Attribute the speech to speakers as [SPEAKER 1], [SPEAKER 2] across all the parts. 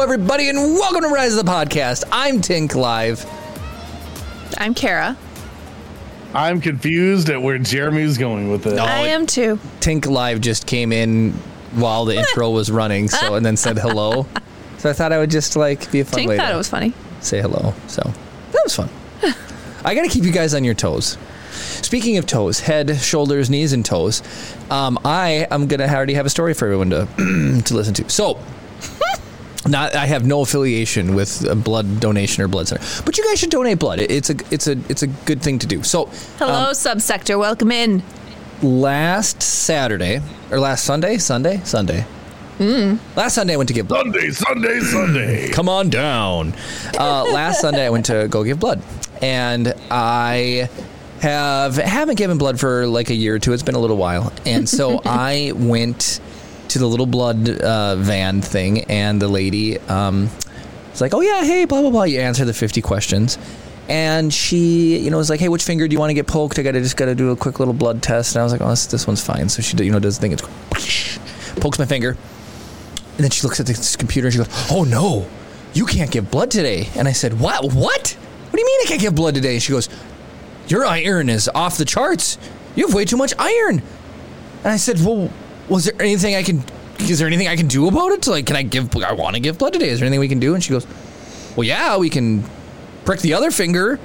[SPEAKER 1] everybody, and welcome to Rise of the Podcast. I'm Tink Live.
[SPEAKER 2] I'm Kara.
[SPEAKER 3] I'm confused at where Jeremy's going with it.
[SPEAKER 1] Oh,
[SPEAKER 2] I am too.
[SPEAKER 1] Tink Live just came in while the intro was running, so and then said hello. So I thought I would just like be a fun
[SPEAKER 2] Tink
[SPEAKER 1] way
[SPEAKER 2] thought
[SPEAKER 1] to
[SPEAKER 2] it was funny.
[SPEAKER 1] say hello. So that was fun. I got to keep you guys on your toes. Speaking of toes, head, shoulders, knees, and toes, um, I am gonna already have a story for everyone to to listen to. So. Not, I have no affiliation with a blood donation or blood center, but you guys should donate blood. It- It's a, it's a, it's a good thing to do. So, Um,
[SPEAKER 2] Hello, subsector. Welcome in.
[SPEAKER 1] last Saturday or last Sunday, Sunday, Sunday. Last Sunday, I went to give blood.
[SPEAKER 3] Sunday, Sunday, Sunday.
[SPEAKER 1] Come on down. Uh, last Sunday, I went to go give blood, and I have haven't given blood for like a year or two. It's been a little while, and so I went to the little blood uh, van thing, and the lady um, was like, "Oh yeah, hey, blah blah blah." You answer the fifty questions. And she, you know, was like, "Hey, which finger do you want to get poked? I gotta just gotta do a quick little blood test." And I was like, "Oh, this, this one's fine." So she, did- you know, does the thing. It's pokes my finger, and then she looks at this computer and she goes, "Oh no, you can't give blood today." And I said, "What? What? What do you mean I can't give blood today?" And she goes, "Your iron is off the charts. You have way too much iron." And I said, "Well, was there anything I can? Is there anything I can do about it? Like, can I give? I want to give blood today. Is there anything we can do?" And she goes, "Well, yeah, we can prick the other finger."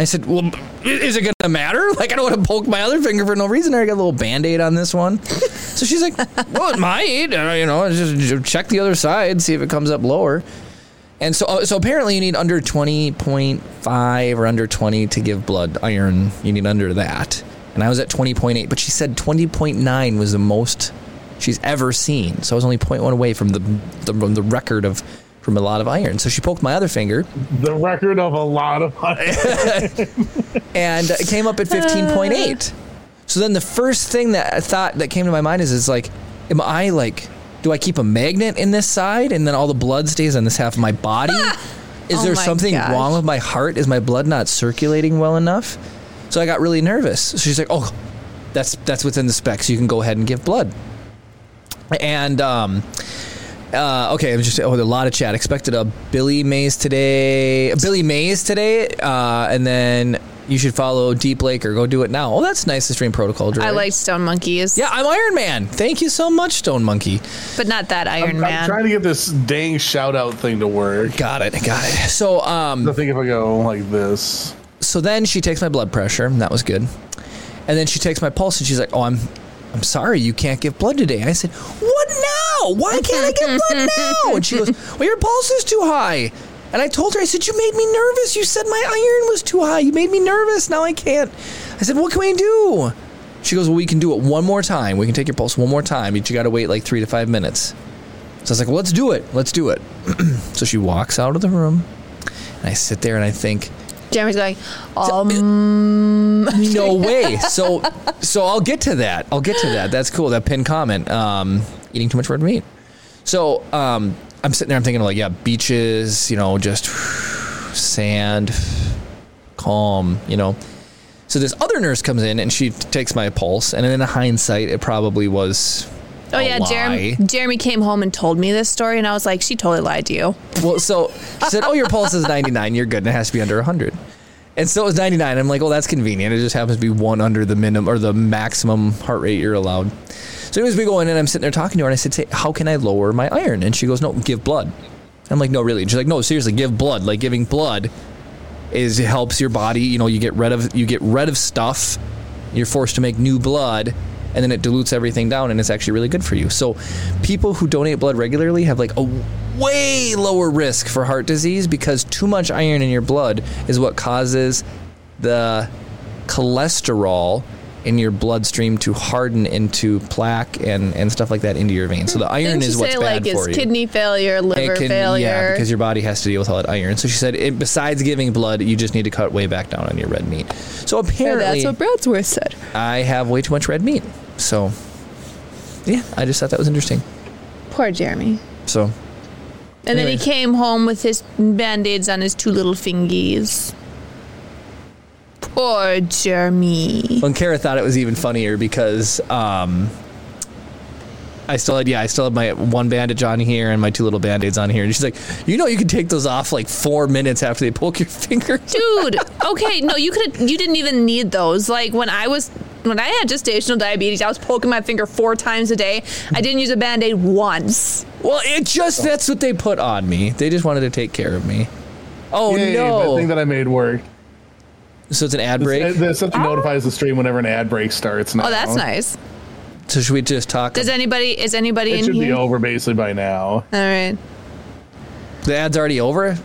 [SPEAKER 1] I said, "Well, i- is it gonna matter? Like, I don't want to poke my other finger for no reason. I got a little band-aid on this one." so she's like, "Well, it might. Uh, You know, just, just check the other side, see if it comes up lower." And so, uh, so apparently, you need under twenty point five or under twenty to give blood iron. You need under that, and I was at twenty point eight. But she said twenty point nine was the most she's ever seen. So I was only 0.1 away from the the, from the record of from a lot of iron. So she poked my other finger.
[SPEAKER 3] The record of a lot of
[SPEAKER 1] and it came up at 15.8. So then the first thing that I thought that came to my mind is is like, am I like, do I keep a magnet in this side and then all the blood stays on this half of my body? is
[SPEAKER 2] Oh
[SPEAKER 1] there
[SPEAKER 2] my
[SPEAKER 1] something
[SPEAKER 2] gosh.
[SPEAKER 1] wrong with my heart? Is my blood not circulating well enough? So I got really nervous. So she's like, oh, that's that's within the specs. You can go ahead and give blood. And um, uh, okay, I'm just oh, a lot of chat. Expected a Billy Mays today, a Billy Mays today, uh, and then you should follow Deep Lake or go do it now. Oh, that's nice. The stream protocol. Droid.
[SPEAKER 2] I like Stone Monkeys.
[SPEAKER 1] Yeah, I'm Iron Man. Thank you so much, Stone Monkey.
[SPEAKER 2] But not that Iron
[SPEAKER 3] I'm,
[SPEAKER 2] Man.
[SPEAKER 3] I'm trying to get this dang shout out thing to work.
[SPEAKER 1] Got it. Got it. So um,
[SPEAKER 3] I think if I go like this,
[SPEAKER 1] so then she takes my blood pressure. and That was good. And then she takes my pulse and she's like, "Oh, I'm I'm sorry, you can't give blood today." I said, "What now? Why can't I give blood now?" And she goes, "Well, your pulse is too high." And I told her, I said, "You made me nervous. You said my iron was too high. You made me nervous. Now I can't." I said, "What can we do?" She goes, "Well, we can do it one more time. We can take your pulse one more time, but you got to wait like 3 to 5 minutes." So I was like, well, "Let's do it. Let's do it." so she walks out of the room. And I sit there and I think,
[SPEAKER 2] Jeremy's going, um,
[SPEAKER 1] no way. So, so I'll get to that. I'll get to that. That's cool. That pin comment. Um, eating too much red meat. So, um, I'm sitting there. I'm thinking like, yeah, beaches. You know, just sand, calm. You know. So this other nurse comes in and she takes my pulse. And in hindsight, it probably was.
[SPEAKER 2] oh
[SPEAKER 1] a
[SPEAKER 2] yeah, Jeremy.
[SPEAKER 1] lie.
[SPEAKER 2] Jeremy came home and told me this story, and I was like, she totally lied to you.
[SPEAKER 1] Well, so she said, "Oh, your pulse is 99. You're good, and it has to be under 100." And so it was 99. I'm like, "Well, that's convenient. It just happens to be one under the minimum or the maximum heart rate you're allowed." So anyways, we go in, and I'm sitting there talking to her, and I said, "Say, "How can I lower my iron?" And she goes, "No, give blood." I'm like, "No, really?" And she's like, "No, seriously, give blood. Like giving blood is it helps your body. You know, you get rid of you get rid of stuff. You're forced to make new blood." And then it dilutes everything down, and it's actually really good for you. So, people who donate blood regularly have like a way lower risk for heart disease because too much iron in your blood is what causes the cholesterol in your bloodstream to harden into plaque and, and stuff like that into your veins. So the iron
[SPEAKER 2] Didn't
[SPEAKER 1] is
[SPEAKER 2] she
[SPEAKER 1] what's
[SPEAKER 2] say
[SPEAKER 1] bad
[SPEAKER 2] like it's
[SPEAKER 1] for you.
[SPEAKER 2] kidney failure, liver failure?
[SPEAKER 1] Yeah, because your body has to deal with all that iron. So she said, it, besides giving blood, you just need to cut way back down on your red meat. So
[SPEAKER 2] And
[SPEAKER 1] apparently,
[SPEAKER 2] that's what Bradsworth said.
[SPEAKER 1] I have way too much red meat. So yeah, I just thought that was interesting.
[SPEAKER 2] Poor Jeremy.
[SPEAKER 1] So
[SPEAKER 2] And then he
[SPEAKER 1] Anyway.
[SPEAKER 2] came home with his band-aids on his two little fingies. Poor Jeremy.
[SPEAKER 1] Well, and Kara thought it was even funnier because um, I still had yeah, I still had my one bandage on here and my two little band-aids on here. And she's like, you know, you can take those off like four minutes after they poke your finger.
[SPEAKER 2] dude okay no you could you didn't even need those like when i was when i had gestational diabetes i was poking my finger four times a day i didn't use a band-aid once
[SPEAKER 1] Well, it just that's what they put on me. They just wanted to take care of me. Oh
[SPEAKER 3] Yay,
[SPEAKER 1] no!
[SPEAKER 3] The thing that I made work. uh,
[SPEAKER 1] so it's an ad break.
[SPEAKER 3] There's something notifies the stream whenever an ad break starts. Now.
[SPEAKER 2] oh that's nice
[SPEAKER 1] so should we just talk?
[SPEAKER 2] does anybody is anybody
[SPEAKER 3] It
[SPEAKER 2] in
[SPEAKER 3] should be
[SPEAKER 2] here all
[SPEAKER 3] over basically by now.
[SPEAKER 2] right
[SPEAKER 1] the ad's already over.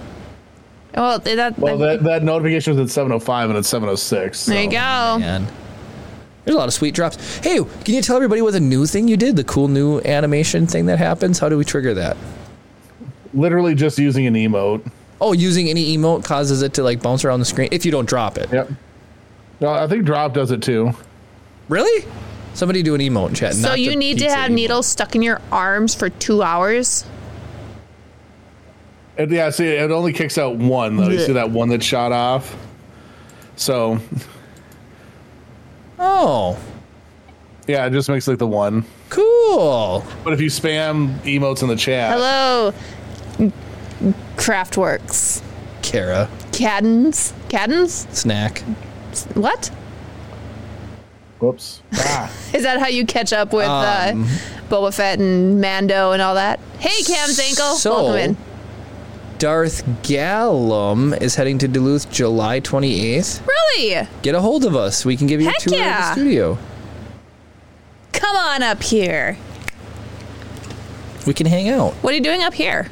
[SPEAKER 2] well that,
[SPEAKER 3] Well, that, that notification was at 7:05 and it's 7:06. so-
[SPEAKER 2] there you go
[SPEAKER 1] Man. There's a lot of sweet drops. Hey, can you tell everybody what the new thing you did? The cool new animation thing that happens. How do we trigger that?
[SPEAKER 3] Literally just using an emote.
[SPEAKER 1] Oh, using any emote causes it to like bounce around the screen if you don't drop it.
[SPEAKER 3] Yep. No, I think Drop does it too.
[SPEAKER 1] Really? Somebody do an emote in chat.
[SPEAKER 2] so
[SPEAKER 1] not
[SPEAKER 2] you
[SPEAKER 1] the
[SPEAKER 2] need to
[SPEAKER 1] pizza
[SPEAKER 2] have
[SPEAKER 1] emote.
[SPEAKER 2] needles stuck in your arms for two hours
[SPEAKER 3] And yeah, see, it only kicks out one though. You
[SPEAKER 2] Yeah.
[SPEAKER 3] see that one that shot off. So
[SPEAKER 1] Oh,
[SPEAKER 3] yeah, it just makes like the one.
[SPEAKER 1] cool.
[SPEAKER 3] But if you spam emotes in the chat,
[SPEAKER 2] hello craftworks
[SPEAKER 1] Kara,
[SPEAKER 2] cadence cadence
[SPEAKER 1] snack.
[SPEAKER 2] what
[SPEAKER 3] whoops. Ah,
[SPEAKER 2] Is that how you catch up with
[SPEAKER 1] Um,
[SPEAKER 2] uh, Boba Fett and Mando and all that? Hey, Cam's ankle.
[SPEAKER 1] So-
[SPEAKER 2] Welcome in.
[SPEAKER 1] Darth Gallum is heading to Duluth July 28th.
[SPEAKER 2] Really?
[SPEAKER 1] Get a hold of us. We can give you
[SPEAKER 2] Heck
[SPEAKER 1] a tour
[SPEAKER 2] yeah.
[SPEAKER 1] of the studio.
[SPEAKER 2] Come on up here.
[SPEAKER 1] We can hang out.
[SPEAKER 2] What are you doing up here?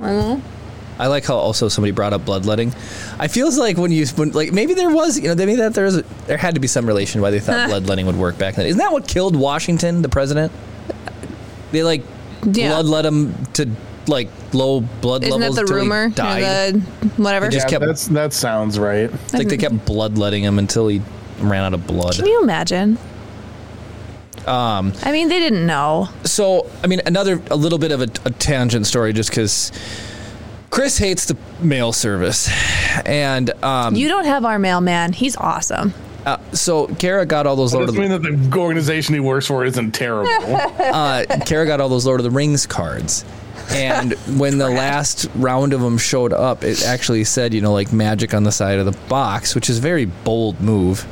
[SPEAKER 1] I like how also somebody brought up bloodletting. I feels like when you when, like maybe there was you know maybe that there was there had to be some relation why they thought bloodletting would work back then. Isn't that what killed Washington, the president? They like
[SPEAKER 2] Yeah.
[SPEAKER 1] bloodlet him to like low blood
[SPEAKER 2] Isn't that
[SPEAKER 1] levels.
[SPEAKER 2] the
[SPEAKER 1] till he
[SPEAKER 2] rumor? Or
[SPEAKER 1] died.
[SPEAKER 2] The whatever.
[SPEAKER 1] Just
[SPEAKER 3] yeah,
[SPEAKER 1] kept-
[SPEAKER 3] that's that sounds right.
[SPEAKER 1] like they kept bloodletting him until he ran out of blood.
[SPEAKER 2] Can you imagine? Um, I mean, they didn't know.
[SPEAKER 1] so I mean, another a little bit of a, a tangent story, just because Chris hates the mail service, and um,
[SPEAKER 2] You don't have our mailman. He's awesome.
[SPEAKER 1] uh, so Kara got all those Lord of
[SPEAKER 3] Doesn't
[SPEAKER 1] the
[SPEAKER 3] mean that the organization he works for isn't terrible.
[SPEAKER 1] uh, Kara got all those Lord of the Rings cards. And when the last round of them showed up, it actually said, you know, like magic on the side of the box, which is a very bold move.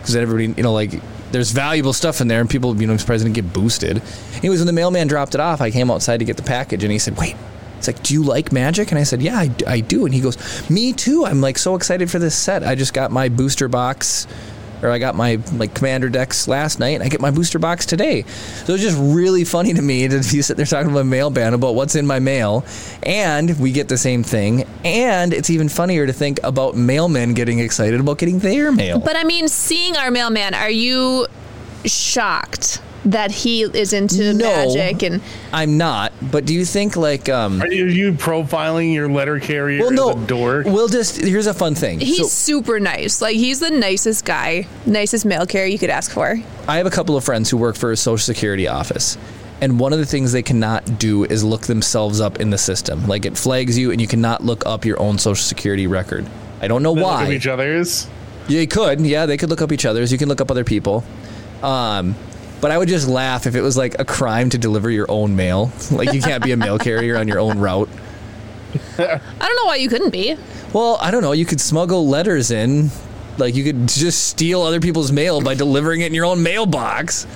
[SPEAKER 1] Because everybody, you know, like there's valuable stuff in there and people, you know, I'm surprised didn't get boosted. Anyways, when the mailman dropped it off, I came outside to get the package and he said, wait. It's like, do you like magic? And I said, yeah, I, d- I do. And he goes, me too. I'm like so excited for this set. I just got my booster box or I got my like commander decks last night, and I get my booster box today. So it's just really funny to me to be sitting there talking to my mail ban about what's in my mail, and we get the same thing. And it's even funnier to think about mailmen getting excited about getting their mail.
[SPEAKER 2] But I mean, seeing our mailman, are you shocked that he is into
[SPEAKER 1] No.
[SPEAKER 2] magic and
[SPEAKER 1] I'm not. But do you think like um?
[SPEAKER 3] Are you, are you profiling your letter carrier
[SPEAKER 1] Well, no.
[SPEAKER 3] as a dork?
[SPEAKER 1] We'll just here's a fun thing.
[SPEAKER 2] He's
[SPEAKER 1] So-
[SPEAKER 2] super nice. Like he's the nicest guy, nicest mail carrier you could ask for.
[SPEAKER 1] I have a couple of friends who work for a social security office. And one of the things they cannot do is look themselves up in the system. Like it flags you and you cannot look up your own social security record. I don't know
[SPEAKER 3] They look at
[SPEAKER 1] why.
[SPEAKER 3] each other's.
[SPEAKER 1] They could. Yeah, they could look up each other's. You can look up other people. Um, but I would just laugh if it was like a crime to deliver your own mail. Like you can't be a mail carrier on your own route.
[SPEAKER 2] I don't know why you couldn't be.
[SPEAKER 1] Well, I don't know. You could smuggle letters in. Like you could just steal other people's mail by delivering it in your own mailbox.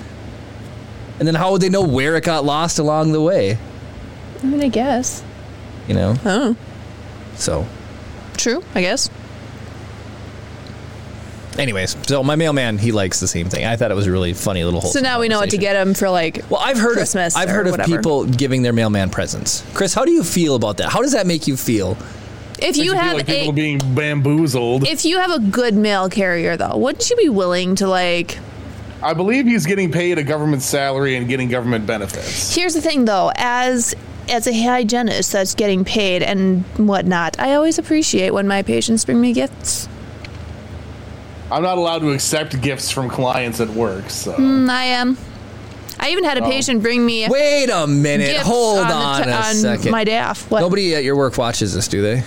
[SPEAKER 1] And then how would they know where it got lost along the way?
[SPEAKER 2] I mean, I guess.
[SPEAKER 1] You know?
[SPEAKER 2] Oh,
[SPEAKER 1] So,
[SPEAKER 2] true. I guess.
[SPEAKER 1] anyways, so my mailman, he likes the same thing. I thought it was a really funny little whole
[SPEAKER 2] So now we know what to get him for like.
[SPEAKER 1] Well, I've heard
[SPEAKER 2] Christmas
[SPEAKER 1] of I've
[SPEAKER 2] or
[SPEAKER 1] heard of
[SPEAKER 2] whatever.
[SPEAKER 1] people giving their mailman presents. Chris, how do you feel about that? How does that make you feel?
[SPEAKER 2] If you
[SPEAKER 3] Makes feel
[SPEAKER 2] have
[SPEAKER 3] like
[SPEAKER 2] a,
[SPEAKER 3] people being bamboozled.
[SPEAKER 2] if you have a good mail carrier though, wouldn't you be willing to like?
[SPEAKER 3] I believe he's getting paid a government salary and getting government benefits.
[SPEAKER 2] Here's the thing though, as as a hygienist that's getting paid and whatnot, I always appreciate when my patients bring me gifts.
[SPEAKER 3] I'm not allowed to accept gifts from clients at work, so
[SPEAKER 2] Mm, I am. I even had a patient bring me.
[SPEAKER 1] Oh. Wait a minute.
[SPEAKER 2] gifts
[SPEAKER 1] Hold
[SPEAKER 2] the
[SPEAKER 1] on,
[SPEAKER 2] t-
[SPEAKER 1] a second.
[SPEAKER 2] My day off. What?
[SPEAKER 1] Nobody at your work watches this, do they?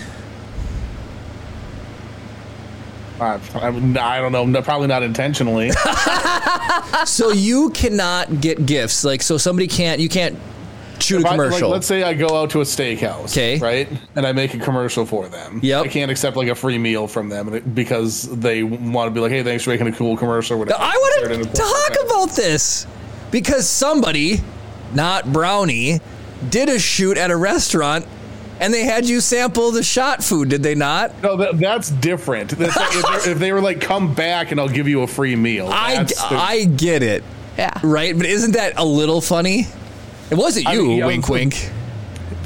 [SPEAKER 3] I, I'm, I don't know. no, Probably not intentionally.
[SPEAKER 1] So you cannot get gifts. Like so somebody can't you can't shoot a
[SPEAKER 3] If I- like,
[SPEAKER 1] commercial.
[SPEAKER 3] let's say I go out to a steakhouse,
[SPEAKER 1] 'Kay.
[SPEAKER 3] right, and I make a commercial for them.
[SPEAKER 1] Yep.
[SPEAKER 3] I can't accept like a free meal from them and it- because they want to be like, "Hey, thanks for making a cool commercial." Or whatever.
[SPEAKER 1] I
[SPEAKER 3] They're in
[SPEAKER 1] want
[SPEAKER 3] a-
[SPEAKER 1] to talk about this because somebody, not Brownie, did a shoot at a restaurant and they had you sample the shot food, did they not?
[SPEAKER 3] No, that, that's different. That's like if, they're- if they were like, "Come back and I'll give you a free meal,"
[SPEAKER 1] I,
[SPEAKER 3] that's the-
[SPEAKER 1] I get it,
[SPEAKER 2] Yeah.
[SPEAKER 1] right? But isn't that a little funny? It wasn't
[SPEAKER 3] I
[SPEAKER 1] you,
[SPEAKER 3] mean, yeah,
[SPEAKER 1] wink,
[SPEAKER 3] I'm-
[SPEAKER 1] wink.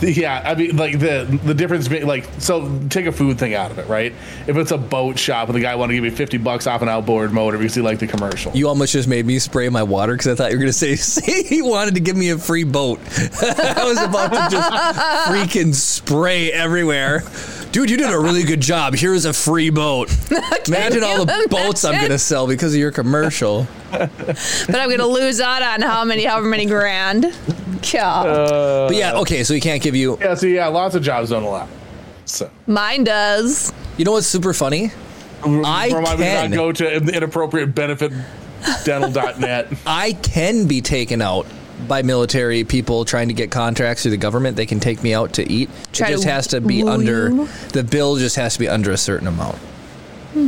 [SPEAKER 3] Yeah, I mean, like the the difference, being like, so take a food thing out of it, right? If it's a boat shop and the guy wanted to give me fifty bucks off an outboard motor because he liked the commercial,
[SPEAKER 1] You almost just made me spray my water because I thought you were going to say, say he wanted to give me a free boat. I was about to just freaking spray everywhere. Dude, you did a really good job. Here's a free boat. Imagine all the
[SPEAKER 2] you
[SPEAKER 1] boats I'm
[SPEAKER 2] imagine?
[SPEAKER 1] going to sell because of your commercial.
[SPEAKER 2] But I'm gonna lose out on how many, however many grand. God.
[SPEAKER 1] Uh.
[SPEAKER 3] Uh,
[SPEAKER 1] But yeah, okay, so he can't give you.
[SPEAKER 3] yeah. So yeah, lots of jobs don't allow. it. So
[SPEAKER 2] Mine does.
[SPEAKER 1] You know what's super funny? I
[SPEAKER 3] remind me to
[SPEAKER 1] can.
[SPEAKER 3] not go to inappropriate benefit dental.net.
[SPEAKER 1] I can be taken out by military people trying to get contracts through the government. They can take me out to eat.
[SPEAKER 2] Try
[SPEAKER 1] it just
[SPEAKER 2] to
[SPEAKER 1] has to be
[SPEAKER 2] woo
[SPEAKER 1] under
[SPEAKER 2] you?
[SPEAKER 1] the bill. Just has to be under a certain amount.
[SPEAKER 2] Hmm.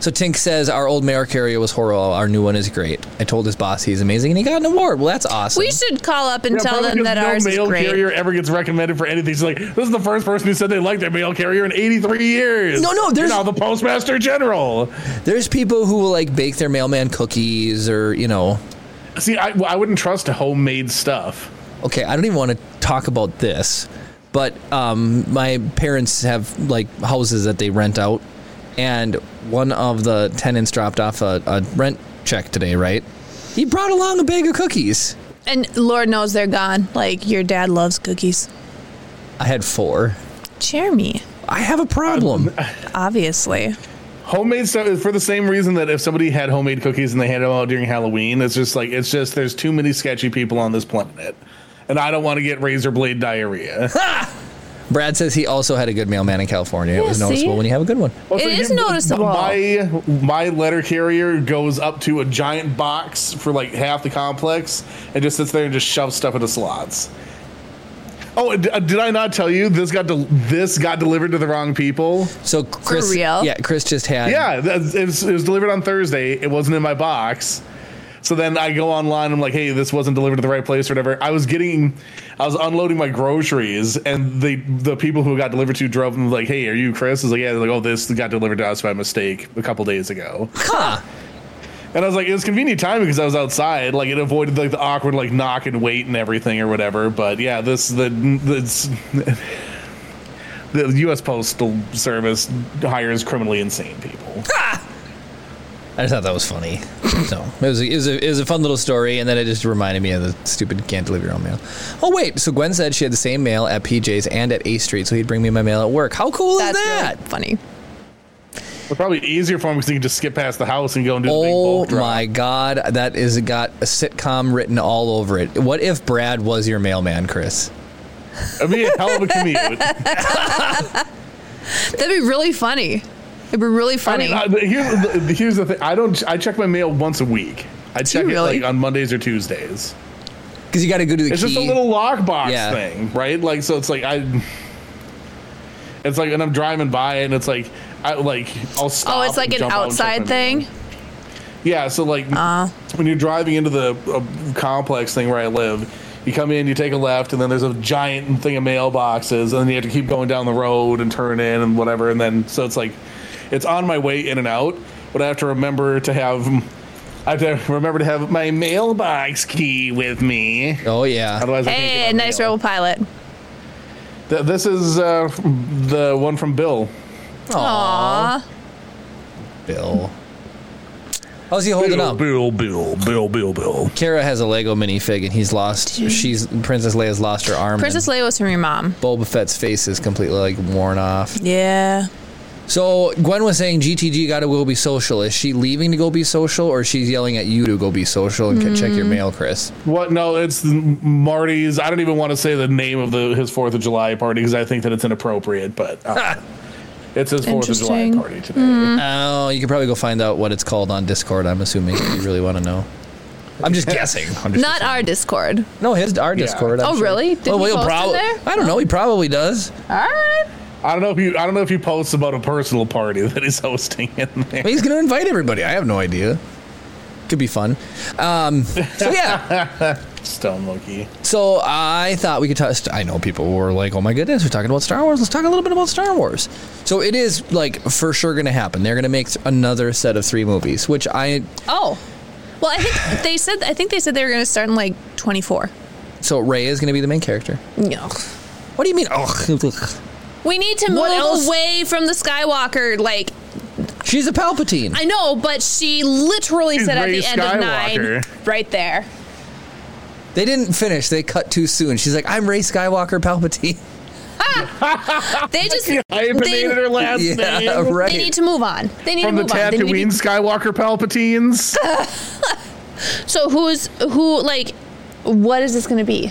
[SPEAKER 1] So Tink says our old mayor carrier was horrible. Our new one is great. I told his boss he's amazing, and he got an award. Well, that's awesome.
[SPEAKER 2] We should call up and
[SPEAKER 3] Yeah,
[SPEAKER 2] tell
[SPEAKER 3] probably
[SPEAKER 2] them
[SPEAKER 3] because
[SPEAKER 2] that ours
[SPEAKER 3] no
[SPEAKER 2] is
[SPEAKER 3] mail
[SPEAKER 2] great.
[SPEAKER 3] carrier ever gets recommended for anything. She's like, this is the first person who said they liked their mail carrier in 83 years.
[SPEAKER 1] No, no,
[SPEAKER 3] You're
[SPEAKER 1] there's-
[SPEAKER 3] now the postmaster general.
[SPEAKER 1] There's people who will like bake their mailman cookies, or you know,
[SPEAKER 3] See, I, well, I wouldn't trust homemade stuff.
[SPEAKER 1] okay, I don't even want to talk about this, but um, my parents have like houses that they rent out, and one of the tenants dropped off a, a rent check today, right? He brought along a bag of cookies.
[SPEAKER 2] And Lord knows they're gone. Like your dad loves cookies.
[SPEAKER 1] I had four.
[SPEAKER 2] Jeremy,
[SPEAKER 1] I have a problem.
[SPEAKER 2] obviously.
[SPEAKER 3] Homemade stuff is for the same reason that if somebody had homemade cookies and they handed them out during Halloween, it's just like it's just there's too many sketchy people on this planet, and I don't want to get razor blade diarrhea.
[SPEAKER 1] Brad says he also had a good mailman in California. it
[SPEAKER 2] Yeah,
[SPEAKER 1] was
[SPEAKER 2] see?
[SPEAKER 1] noticeable when you have a good one.
[SPEAKER 3] Also,
[SPEAKER 2] It is
[SPEAKER 3] you-
[SPEAKER 2] noticeable.
[SPEAKER 3] My my letter carrier goes up to a giant box for like half the complex and just sits there and just shoves stuff into slots. Oh, and d- uh, did I not tell you this got del- this got delivered to the wrong people?
[SPEAKER 1] So Chris,
[SPEAKER 2] real?
[SPEAKER 1] yeah, Chris just had.
[SPEAKER 3] Yeah, that's- it was, it was delivered on Thursday. It wasn't in my box. So then I go online. I'm like, hey, this wasn't delivered to the right place or whatever. I was getting, I was unloading my groceries, and the the people who it got delivered to drove and like, hey, are you Chris? I was like, yeah. They're like, oh, this got delivered to us by mistake a couple days ago.
[SPEAKER 1] Huh.
[SPEAKER 3] And I was like, it was convenient timing because I was outside. Like it avoided like the awkward like knock and wait and everything or whatever. But yeah, this the this, the U.S. Postal Service hires criminally insane people.
[SPEAKER 1] I just thought that was funny. So it was, a, it, was a, it was a fun little story, and then it just reminded me of the stupid can't deliver your own mail. Oh wait, so Gwen said she had the same mail at PJ's and at A Street, so he'd bring me my mail at work. How cool
[SPEAKER 2] That's
[SPEAKER 1] is that?
[SPEAKER 2] really funny.
[SPEAKER 3] It's probably easier for him because he can just skip past the house and go and do the big
[SPEAKER 1] Oh
[SPEAKER 3] bulk drop.
[SPEAKER 1] my god, that is got a sitcom written all over it. What if Brad was your mailman, Chris?
[SPEAKER 3] It'd be a hell of a commute.
[SPEAKER 2] That'd be really funny. It'd be really
[SPEAKER 3] I
[SPEAKER 2] funny.
[SPEAKER 3] mean, I, here's, the, here's the thing. I don't. I check my mail once a week. I check
[SPEAKER 2] you
[SPEAKER 3] it
[SPEAKER 2] really?
[SPEAKER 3] like on Mondays or Tuesdays.
[SPEAKER 1] Because you got to go to the
[SPEAKER 3] It's
[SPEAKER 1] key.
[SPEAKER 3] just a little lockbox
[SPEAKER 1] Yeah.
[SPEAKER 3] thing, right? Like, so it's like I. It's like, and I'm driving by, and it's like, I like, I'll stop.
[SPEAKER 2] oh, it's like
[SPEAKER 3] and
[SPEAKER 2] an
[SPEAKER 3] jump out and check
[SPEAKER 2] outside
[SPEAKER 3] my
[SPEAKER 2] thing.
[SPEAKER 3] mail. Yeah, so like when you're driving into the uh, complex thing where I live, you come in, you take a left, and then there's a giant thing of mailboxes, and then you have to keep going down the road and turn in and whatever, and then so it's like it's on my way in and out, but I have to remember to have I have to remember to have my mailbox key with me.
[SPEAKER 1] oh yeah.
[SPEAKER 3] Otherwise, I
[SPEAKER 2] Hey,
[SPEAKER 3] can't get my
[SPEAKER 2] nice
[SPEAKER 3] mail.
[SPEAKER 2] rebel pilot.
[SPEAKER 3] Th- this is uh, the one from Bill.
[SPEAKER 2] Aw.
[SPEAKER 1] Bill. How's he holding up?
[SPEAKER 3] Bill, Bill, Bill, Bill, Bill.
[SPEAKER 1] Kara has a Lego minifig, and he's lost. She's Princess Leia's lost her arm.
[SPEAKER 2] Princess
[SPEAKER 1] and
[SPEAKER 2] Leia was from your mom.
[SPEAKER 1] Boba Fett's face is completely like worn off.
[SPEAKER 2] Yeah.
[SPEAKER 1] So Gwen was saying GTG got to go be social. Is she leaving to go be social, or she's yelling at you to go be social and ca- check
[SPEAKER 2] Mm.
[SPEAKER 1] your mail, Chris?
[SPEAKER 3] What? No, it's Marty's. I don't even want to say the name of the his Fourth of July party because I think that it's inappropriate. But uh, It's his Fourth of July
[SPEAKER 2] Interesting. Hmm.
[SPEAKER 3] party today.
[SPEAKER 1] Oh, you could probably go find out what it's called on Discord. I'm assuming if you really want to know. I'm just guessing. I'm just
[SPEAKER 2] Not our Discord.
[SPEAKER 1] no his our Discord. I'm
[SPEAKER 2] Oh,
[SPEAKER 1] sure.
[SPEAKER 2] really? Did he post in
[SPEAKER 1] prob-
[SPEAKER 2] there? Oh.
[SPEAKER 1] I don't know. He probably does.
[SPEAKER 2] All right.
[SPEAKER 3] I don't know if you. I don't know if you post about a personal party that he's hosting in there.
[SPEAKER 1] But he's going to invite everybody. I have no idea. Could be fun. Um, so yeah.
[SPEAKER 3] Stone monkey.
[SPEAKER 1] so I thought we could touch. I know people were like, "Oh my goodness, we're talking about Star Wars. Let's talk a little bit about Star Wars." So it is like for sure going to happen. They're going to make another set of three movies, which I
[SPEAKER 2] Oh. Well, I think they said. I think they said they were going to start in like 24.
[SPEAKER 1] so Ray is going to be the main character.
[SPEAKER 2] No.
[SPEAKER 1] What do you mean? Oh,
[SPEAKER 2] We need to move
[SPEAKER 1] What else?
[SPEAKER 2] away from the Skywalker. Like
[SPEAKER 1] she's a Palpatine.
[SPEAKER 2] I know, but she literally
[SPEAKER 3] She's
[SPEAKER 2] said at
[SPEAKER 3] Rey
[SPEAKER 2] the end of nine,
[SPEAKER 3] Skywalker.
[SPEAKER 2] right there.
[SPEAKER 1] They didn't finish. They cut too soon. She's like, "I'm Ray Skywalker, Palpatine."
[SPEAKER 2] They just
[SPEAKER 3] I hyphenated
[SPEAKER 2] they,
[SPEAKER 3] her last
[SPEAKER 1] Yeah,
[SPEAKER 3] name
[SPEAKER 1] right.
[SPEAKER 2] they need to move on. They need
[SPEAKER 3] from
[SPEAKER 2] to
[SPEAKER 3] the
[SPEAKER 2] move on. They need to be-
[SPEAKER 3] Tatooine Skywalker Palpatines.
[SPEAKER 2] so who's who? Like, what is this going to be?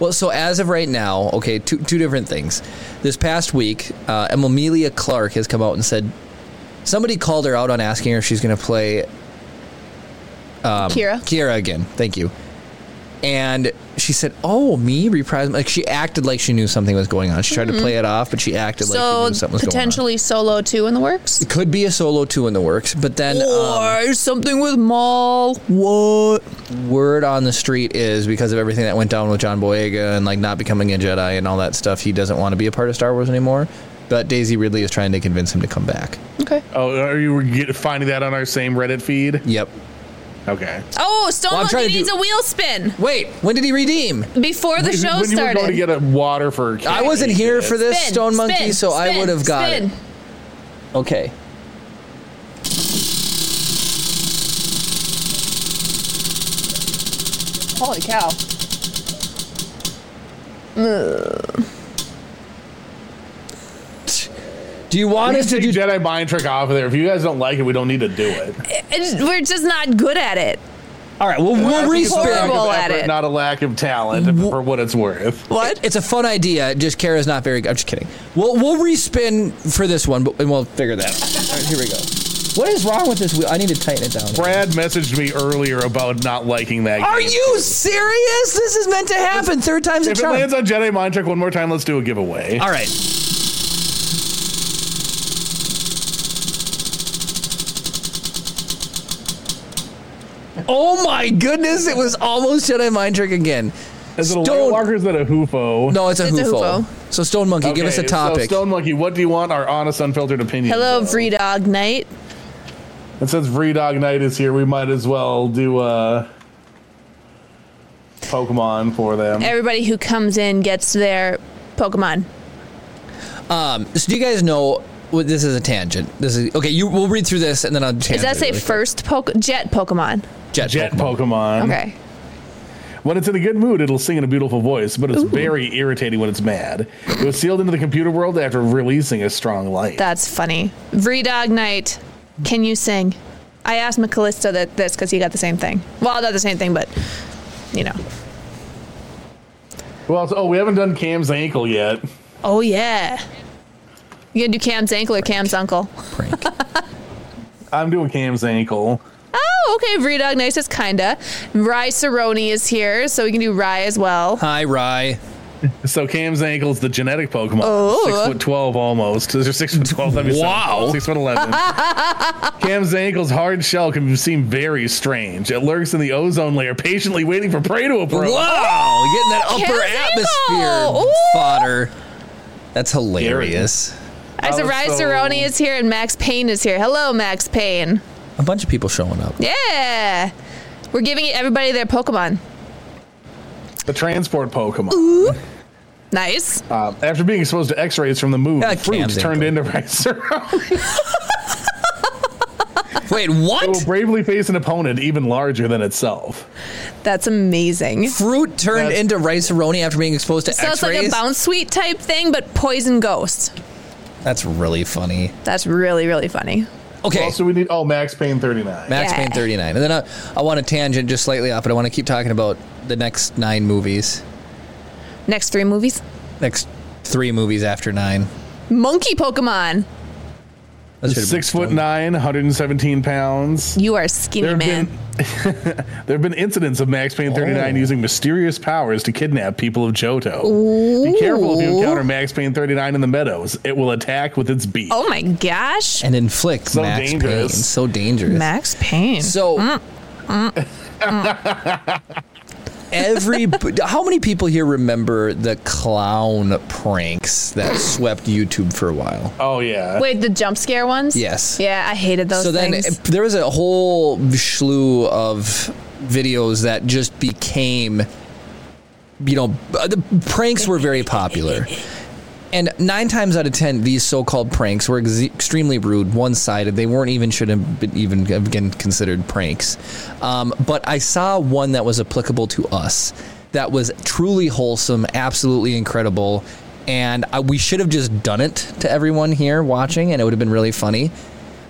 [SPEAKER 1] Well, so as of right now, okay, two two different things. This past week, uh, Amelia Clark has come out and said somebody called her out on asking her if she's going to play
[SPEAKER 2] Kira.
[SPEAKER 1] Um, Kira again. Thank you. And she said, "Oh, me reprise." Like she acted like she knew something was going on. She tried to play it off, but she acted like she
[SPEAKER 2] Mm-hmm. so
[SPEAKER 1] knew something was going on.
[SPEAKER 2] potentially solo two in the works,
[SPEAKER 1] Could be a solo two in the works, but then um,
[SPEAKER 2] or something with Maul.
[SPEAKER 1] what word on the street is because of everything that went down with John Boyega and like not becoming a Jedi and all that stuff, he doesn't want to be a part of Star Wars anymore. But Daisy Ridley is trying to convince him to come back.
[SPEAKER 2] Okay.
[SPEAKER 3] Oh, are you get, finding that on our same Reddit feed?
[SPEAKER 1] Yep.
[SPEAKER 3] Okay.
[SPEAKER 2] Oh, Stone
[SPEAKER 1] Well, I'm
[SPEAKER 2] Monkey
[SPEAKER 1] trying to do-
[SPEAKER 2] needs a wheel spin
[SPEAKER 1] Wait, when did he redeem?
[SPEAKER 2] before the show
[SPEAKER 3] when you were
[SPEAKER 2] started.
[SPEAKER 3] going to get a water for,
[SPEAKER 1] I wasn't here for this
[SPEAKER 2] Spin,
[SPEAKER 1] stone monkey,
[SPEAKER 2] spin,
[SPEAKER 1] so I
[SPEAKER 2] spin,
[SPEAKER 1] would have got
[SPEAKER 2] spin.
[SPEAKER 1] it. Okay.
[SPEAKER 2] Holy cow!
[SPEAKER 1] Do you want us to
[SPEAKER 3] Take
[SPEAKER 1] do?
[SPEAKER 3] Jedi mind trick off of there. If you guys don't like it, we don't need to do it.
[SPEAKER 2] It's- we're just not good at it.
[SPEAKER 1] All right. Well, we'll
[SPEAKER 3] I think it's a lack of
[SPEAKER 1] respin.
[SPEAKER 2] horrible at
[SPEAKER 3] effort,
[SPEAKER 2] it.
[SPEAKER 3] Not a lack of talent for what it's worth.
[SPEAKER 1] What? It's a fun idea. Just Kara's not very. I'm just kidding. We'll we'll respin for this one, but and we'll figure that. out. All right, here we go. What is wrong with this wheel? I need to tighten it down.
[SPEAKER 3] Brad messaged me earlier about not liking that.
[SPEAKER 1] Are
[SPEAKER 3] game.
[SPEAKER 1] you serious? This is meant to happen. Third time's a
[SPEAKER 3] If it
[SPEAKER 1] charm.
[SPEAKER 3] lands on Jedi mind trick one more time, let's do a giveaway.
[SPEAKER 1] All right. Oh my goodness! It was almost Jedi mind trick again.
[SPEAKER 3] Is it a
[SPEAKER 1] Stone-
[SPEAKER 3] Walker? Is that a Hoofo?
[SPEAKER 1] No, it's a
[SPEAKER 2] It's a
[SPEAKER 1] hoofo.
[SPEAKER 2] hoofo.
[SPEAKER 1] So Stone Monkey, give us a
[SPEAKER 3] Okay, so
[SPEAKER 1] topic.
[SPEAKER 3] Stone Monkey, what do you want our honest, unfiltered opinion?
[SPEAKER 2] Hello, Vreedog Knight.
[SPEAKER 3] And since Vredog Knight is here, we might as well do uh, Pokemon for them.
[SPEAKER 2] Everybody who comes in gets their Pokemon.
[SPEAKER 1] so do you guys know? Well, this is a tangent. This is okay. You we'll read through this and then I'll.
[SPEAKER 2] Does that say first poke jet Pokemon?
[SPEAKER 1] jet?
[SPEAKER 3] Jet
[SPEAKER 1] Pokemon.
[SPEAKER 3] Pokemon.
[SPEAKER 2] Okay.
[SPEAKER 3] When it's in a good mood, it'll sing in a beautiful voice, but it's very irritating when it's mad. It was sealed into the computer world after releasing a strong light.
[SPEAKER 2] That's funny. Vreedog Knight, can you sing? I asked McCallista that this because he got the same thing. Well, not the same thing, but you know.
[SPEAKER 3] well, so, oh, we haven't done Cam's ankle yet.
[SPEAKER 2] Oh yeah. You gonna do Cam's ankle or Cam's uncle?
[SPEAKER 1] Prank.
[SPEAKER 3] I'm doing Cam's ankle.
[SPEAKER 2] Oh, okay. Vreedog Knight says kinda. Rye Cerrone is here, so we can do Rye as well.
[SPEAKER 1] Hi, Rye.
[SPEAKER 3] So Cam's ankle is the genetic Pokemon.
[SPEAKER 2] Oh.
[SPEAKER 3] Six foot twelve almost. Is there six foot twelve? That'd be seven.
[SPEAKER 1] Wow.
[SPEAKER 3] Six foot eleven. Cam's ankle's hard shell can seem very strange. It lurks in the ozone layer, patiently waiting for prey to approach.
[SPEAKER 1] Wow, getting that upper
[SPEAKER 2] Kara's
[SPEAKER 1] atmosphere
[SPEAKER 2] ankle! Ooh!
[SPEAKER 1] fodder. That's hilarious.
[SPEAKER 2] I said
[SPEAKER 3] was
[SPEAKER 2] Rye
[SPEAKER 3] so-
[SPEAKER 2] Cerrone is here and Max Payne is here. Hello, Max Payne.
[SPEAKER 1] A bunch of people showing up.
[SPEAKER 2] Yeah. We're giving everybody their Pokemon.
[SPEAKER 3] The transport Pokemon.
[SPEAKER 2] Nice.
[SPEAKER 3] Um, after being exposed to X-rays from the moon,
[SPEAKER 1] Yeah,
[SPEAKER 3] fruits
[SPEAKER 1] Cam's
[SPEAKER 3] turned
[SPEAKER 1] ankle.
[SPEAKER 3] into Rhinoceros.
[SPEAKER 1] Wait, what?
[SPEAKER 3] It will bravely face an opponent even larger than itself.
[SPEAKER 2] That's amazing.
[SPEAKER 1] Fruit turned
[SPEAKER 3] That's-
[SPEAKER 1] into riceroni after being exposed to
[SPEAKER 2] So it's like
[SPEAKER 1] X-rays.
[SPEAKER 2] a bounce sweet type thing, but poison ghost.
[SPEAKER 1] That's really funny.
[SPEAKER 2] That's really, really funny.
[SPEAKER 1] Okay,
[SPEAKER 3] Also, we need oh Max Payne thirty nine.
[SPEAKER 1] Max
[SPEAKER 2] Yeah.
[SPEAKER 1] Payne 39. And then I, I want to tangent just slightly off, but I want to keep talking about the next nine movies,
[SPEAKER 2] Next three movies
[SPEAKER 1] next three movies after nine.
[SPEAKER 2] Monkey Pokemon.
[SPEAKER 1] That should've been
[SPEAKER 3] Six foot
[SPEAKER 1] stolen.
[SPEAKER 3] nine, 117 pounds.
[SPEAKER 2] You are skinny
[SPEAKER 3] There have
[SPEAKER 2] man.
[SPEAKER 3] been there have been incidents of Max Payne 39
[SPEAKER 1] Oh.
[SPEAKER 3] using mysterious powers to kidnap people of Johto. Be careful if you
[SPEAKER 2] Ooh.
[SPEAKER 3] encounter Max Payne 39 in the meadows. It will attack with its beak.
[SPEAKER 2] oh my gosh,
[SPEAKER 1] and inflict
[SPEAKER 3] So
[SPEAKER 1] max pain.
[SPEAKER 3] dangerous.
[SPEAKER 1] So dangerous.
[SPEAKER 2] Max Payne.
[SPEAKER 1] So. Every how many people here remember the clown pranks that swept YouTube for a while?
[SPEAKER 3] Oh, yeah.
[SPEAKER 2] Wait, the jump scare ones?
[SPEAKER 1] Yes.
[SPEAKER 2] Yeah, I hated those.
[SPEAKER 1] so then uh,
[SPEAKER 2] things.
[SPEAKER 1] it- there was a whole slew of videos that just became you know b- the pranks were very popular and nine times out of ten these so-called pranks were ex- extremely rude one-sided they weren't even should have been even have been considered pranks um, but i saw one that was applicable to us that was truly wholesome absolutely incredible and I, we should have just done it to everyone here watching and it would have been really funny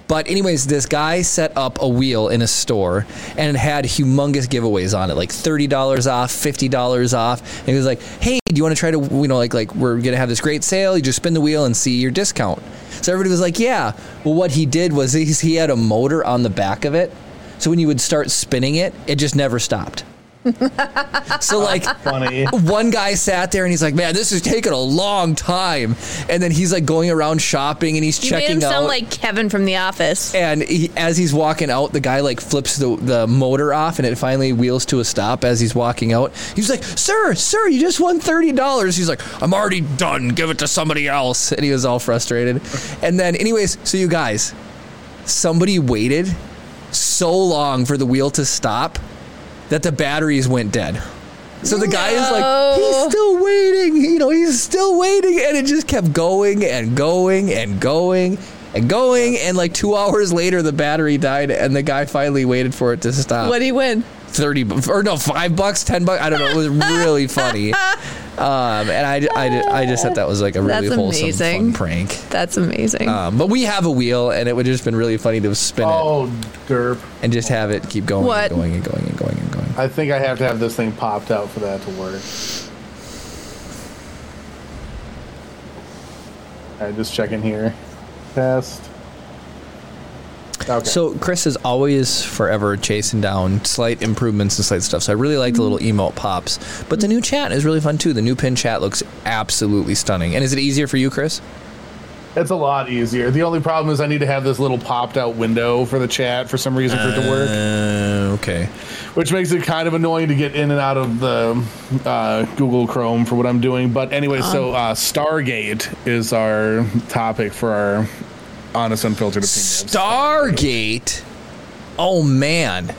[SPEAKER 1] but anyways, this guy set up a wheel in a store and it had humongous giveaways on it, like thirty dollars off, fifty dollars off. And he was like, "Hey, do you want to try to, you know, like like we're gonna have this great sale? You just spin the wheel and see your discount." So everybody was like, "Yeah." Well, what he did was he, he had a motor on the back of it, so when you would start spinning it, it just never stopped. so like
[SPEAKER 3] Funny.
[SPEAKER 1] one guy sat there and he's like, "Man, this is taking a long time." And then he's like going around shopping and he's
[SPEAKER 2] you
[SPEAKER 1] checking
[SPEAKER 2] made him
[SPEAKER 1] out. Uh,
[SPEAKER 2] sound like Kevin from The Office.
[SPEAKER 1] And he, as he's walking out, the guy like flips the, the motor off and it finally wheels to a stop as he's walking out. He's like, Sir, sir, you just won $30. He's like, I'm already done. Give it to somebody else. And he was all frustrated. And then, anyways, so you guys, somebody waited so long for the wheel to stop that the batteries went dead. So the guy is like, he's
[SPEAKER 2] No.
[SPEAKER 1] still waiting. You know, he's still waiting. And it just kept going and going and going and going. And like two hours later, the battery died and the guy finally waited for it to stop.
[SPEAKER 2] What do you win?
[SPEAKER 1] 30 bu- or no, five bucks, 10 bucks. I don't know. It was really funny. Um, and I, I, I just thought that was like a really
[SPEAKER 2] That's
[SPEAKER 1] wholesome fun
[SPEAKER 2] amazing.
[SPEAKER 1] prank.
[SPEAKER 2] That's amazing.
[SPEAKER 1] Um, but we have a wheel and it would just been really funny to spin it
[SPEAKER 3] Oh, derp.
[SPEAKER 1] and just have it keep going
[SPEAKER 2] What?
[SPEAKER 1] and going and going and going and going.
[SPEAKER 3] I think I have to have this thing popped out for that to work. All right, just checking here. Test. Okay.
[SPEAKER 1] So Chris is always forever chasing down slight improvements and slight stuff. So I really like the little emote pops. But the new chat is really fun too. The new pin chat looks absolutely stunning. And is it easier for you, Chris?
[SPEAKER 3] It's a lot easier. The only problem is I need to have this little popped out window for the chat for some reason for it to work,
[SPEAKER 1] Uh, okay.
[SPEAKER 3] which makes it kind of annoying to get in and out of the uh, Google Chrome for what I'm doing. But anyway, so uh, Stargate is our topic for our honest, unfiltered opinions.
[SPEAKER 1] Stargate. Oh man,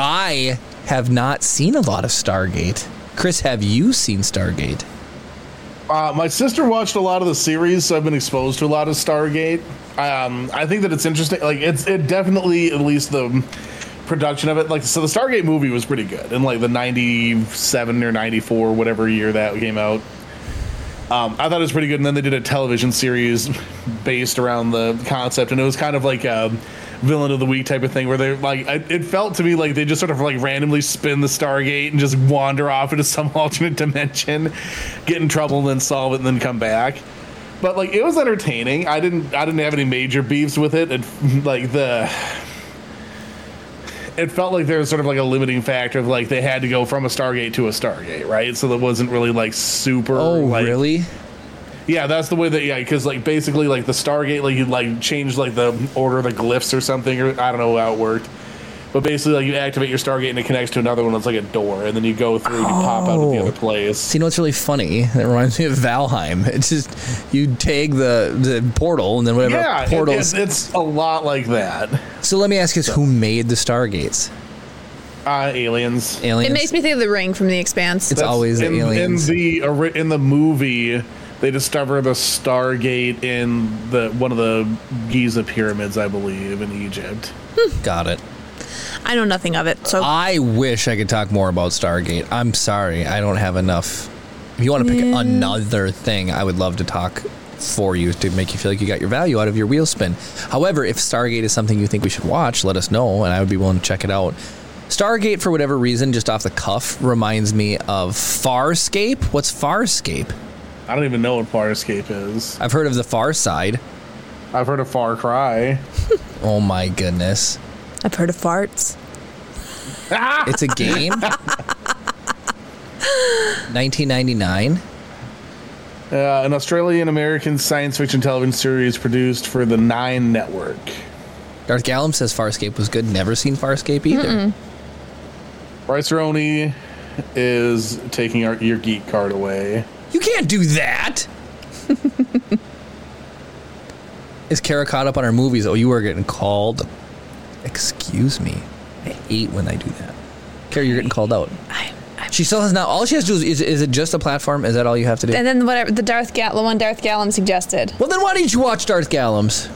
[SPEAKER 1] I have not seen a lot of Stargate. Chris, have you seen Stargate?
[SPEAKER 3] Uh, my sister watched a lot of the series, so I've been exposed to a lot of Stargate. Um, I think that it's interesting. Like it's it definitely at least the production of it. Like so, the Stargate movie was pretty good in like the '97 or '94, whatever year that came out. Um, I thought it was pretty good, and then they did a television series based around the concept, and it was kind of like a villain of the week type of thing, where they're like, I, it felt to me like they just sort of like randomly spin the Stargate and just wander off into some alternate dimension, get in trouble, and then solve it, and then come back. But like, it was entertaining. I didn't, I didn't have any major beefs with it. It like the it felt like there was sort of like a limiting factor of like they had to go from a Stargate to a Stargate, right? So that wasn't really like super.
[SPEAKER 1] Oh,
[SPEAKER 3] like,
[SPEAKER 1] really?
[SPEAKER 3] Yeah, that's the way that yeah, because like basically like the Stargate, like you like change like the order of the glyphs or something, or I don't know how it worked. But basically, like you activate your Stargate and it connects to another one. It's like a door, and then you go through and you pop out of the
[SPEAKER 1] Oh.
[SPEAKER 3] other place.
[SPEAKER 1] So you know what's really funny? That reminds me of Valheim. It's just you tag the the portal and then whatever
[SPEAKER 3] Yeah, it,
[SPEAKER 1] portal
[SPEAKER 3] it's, it's a lot like that.
[SPEAKER 1] So let me ask you this: Who made the Stargates?
[SPEAKER 3] Uh, aliens.
[SPEAKER 1] Aliens.
[SPEAKER 2] it makes me think of the ring from The Expanse.
[SPEAKER 1] It's always the
[SPEAKER 3] in,
[SPEAKER 1] aliens.
[SPEAKER 3] in the ori- in the movie. They discover the Stargate in the one of the Giza pyramids, I believe, in Egypt.
[SPEAKER 1] Got it.
[SPEAKER 2] I know nothing of it, so
[SPEAKER 1] I wish I could talk more about Stargate. I'm sorry, I don't have enough. If you want to pick another thing, I would love to talk for you to make you feel like you got your value out of your wheel spin. However, if Stargate is something you think we should watch, let us know, and I would be willing to check it out. Stargate, for whatever reason, just off the cuff, reminds me of Farscape. What's Farscape?
[SPEAKER 3] I don't even know what Farscape is.
[SPEAKER 1] I've heard of the Far Side.
[SPEAKER 3] I've heard of Far Cry.
[SPEAKER 1] Oh my goodness.
[SPEAKER 2] I've heard of farts.
[SPEAKER 3] Ah!
[SPEAKER 1] It's a game. 1999.
[SPEAKER 3] Uh, an Australian American science fiction television series produced for the Nine Network.
[SPEAKER 1] Darth Gallum says Farscape was good. Never seen Farscape either.
[SPEAKER 3] Bryce Roney is taking our, your geek card away.
[SPEAKER 1] You can't do that. Is Kara caught up on her movies? Oh, you were getting called. Excuse me. I hate when I do that. Kara, you're getting called out.
[SPEAKER 2] I, I,
[SPEAKER 1] She still has not. All she has to do is, is, is it just a platform? Is that all you have to do?
[SPEAKER 2] and then whatever the Darth Gal, the one Darth Gallum suggested.
[SPEAKER 1] well, then why didn't you watch Darth Gallum's?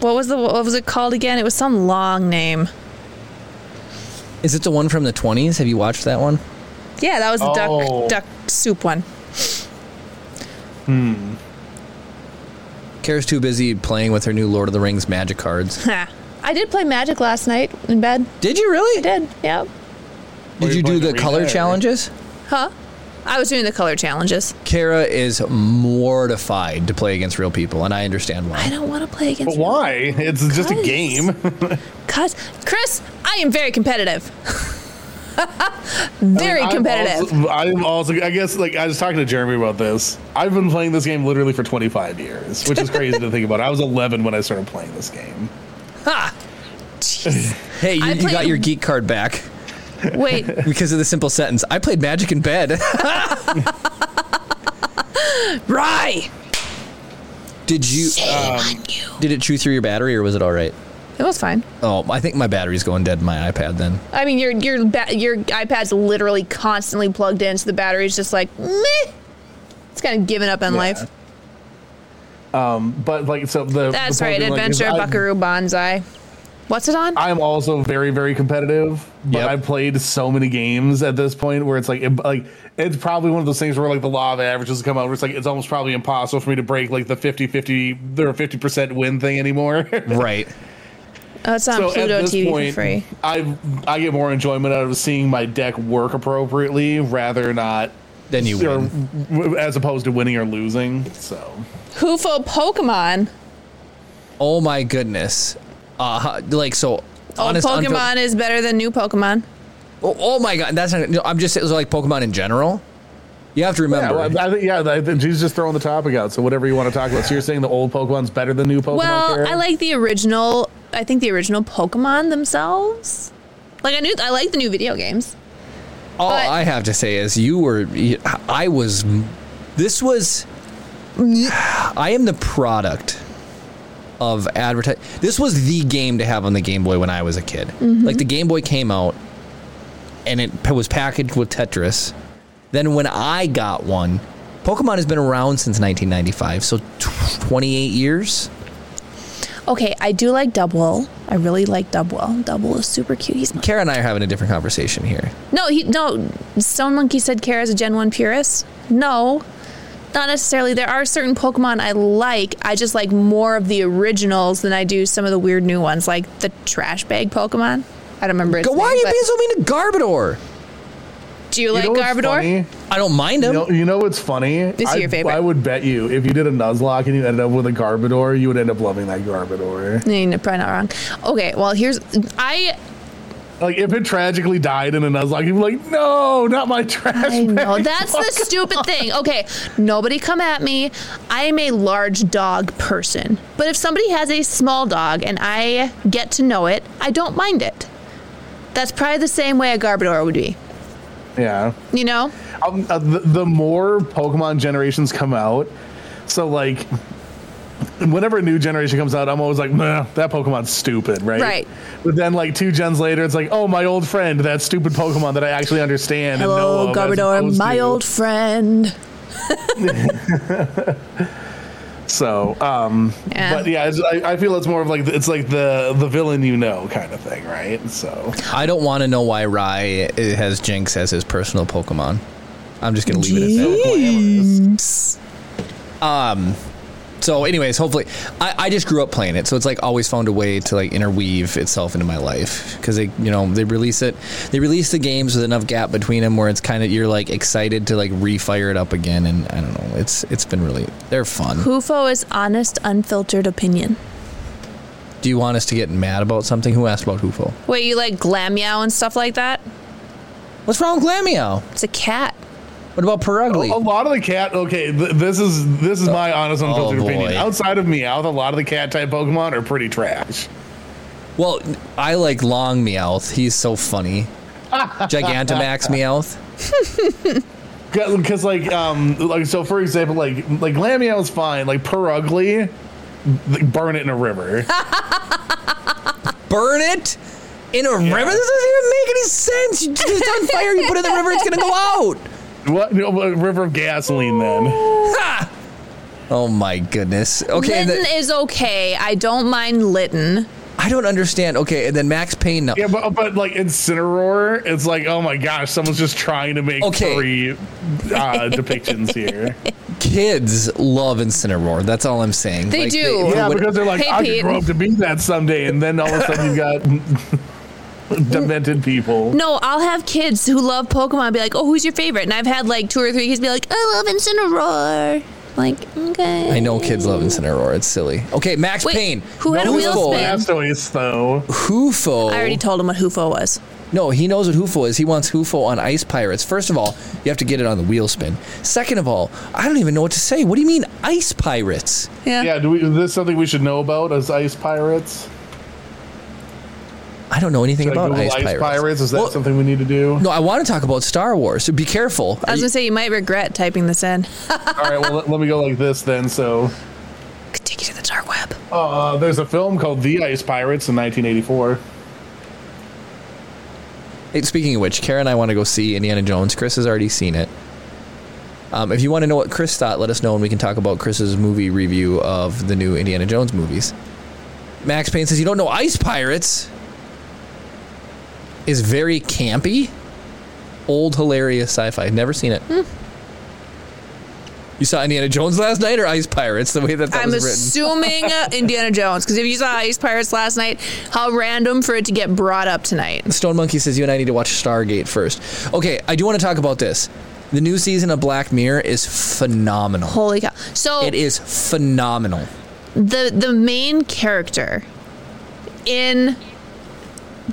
[SPEAKER 2] What was the what was it called again? It was some long name.
[SPEAKER 1] Is it the one from the 20s? Have you watched that one?
[SPEAKER 2] Yeah, that was the
[SPEAKER 3] Oh.
[SPEAKER 2] duck duck soup one.
[SPEAKER 1] Kara's too busy playing with her new Lord of the Rings magic cards.
[SPEAKER 2] Ha. I did play Magic last night in bed.
[SPEAKER 1] Did you really?
[SPEAKER 2] I did. Yep.
[SPEAKER 1] Did you do
[SPEAKER 3] Playing
[SPEAKER 1] the
[SPEAKER 3] Arena
[SPEAKER 1] color
[SPEAKER 3] or-
[SPEAKER 1] challenges?
[SPEAKER 2] Huh? I was doing the color challenges.
[SPEAKER 1] Kara is mortified to play against real people, and I understand why.
[SPEAKER 2] I don't want to play
[SPEAKER 3] But
[SPEAKER 2] against.
[SPEAKER 3] why? It's just a
[SPEAKER 2] Because-
[SPEAKER 3] game.
[SPEAKER 2] Cause Chris, I am very competitive. very competitive.
[SPEAKER 3] I'm also, I'm also, I guess, like I was talking to Jeremy about this. I've been playing this game literally for 25 years, which is crazy to think about. I was 11 when I started playing this game.
[SPEAKER 2] ha. Jeez.
[SPEAKER 1] Hey, you,
[SPEAKER 2] I
[SPEAKER 1] you got
[SPEAKER 2] played-
[SPEAKER 1] your geek card back
[SPEAKER 2] Wait,
[SPEAKER 1] because of the simple sentence. I played Magic in bed.
[SPEAKER 2] Rye.
[SPEAKER 1] did you? um,
[SPEAKER 2] on you.
[SPEAKER 1] Did it chew through your battery, or was it all right?
[SPEAKER 2] It was fine.
[SPEAKER 1] Oh, I think my battery's going dead in my iPad. Then
[SPEAKER 2] I mean, your your ba- your iPad's literally constantly plugged in, so the battery's just like meh. It's kind of giving up on
[SPEAKER 3] Yeah.
[SPEAKER 2] life.
[SPEAKER 3] But like, so the
[SPEAKER 2] That's
[SPEAKER 3] the point
[SPEAKER 2] right,
[SPEAKER 3] being, like, is
[SPEAKER 2] Adventure
[SPEAKER 3] I- Uh,
[SPEAKER 2] Buckaroo Banzai. What's it on?
[SPEAKER 3] I'm also very, very competitive, but
[SPEAKER 1] Yep.
[SPEAKER 3] I played so many games at this point where it's like, it, like it's probably one of those things where like the law of averages come out. Where it's like it's almost probably impossible for me to break like the 50-50 or fifty percent win thing anymore.
[SPEAKER 1] right.
[SPEAKER 2] oh, it's on
[SPEAKER 3] so at
[SPEAKER 2] Um, Pluto
[SPEAKER 3] this
[SPEAKER 2] TV
[SPEAKER 3] point,
[SPEAKER 2] for free.
[SPEAKER 3] I I get more enjoyment out of seeing my deck work appropriately rather not
[SPEAKER 1] Then you
[SPEAKER 3] or,
[SPEAKER 1] win.
[SPEAKER 3] w- as opposed to winning or losing. So
[SPEAKER 2] Hufo Pokemon.
[SPEAKER 1] Oh my goodness. Uh, like so.
[SPEAKER 2] Old
[SPEAKER 1] honest, unfil-
[SPEAKER 2] Oh, Pokemon is better than new Pokemon.
[SPEAKER 1] oh, oh my god, that's not, no, I'm just it was like Pokemon in general. You have to
[SPEAKER 3] yeah,
[SPEAKER 1] remember.
[SPEAKER 3] well, I think yeah, I think she's just throwing the topic out. So whatever you want to talk about. So you're saying the old Pokemon's better than new Pokemon?
[SPEAKER 2] well,
[SPEAKER 3] Kara?
[SPEAKER 2] I like the original. I think the original Pokemon themselves. Like I knew, I like the new video games.
[SPEAKER 1] All
[SPEAKER 2] But-
[SPEAKER 1] I have to say is, you were, I was, this was, I am the product of advertise. This was the game to have on the Game Boy when I was a kid.
[SPEAKER 2] Mm-hmm.
[SPEAKER 1] Like the Game Boy came out, and it p- was packaged with Tetris. Then when I got one, Pokemon has been around since 1995, so tw- 28 years.
[SPEAKER 2] Okay, I do like Double. I really like Double. Double is super cute. He's my-
[SPEAKER 1] Kara and I are having a different conversation here.
[SPEAKER 2] no, he no. Stone Monkey said Kara's a Gen One purist. No, not necessarily. There are certain Pokemon I like. I just like more of the originals than I do some of the weird new ones, like the trash bag Pokemon. I don't remember. Its
[SPEAKER 1] Go, why are
[SPEAKER 2] name,
[SPEAKER 1] you
[SPEAKER 2] but-
[SPEAKER 1] being so mean to Garbodor?
[SPEAKER 2] Do you like
[SPEAKER 3] know what's
[SPEAKER 2] Garbodor?
[SPEAKER 3] funny?
[SPEAKER 1] I don't mind him.
[SPEAKER 3] You know, you know what's funny?
[SPEAKER 2] is
[SPEAKER 3] I,
[SPEAKER 2] your favorite.
[SPEAKER 3] I would bet you if you did a Nuzlocke and you ended up with a Garbodor, you would end up loving that Garbodor.
[SPEAKER 2] No, you're probably not wrong. Okay, well here's I
[SPEAKER 3] Like if it tragically died in a Nuzlocke, you'd be like, no, not my trash.
[SPEAKER 2] I know
[SPEAKER 3] bag."
[SPEAKER 2] that's the stupid thing. Okay, nobody come at me. I am a large dog person, but if somebody has a small dog and I get to know it, I don't mind it. That's probably the same way a Garbodor would be.
[SPEAKER 3] Yeah.
[SPEAKER 2] You know,
[SPEAKER 3] um, uh, the, the more Pokemon generations come out, so like whenever a new generation comes out, I'm always like, "Meh, that Pokemon's stupid, right?
[SPEAKER 2] Right.
[SPEAKER 3] But then like two gens later, it's like, oh, my old friend, that stupid Pokemon that I actually understand.
[SPEAKER 2] hello
[SPEAKER 3] and know of, as
[SPEAKER 2] Garbodor,
[SPEAKER 3] opposed
[SPEAKER 2] my
[SPEAKER 3] to-
[SPEAKER 2] old friend.
[SPEAKER 3] So, um,
[SPEAKER 2] Yeah.
[SPEAKER 3] but yeah, it's, I, I feel it's more of like it's like the the villain you know kind of thing, right? So
[SPEAKER 1] I don't want to know why Rai has Jinx as his personal Pokemon. I'm just gonna leave it at that.
[SPEAKER 3] glamorous.
[SPEAKER 1] So, anyways, hopefully, I, I just grew up playing it, so it's like always found a way to like interweave itself into my life because they, you know, they release it, they release the games with enough gap between them where it's kind of you're like excited to like refire it up again, and I don't know, it's it's been really they're fun.
[SPEAKER 2] Hufo is honest, unfiltered opinion.
[SPEAKER 1] Do you want us to get mad about something? Who asked about Hufo?
[SPEAKER 2] Wait, you like glam meow and stuff like that?
[SPEAKER 1] What's wrong with Glamio?
[SPEAKER 2] It's a cat.
[SPEAKER 1] What about Perugly?
[SPEAKER 3] A lot of the cat. Okay, th- this is this is my honest, unfiltered
[SPEAKER 1] Oh, boy.
[SPEAKER 3] opinion. Outside of Meowth, a lot of the cat type Pokemon are pretty trash.
[SPEAKER 1] Well, I like Long Meowth. He's so funny. Gigantamax Meowth.
[SPEAKER 3] Because like um like so for example like like Lamiel is fine. Like Perugly, like, burn it in a river.
[SPEAKER 1] burn it in a river? This doesn't even make any sense. You just on fire, you put it in the river, it's gonna go out.
[SPEAKER 3] what no, a river of gasoline then?
[SPEAKER 1] Ha! Oh my goodness. Okay, and
[SPEAKER 2] Litten
[SPEAKER 1] then-
[SPEAKER 2] is okay. I don't mind Litten.
[SPEAKER 1] I don't understand. Okay, and then Max Payne. No.
[SPEAKER 3] Yeah, but but like Incineroar, it's like oh my gosh, someone's just trying to make
[SPEAKER 1] Okay.
[SPEAKER 3] three uh, depictions here.
[SPEAKER 1] Kids love Incineroar. That's all I'm saying.
[SPEAKER 2] They do.
[SPEAKER 3] Yeah,
[SPEAKER 1] what-
[SPEAKER 3] because they're like
[SPEAKER 2] Hey,
[SPEAKER 3] I
[SPEAKER 2] Pete.
[SPEAKER 3] could grow up to be that someday, and then all of a sudden you've got demented people.
[SPEAKER 2] No, I'll have kids who love Pokemon and be like, oh, who's your favorite? And I've had like two or three kids be like, I love Incineroar. Like, okay.
[SPEAKER 1] I know kids love Incineroar. It's silly. Okay, Max
[SPEAKER 2] Wait,
[SPEAKER 1] Payne.
[SPEAKER 2] who had a wheel
[SPEAKER 1] Hufo.
[SPEAKER 2] spin?
[SPEAKER 3] Blastoise though.
[SPEAKER 1] Hufo.
[SPEAKER 2] I already told him what Hufo was.
[SPEAKER 1] No, he knows what Hufo is. He wants Hufo on Ice Pirates. First of all, you have to get it on the wheel spin. Second of all, I don't even know what to say. What do you mean Ice Pirates?
[SPEAKER 2] Yeah.
[SPEAKER 3] Yeah, do we, is this something we should know about as ice pirates?
[SPEAKER 1] I don't know anything
[SPEAKER 3] Like
[SPEAKER 1] about
[SPEAKER 3] Google
[SPEAKER 1] Ice, Pirates.
[SPEAKER 3] Is that
[SPEAKER 1] Well,
[SPEAKER 3] something we need to do?
[SPEAKER 1] No, I want to talk about Star Wars. So be careful.
[SPEAKER 2] I was gonna say you might regret typing this in.
[SPEAKER 3] All right, well let, let me go like this then. So
[SPEAKER 2] Could take you to the dark web.
[SPEAKER 3] uh, there's a film called The Ice Pirates in 1984.
[SPEAKER 1] Hey, speaking of which, Karen and I want to go see Indiana Jones. Chris has already seen it. Um, if you want to know what Chris thought, let us know, and we can talk about Chris's movie review of the new Indiana Jones movies. Max Payne says you don't know Ice Pirates is very campy, old hilarious sci-fi. Never seen it. You saw Indiana Jones last night or Ice Pirates? The way that that
[SPEAKER 2] I'm
[SPEAKER 1] was written.
[SPEAKER 2] assuming uh, Indiana Jones because if you saw Ice Pirates last night, how random for it to get brought up tonight.
[SPEAKER 1] Stone Monkey says you and I need to watch Stargate first. Okay, I do want to talk about this. The new season of Black Mirror is phenomenal.
[SPEAKER 2] Holy cow! So
[SPEAKER 1] It is phenomenal.
[SPEAKER 2] the the main character in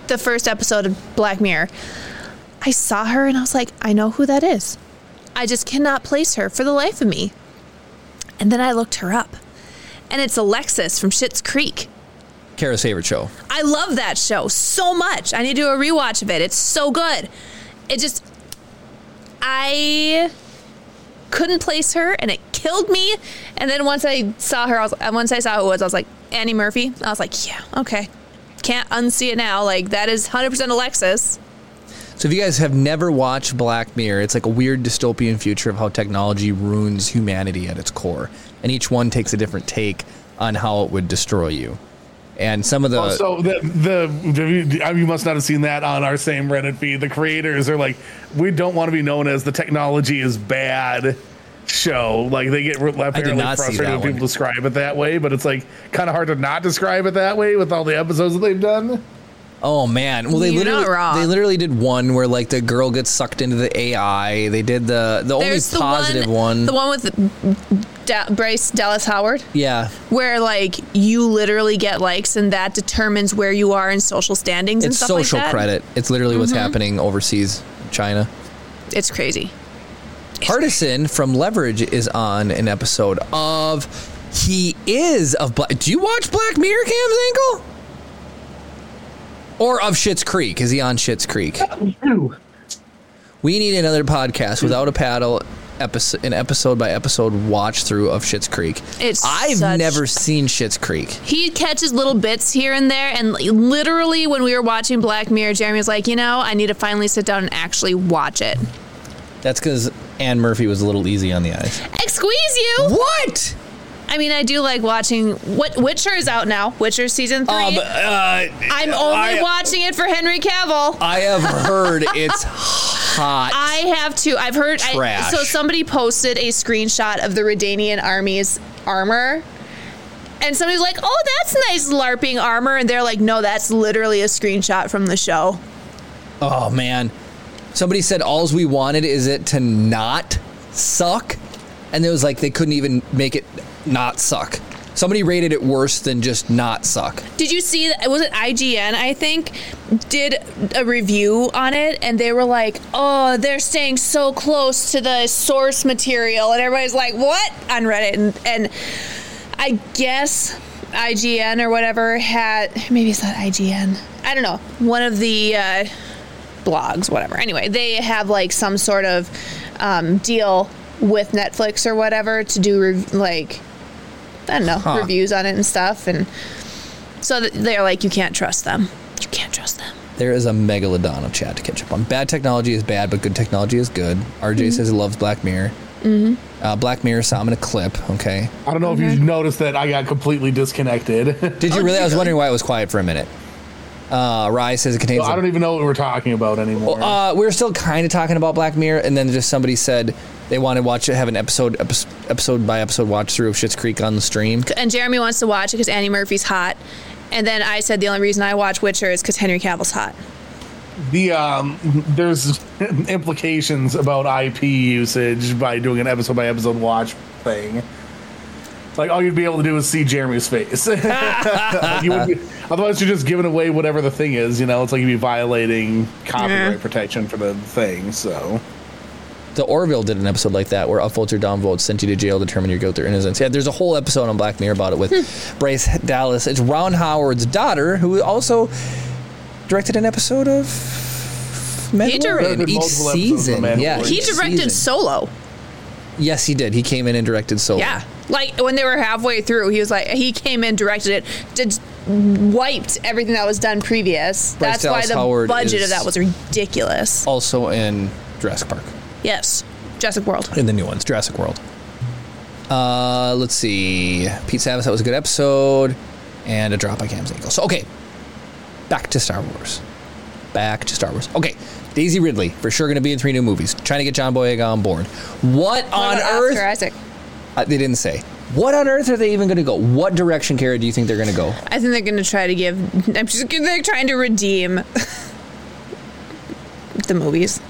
[SPEAKER 2] the first episode of Black Mirror, I saw her and I was like, I know who that is. I just cannot place her for the life of me. And then I looked her up, and it's Alexis from Schitt's Creek.
[SPEAKER 1] Kara's favorite show.
[SPEAKER 2] I love that show so much. I need to do a rewatch of it. It's so good. It just I couldn't place her and it killed me. And then once I saw her, I was, and once I saw who it was, I was like, Annie Murphy. I was like, yeah, okay. Can't unsee it now. Like that is 100% Alexis.
[SPEAKER 1] So if you guys have never watched Black Mirror, it's like a weird dystopian future of how technology ruins humanity at its core, and each one takes a different take on how it would destroy you. And some of the
[SPEAKER 3] so the, the the I mean, you must not have seen that on our same Reddit feed. The creators are like, we don't want to be known as the technology is bad show. Like they get re- apparently
[SPEAKER 1] not see
[SPEAKER 3] frustrated
[SPEAKER 1] that
[SPEAKER 3] when people
[SPEAKER 1] one.
[SPEAKER 3] describe it that way, but it's like kind of hard to not describe it that way with all the episodes that they've done.
[SPEAKER 1] Oh man! Well, they
[SPEAKER 2] You're
[SPEAKER 1] literally
[SPEAKER 2] not wrong.
[SPEAKER 1] they literally did one where like the girl gets sucked into the AI. They did the the
[SPEAKER 2] There's
[SPEAKER 1] only positive
[SPEAKER 2] the
[SPEAKER 1] one.
[SPEAKER 2] The one with Da- Bryce Dallas Howard.
[SPEAKER 1] yeah,
[SPEAKER 2] where like you literally get likes and that determines where you are in social standings and
[SPEAKER 1] it's
[SPEAKER 2] stuff
[SPEAKER 1] social
[SPEAKER 2] like that. Mm-hmm.
[SPEAKER 1] credit. It's literally what's happening overseas, China.
[SPEAKER 2] It's crazy.
[SPEAKER 1] Partisan from Leverage is on an episode of. He is of Black. Do you watch Black Mirror, Cam's ankle? Or of Shit's Creek? Is he on Shit's Creek? We need another podcast without a paddle episode, an episode by episode watch through of Shit's Creek.
[SPEAKER 2] It's
[SPEAKER 1] I've
[SPEAKER 2] such-
[SPEAKER 1] never seen Shit's Creek.
[SPEAKER 2] He catches little bits here and there and li- literally when we were watching Black Mirror, Jeremy was like, "You know, I need to finally sit down and actually watch it."
[SPEAKER 1] That's because Anne Murphy was a little easy on the eyes.
[SPEAKER 2] Excuse you.
[SPEAKER 1] What?
[SPEAKER 2] I mean, I do like watching what Witcher is out now. Witcher season 3.
[SPEAKER 1] Um, uh,
[SPEAKER 2] I'm
[SPEAKER 1] I'm
[SPEAKER 2] only watching it for Henry Cavill.
[SPEAKER 1] I have heard it's hot.
[SPEAKER 2] I have too. I've heard. I,
[SPEAKER 1] Trash.
[SPEAKER 2] so somebody posted a screenshot of the Redanian army's armor, And somebody's like, "Oh, that's nice LARPing armor," and they're like, "No, that's literally a screenshot from the show."
[SPEAKER 1] Oh man. Somebody said alls we wanted is it to not suck. And it was like they couldn't even make it not suck. Somebody rated it worse than just not suck.
[SPEAKER 2] Did you see? that- Was it IGN? I think did a review on it, and they were like, "Oh, they're staying so close to the source material," and everybody's like, "What?" on Reddit, and, and I guess IGN or whatever had maybe it's not IGN. I don't know. One of the uh, blogs, whatever. Anyway, they have like some sort of um, deal with Netflix or whatever to do rev- like I don't know
[SPEAKER 1] Huh.
[SPEAKER 2] reviews on it and stuff, and so th- they're like you can't trust them. You can't trust them.
[SPEAKER 1] There is a megalodon of chat to catch up on. Bad technology is bad, but good technology is good. RJ
[SPEAKER 2] Mm-hmm.
[SPEAKER 1] says he loves Black Mirror. Mm-hmm. Uh, Black Mirror, so I'm going to clip. Okay.
[SPEAKER 3] I don't know if
[SPEAKER 1] Mm-hmm.
[SPEAKER 3] you noticed that I got completely disconnected.
[SPEAKER 1] Did you
[SPEAKER 2] Oh,
[SPEAKER 1] really? I was
[SPEAKER 2] really?
[SPEAKER 1] wondering why it was quiet for a minute. Uh, Rye says it contains.
[SPEAKER 3] I don't even know what we're talking about anymore.
[SPEAKER 1] uh, we were still kind of talking about Black Mirror, and then just somebody said they want to watch it, have an episode, epis episode by episode watch through of Schitt's Creek on the stream.
[SPEAKER 2] And Jeremy wants to watch it because Annie Murphy's hot. And then I said the only reason I watch Witcher is because Henry Cavill's hot.
[SPEAKER 3] the um, there's implications about IP usage by doing an episode by episode watch thing. Like all you'd be able to do is see Jeremy's face. Like, you wouldn't be- otherwise, you're just giving away whatever the thing is. You know, it's like you'd be violating copyright
[SPEAKER 2] Yeah.
[SPEAKER 3] protection for the thing. So
[SPEAKER 1] The Orville did an episode like that where upvotes or downvotes sent you to jail, determine your guilt or innocence. Yeah, there's a whole episode on Black Mirror about it
[SPEAKER 2] Hmm.
[SPEAKER 1] with Bryce Dallas. It's Ron Howard's daughter who also directed an episode of
[SPEAKER 2] He directed
[SPEAKER 1] Mandalorian each
[SPEAKER 3] multiple episodes of
[SPEAKER 1] season. Yeah,
[SPEAKER 3] Mandalorian.
[SPEAKER 2] He
[SPEAKER 1] each
[SPEAKER 2] directed
[SPEAKER 1] season.
[SPEAKER 2] Solo.
[SPEAKER 1] Yes, he did. He came in and directed Solo.
[SPEAKER 2] Yeah. Like when they were halfway through, he was like, he came in, directed it, did, wiped everything that was done previous.
[SPEAKER 1] Bryce
[SPEAKER 2] That's why
[SPEAKER 1] Dallas
[SPEAKER 2] the
[SPEAKER 1] Howard
[SPEAKER 2] budget
[SPEAKER 1] is-
[SPEAKER 2] of that was ridiculous.
[SPEAKER 1] Also in Jurassic Park.
[SPEAKER 2] Yes. Jurassic World.
[SPEAKER 1] in the new ones, Jurassic World. Uh, let's see. Pete Savas, that was a good episode. And a drop by Cam's ankle. So, okay. Back to Star Wars. Back to Star Wars. Okay. Daisy Ridley, for sure going to be in three new movies. Trying to get John Boyega on board. What,
[SPEAKER 2] What
[SPEAKER 1] on
[SPEAKER 2] about
[SPEAKER 1] earth?
[SPEAKER 2] Oscar Isaac.
[SPEAKER 1] Uh, they didn't say. What on earth are they even going to go? What direction, Kara, do you think they're going to go?
[SPEAKER 2] I think they're going to try to give. I'm just gonna- they're trying to redeem the movies.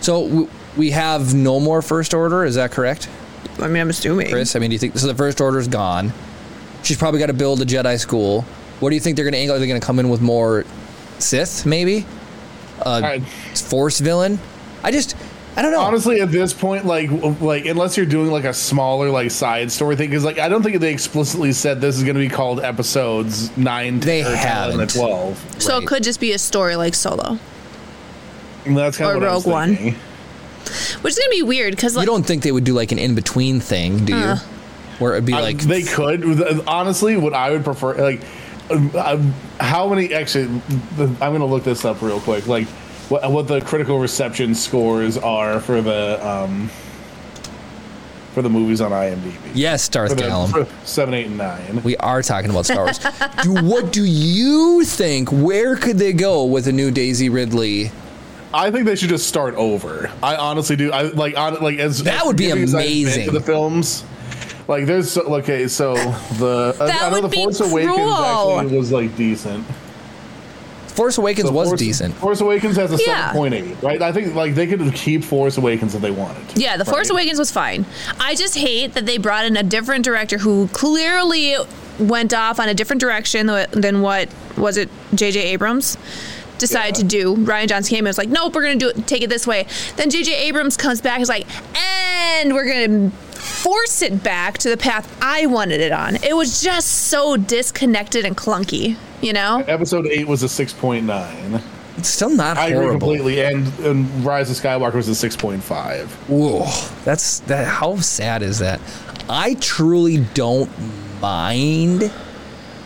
[SPEAKER 1] So, w- we have no more First Order. Is that correct,
[SPEAKER 2] I mean, I'm assuming.
[SPEAKER 1] Chris? I mean, do you think. So, the First Order's gone. She's probably got to build a Jedi school. What do you think they're going to angle? Are they going to come in with more Sith, maybe? Uh,
[SPEAKER 3] I-
[SPEAKER 1] force villain. I just, I don't know.
[SPEAKER 3] honestly, at this point, like like unless you're doing like a smaller like side story thing, because like I don't think they explicitly said this is going to be called episodes nine,
[SPEAKER 1] They
[SPEAKER 3] 10, or 11,
[SPEAKER 1] haven't.
[SPEAKER 3] and twelve.
[SPEAKER 2] So
[SPEAKER 1] Right.
[SPEAKER 2] it could just be a story like Solo,
[SPEAKER 3] And that's kind
[SPEAKER 2] Or
[SPEAKER 3] of what I was
[SPEAKER 2] Rogue One.
[SPEAKER 3] thinking.
[SPEAKER 2] which is gonna be weird because
[SPEAKER 1] you
[SPEAKER 2] like,
[SPEAKER 1] don't think they would do like an in between thing, do you?
[SPEAKER 2] Huh.
[SPEAKER 1] Where it'd be
[SPEAKER 3] I-
[SPEAKER 1] like,
[SPEAKER 3] they could honestly what i would prefer like um, um, how many actually the- i'm gonna look this up real quick like what, what the critical reception scores are for the um for the movies on imdb
[SPEAKER 1] yes,
[SPEAKER 3] for
[SPEAKER 1] Darth
[SPEAKER 3] the,
[SPEAKER 1] Gallum.
[SPEAKER 3] for seven eight and nine
[SPEAKER 1] We are talking about Star Wars. do, what do you think? Where could they go with a new Daisy Ridley?
[SPEAKER 3] i think they should just start over i honestly do i like on like as
[SPEAKER 1] That
[SPEAKER 3] as
[SPEAKER 1] would be
[SPEAKER 3] giving as I've been
[SPEAKER 1] amazing.
[SPEAKER 3] to the films like there's so, okay so the I-
[SPEAKER 2] That
[SPEAKER 3] i know
[SPEAKER 2] would
[SPEAKER 3] the
[SPEAKER 2] be
[SPEAKER 3] force awakens
[SPEAKER 2] cruel.
[SPEAKER 3] actually was like decent
[SPEAKER 1] Force Awakens
[SPEAKER 3] So
[SPEAKER 1] was
[SPEAKER 3] Force,
[SPEAKER 1] decent.
[SPEAKER 3] Force Awakens has a
[SPEAKER 2] Yeah.
[SPEAKER 3] seven point eight, right? I think like they could keep Force Awakens if they wanted. to,
[SPEAKER 2] yeah, The Force
[SPEAKER 3] right?
[SPEAKER 2] Awakens was fine. I just hate that they brought in a different director who clearly went off on a different direction tha- than what was it J.J. Abrams decided
[SPEAKER 3] Yeah.
[SPEAKER 2] to do. Ryan Johnson came in and was like, "Nope, we're gonna do it, take it this way." Then J.J. Abrams comes back and is like, "And we're gonna." Force it back to the path I wanted it on. It was just so disconnected and clunky, you know?
[SPEAKER 3] Episode eight was a six point nine.
[SPEAKER 1] It's still not
[SPEAKER 3] I agree
[SPEAKER 1] horrible.
[SPEAKER 3] completely. And, and Rise of Skywalker was a six point five.
[SPEAKER 1] Whoa, that's that. How sad is that? I truly don't mind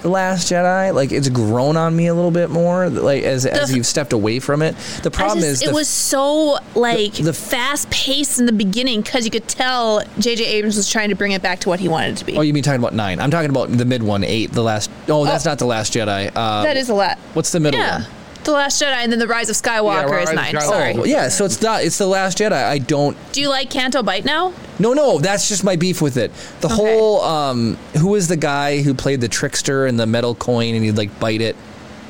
[SPEAKER 1] the Last Jedi. Like it's grown on me a little bit more. Like as as
[SPEAKER 2] The-
[SPEAKER 1] you've stepped away from it. The problem
[SPEAKER 2] I
[SPEAKER 1] is
[SPEAKER 2] just,
[SPEAKER 1] the
[SPEAKER 2] it was so like
[SPEAKER 1] the- the-
[SPEAKER 2] fast paced in the beginning because you could tell J.J. Abrams was trying to bring it back to what he wanted it to be.
[SPEAKER 1] Oh, you mean talking about nine? I'm talking about the mid one, eight, the last. Oh, that's not the last Jedi. Uh,
[SPEAKER 2] that is a lot.
[SPEAKER 1] What's the middle
[SPEAKER 2] Yeah.
[SPEAKER 1] one?
[SPEAKER 2] The Last Jedi and then The Rise of Skywalker
[SPEAKER 3] Rise
[SPEAKER 2] is
[SPEAKER 3] of
[SPEAKER 2] mine.
[SPEAKER 3] Skywalker.
[SPEAKER 2] Sorry.
[SPEAKER 1] Oh, yeah, so it's not. It's the Last Jedi. I don't.
[SPEAKER 2] Do you like Canto Bite now?
[SPEAKER 1] No, no, that's just my beef with it. The
[SPEAKER 2] Okay.
[SPEAKER 1] whole. Um, who was the guy who played the trickster and the metal coin and he'd like bite it?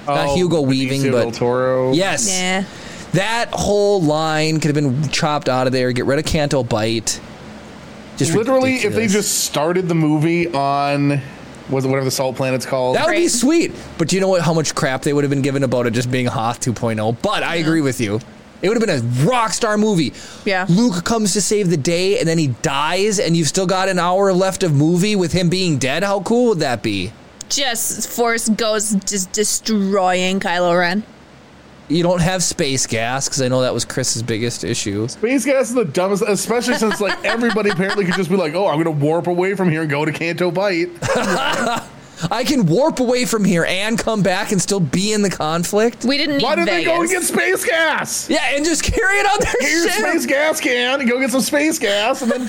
[SPEAKER 1] not
[SPEAKER 3] Oh,
[SPEAKER 1] Hugo
[SPEAKER 3] Benicio
[SPEAKER 1] Weaving,
[SPEAKER 3] del
[SPEAKER 1] but
[SPEAKER 3] Toro.
[SPEAKER 1] yes,
[SPEAKER 2] Yeah.
[SPEAKER 1] that whole line could have been chopped out of there. Get rid of Canto Bite. Just
[SPEAKER 3] Literally, if they
[SPEAKER 1] ridiculous.
[SPEAKER 3] just started the movie on was it whatever the Salt Planet's called.
[SPEAKER 1] That would be
[SPEAKER 2] Right.
[SPEAKER 1] sweet. But do you know what? How much crap they would have been given about it just being Hoth 2.0? But I agree with you. It would have been a rock star movie.
[SPEAKER 2] Yeah.
[SPEAKER 1] Luke comes to save the day and then he dies, and you've still got an hour left of movie with him being dead. How cool would that be?
[SPEAKER 2] Just Force goes just destroying Kylo Ren.
[SPEAKER 1] You don't have space gas because I know that was Chris's biggest issue.
[SPEAKER 3] Space gas is the dumbest, especially since like everybody apparently could just be like, "Oh, I'm gonna warp away from here and go to Canto Bite."
[SPEAKER 1] I can warp away from here and come back and still be in the conflict.
[SPEAKER 2] We didn't need
[SPEAKER 3] Why did they
[SPEAKER 2] Vegas.
[SPEAKER 3] go and get space gas?
[SPEAKER 1] Yeah, and just carry it on
[SPEAKER 3] Get your
[SPEAKER 1] their ship.
[SPEAKER 3] space gas can and go get some space gas and then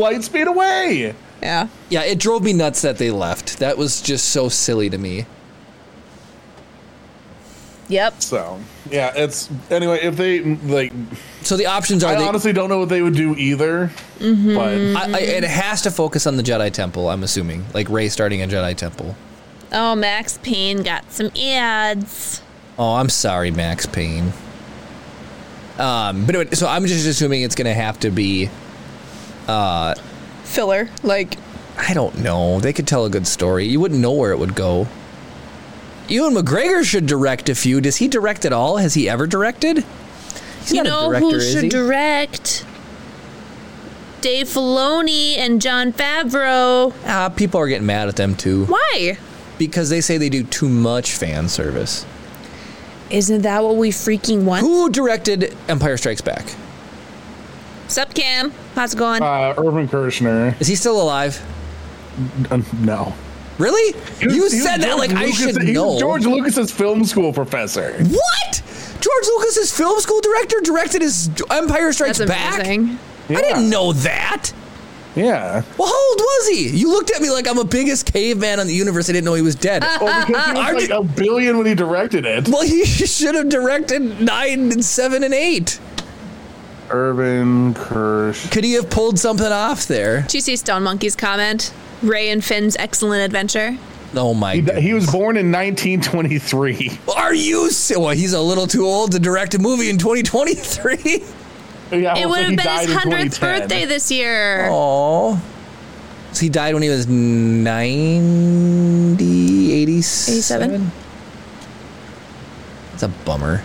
[SPEAKER 3] light speed away.
[SPEAKER 2] yeah.
[SPEAKER 1] Yeah, it drove me nuts that they left. That was just so silly to me.
[SPEAKER 2] Yep.
[SPEAKER 3] So yeah, it's anyway. If they like,
[SPEAKER 1] So the options are
[SPEAKER 3] I
[SPEAKER 1] they, Mm-hmm.
[SPEAKER 3] honestly don't know what they would do either. But
[SPEAKER 1] I, I, it has to focus on the Jedi Temple. I'm assuming, like Ray starting a Jedi Temple.
[SPEAKER 2] Oh, Max Payne got some ads.
[SPEAKER 1] Oh, I'm sorry, Max Payne. Um, but anyway, so I'm just assuming it's going to have to be.
[SPEAKER 2] Filler. Like,
[SPEAKER 1] I don't know. They could tell a good story. You wouldn't know where it would go. Ewan McGregor should direct a few. Does he direct at all? Has he ever directed? He's
[SPEAKER 2] you
[SPEAKER 1] not a
[SPEAKER 2] know
[SPEAKER 1] director,
[SPEAKER 2] who
[SPEAKER 1] is
[SPEAKER 2] should
[SPEAKER 1] he?
[SPEAKER 2] direct? Dave Filoni and John Favreau.
[SPEAKER 1] Ah, people are getting mad at them too
[SPEAKER 2] Why?
[SPEAKER 1] because they say they do too much fan service.
[SPEAKER 2] Isn't that what we freaking want?
[SPEAKER 1] Who directed Empire Strikes Back?
[SPEAKER 2] Sup, Cam? How's it going?
[SPEAKER 3] uh, Urban Kirshner,
[SPEAKER 1] Is he still alive?
[SPEAKER 3] uh, no.
[SPEAKER 1] Really?
[SPEAKER 3] He was-
[SPEAKER 1] you
[SPEAKER 3] he was
[SPEAKER 1] said that
[SPEAKER 3] George
[SPEAKER 1] like I
[SPEAKER 3] Lucas-
[SPEAKER 1] should
[SPEAKER 3] he was
[SPEAKER 1] know.
[SPEAKER 3] George Lucas's film school professor.
[SPEAKER 1] What? George Lucas's film school director directed his Empire Strikes
[SPEAKER 2] That's
[SPEAKER 1] Back.
[SPEAKER 2] amazing.
[SPEAKER 1] I
[SPEAKER 3] Yeah.
[SPEAKER 1] didn't know that.
[SPEAKER 3] Yeah.
[SPEAKER 1] Well, how old was he? You looked at me like I'm a biggest caveman in the universe. I didn't know he was dead.
[SPEAKER 2] Uh.
[SPEAKER 3] Well, because he
[SPEAKER 1] uh, Aren't
[SPEAKER 3] was like a billion when he directed it.
[SPEAKER 1] well, he should have directed nine and seven and eight.
[SPEAKER 3] Urban Kirsch.
[SPEAKER 1] Could he have pulled something off there?
[SPEAKER 2] Did you see Stone Monkey's comment? Ray and Finn's excellent adventure.
[SPEAKER 1] Oh my
[SPEAKER 3] He,
[SPEAKER 1] god.
[SPEAKER 3] he was born in 1923.
[SPEAKER 1] Are you? se- Well, he's a little too old to direct a movie in 2023.
[SPEAKER 3] Yeah,
[SPEAKER 2] it
[SPEAKER 3] well, so
[SPEAKER 2] would
[SPEAKER 3] he
[SPEAKER 2] have been
[SPEAKER 3] died
[SPEAKER 2] his
[SPEAKER 3] in
[SPEAKER 2] hundredth
[SPEAKER 3] 2010.
[SPEAKER 2] birthday this year.
[SPEAKER 1] Oh. So he died when he was 90, 87?
[SPEAKER 2] 87?
[SPEAKER 1] That's a bummer.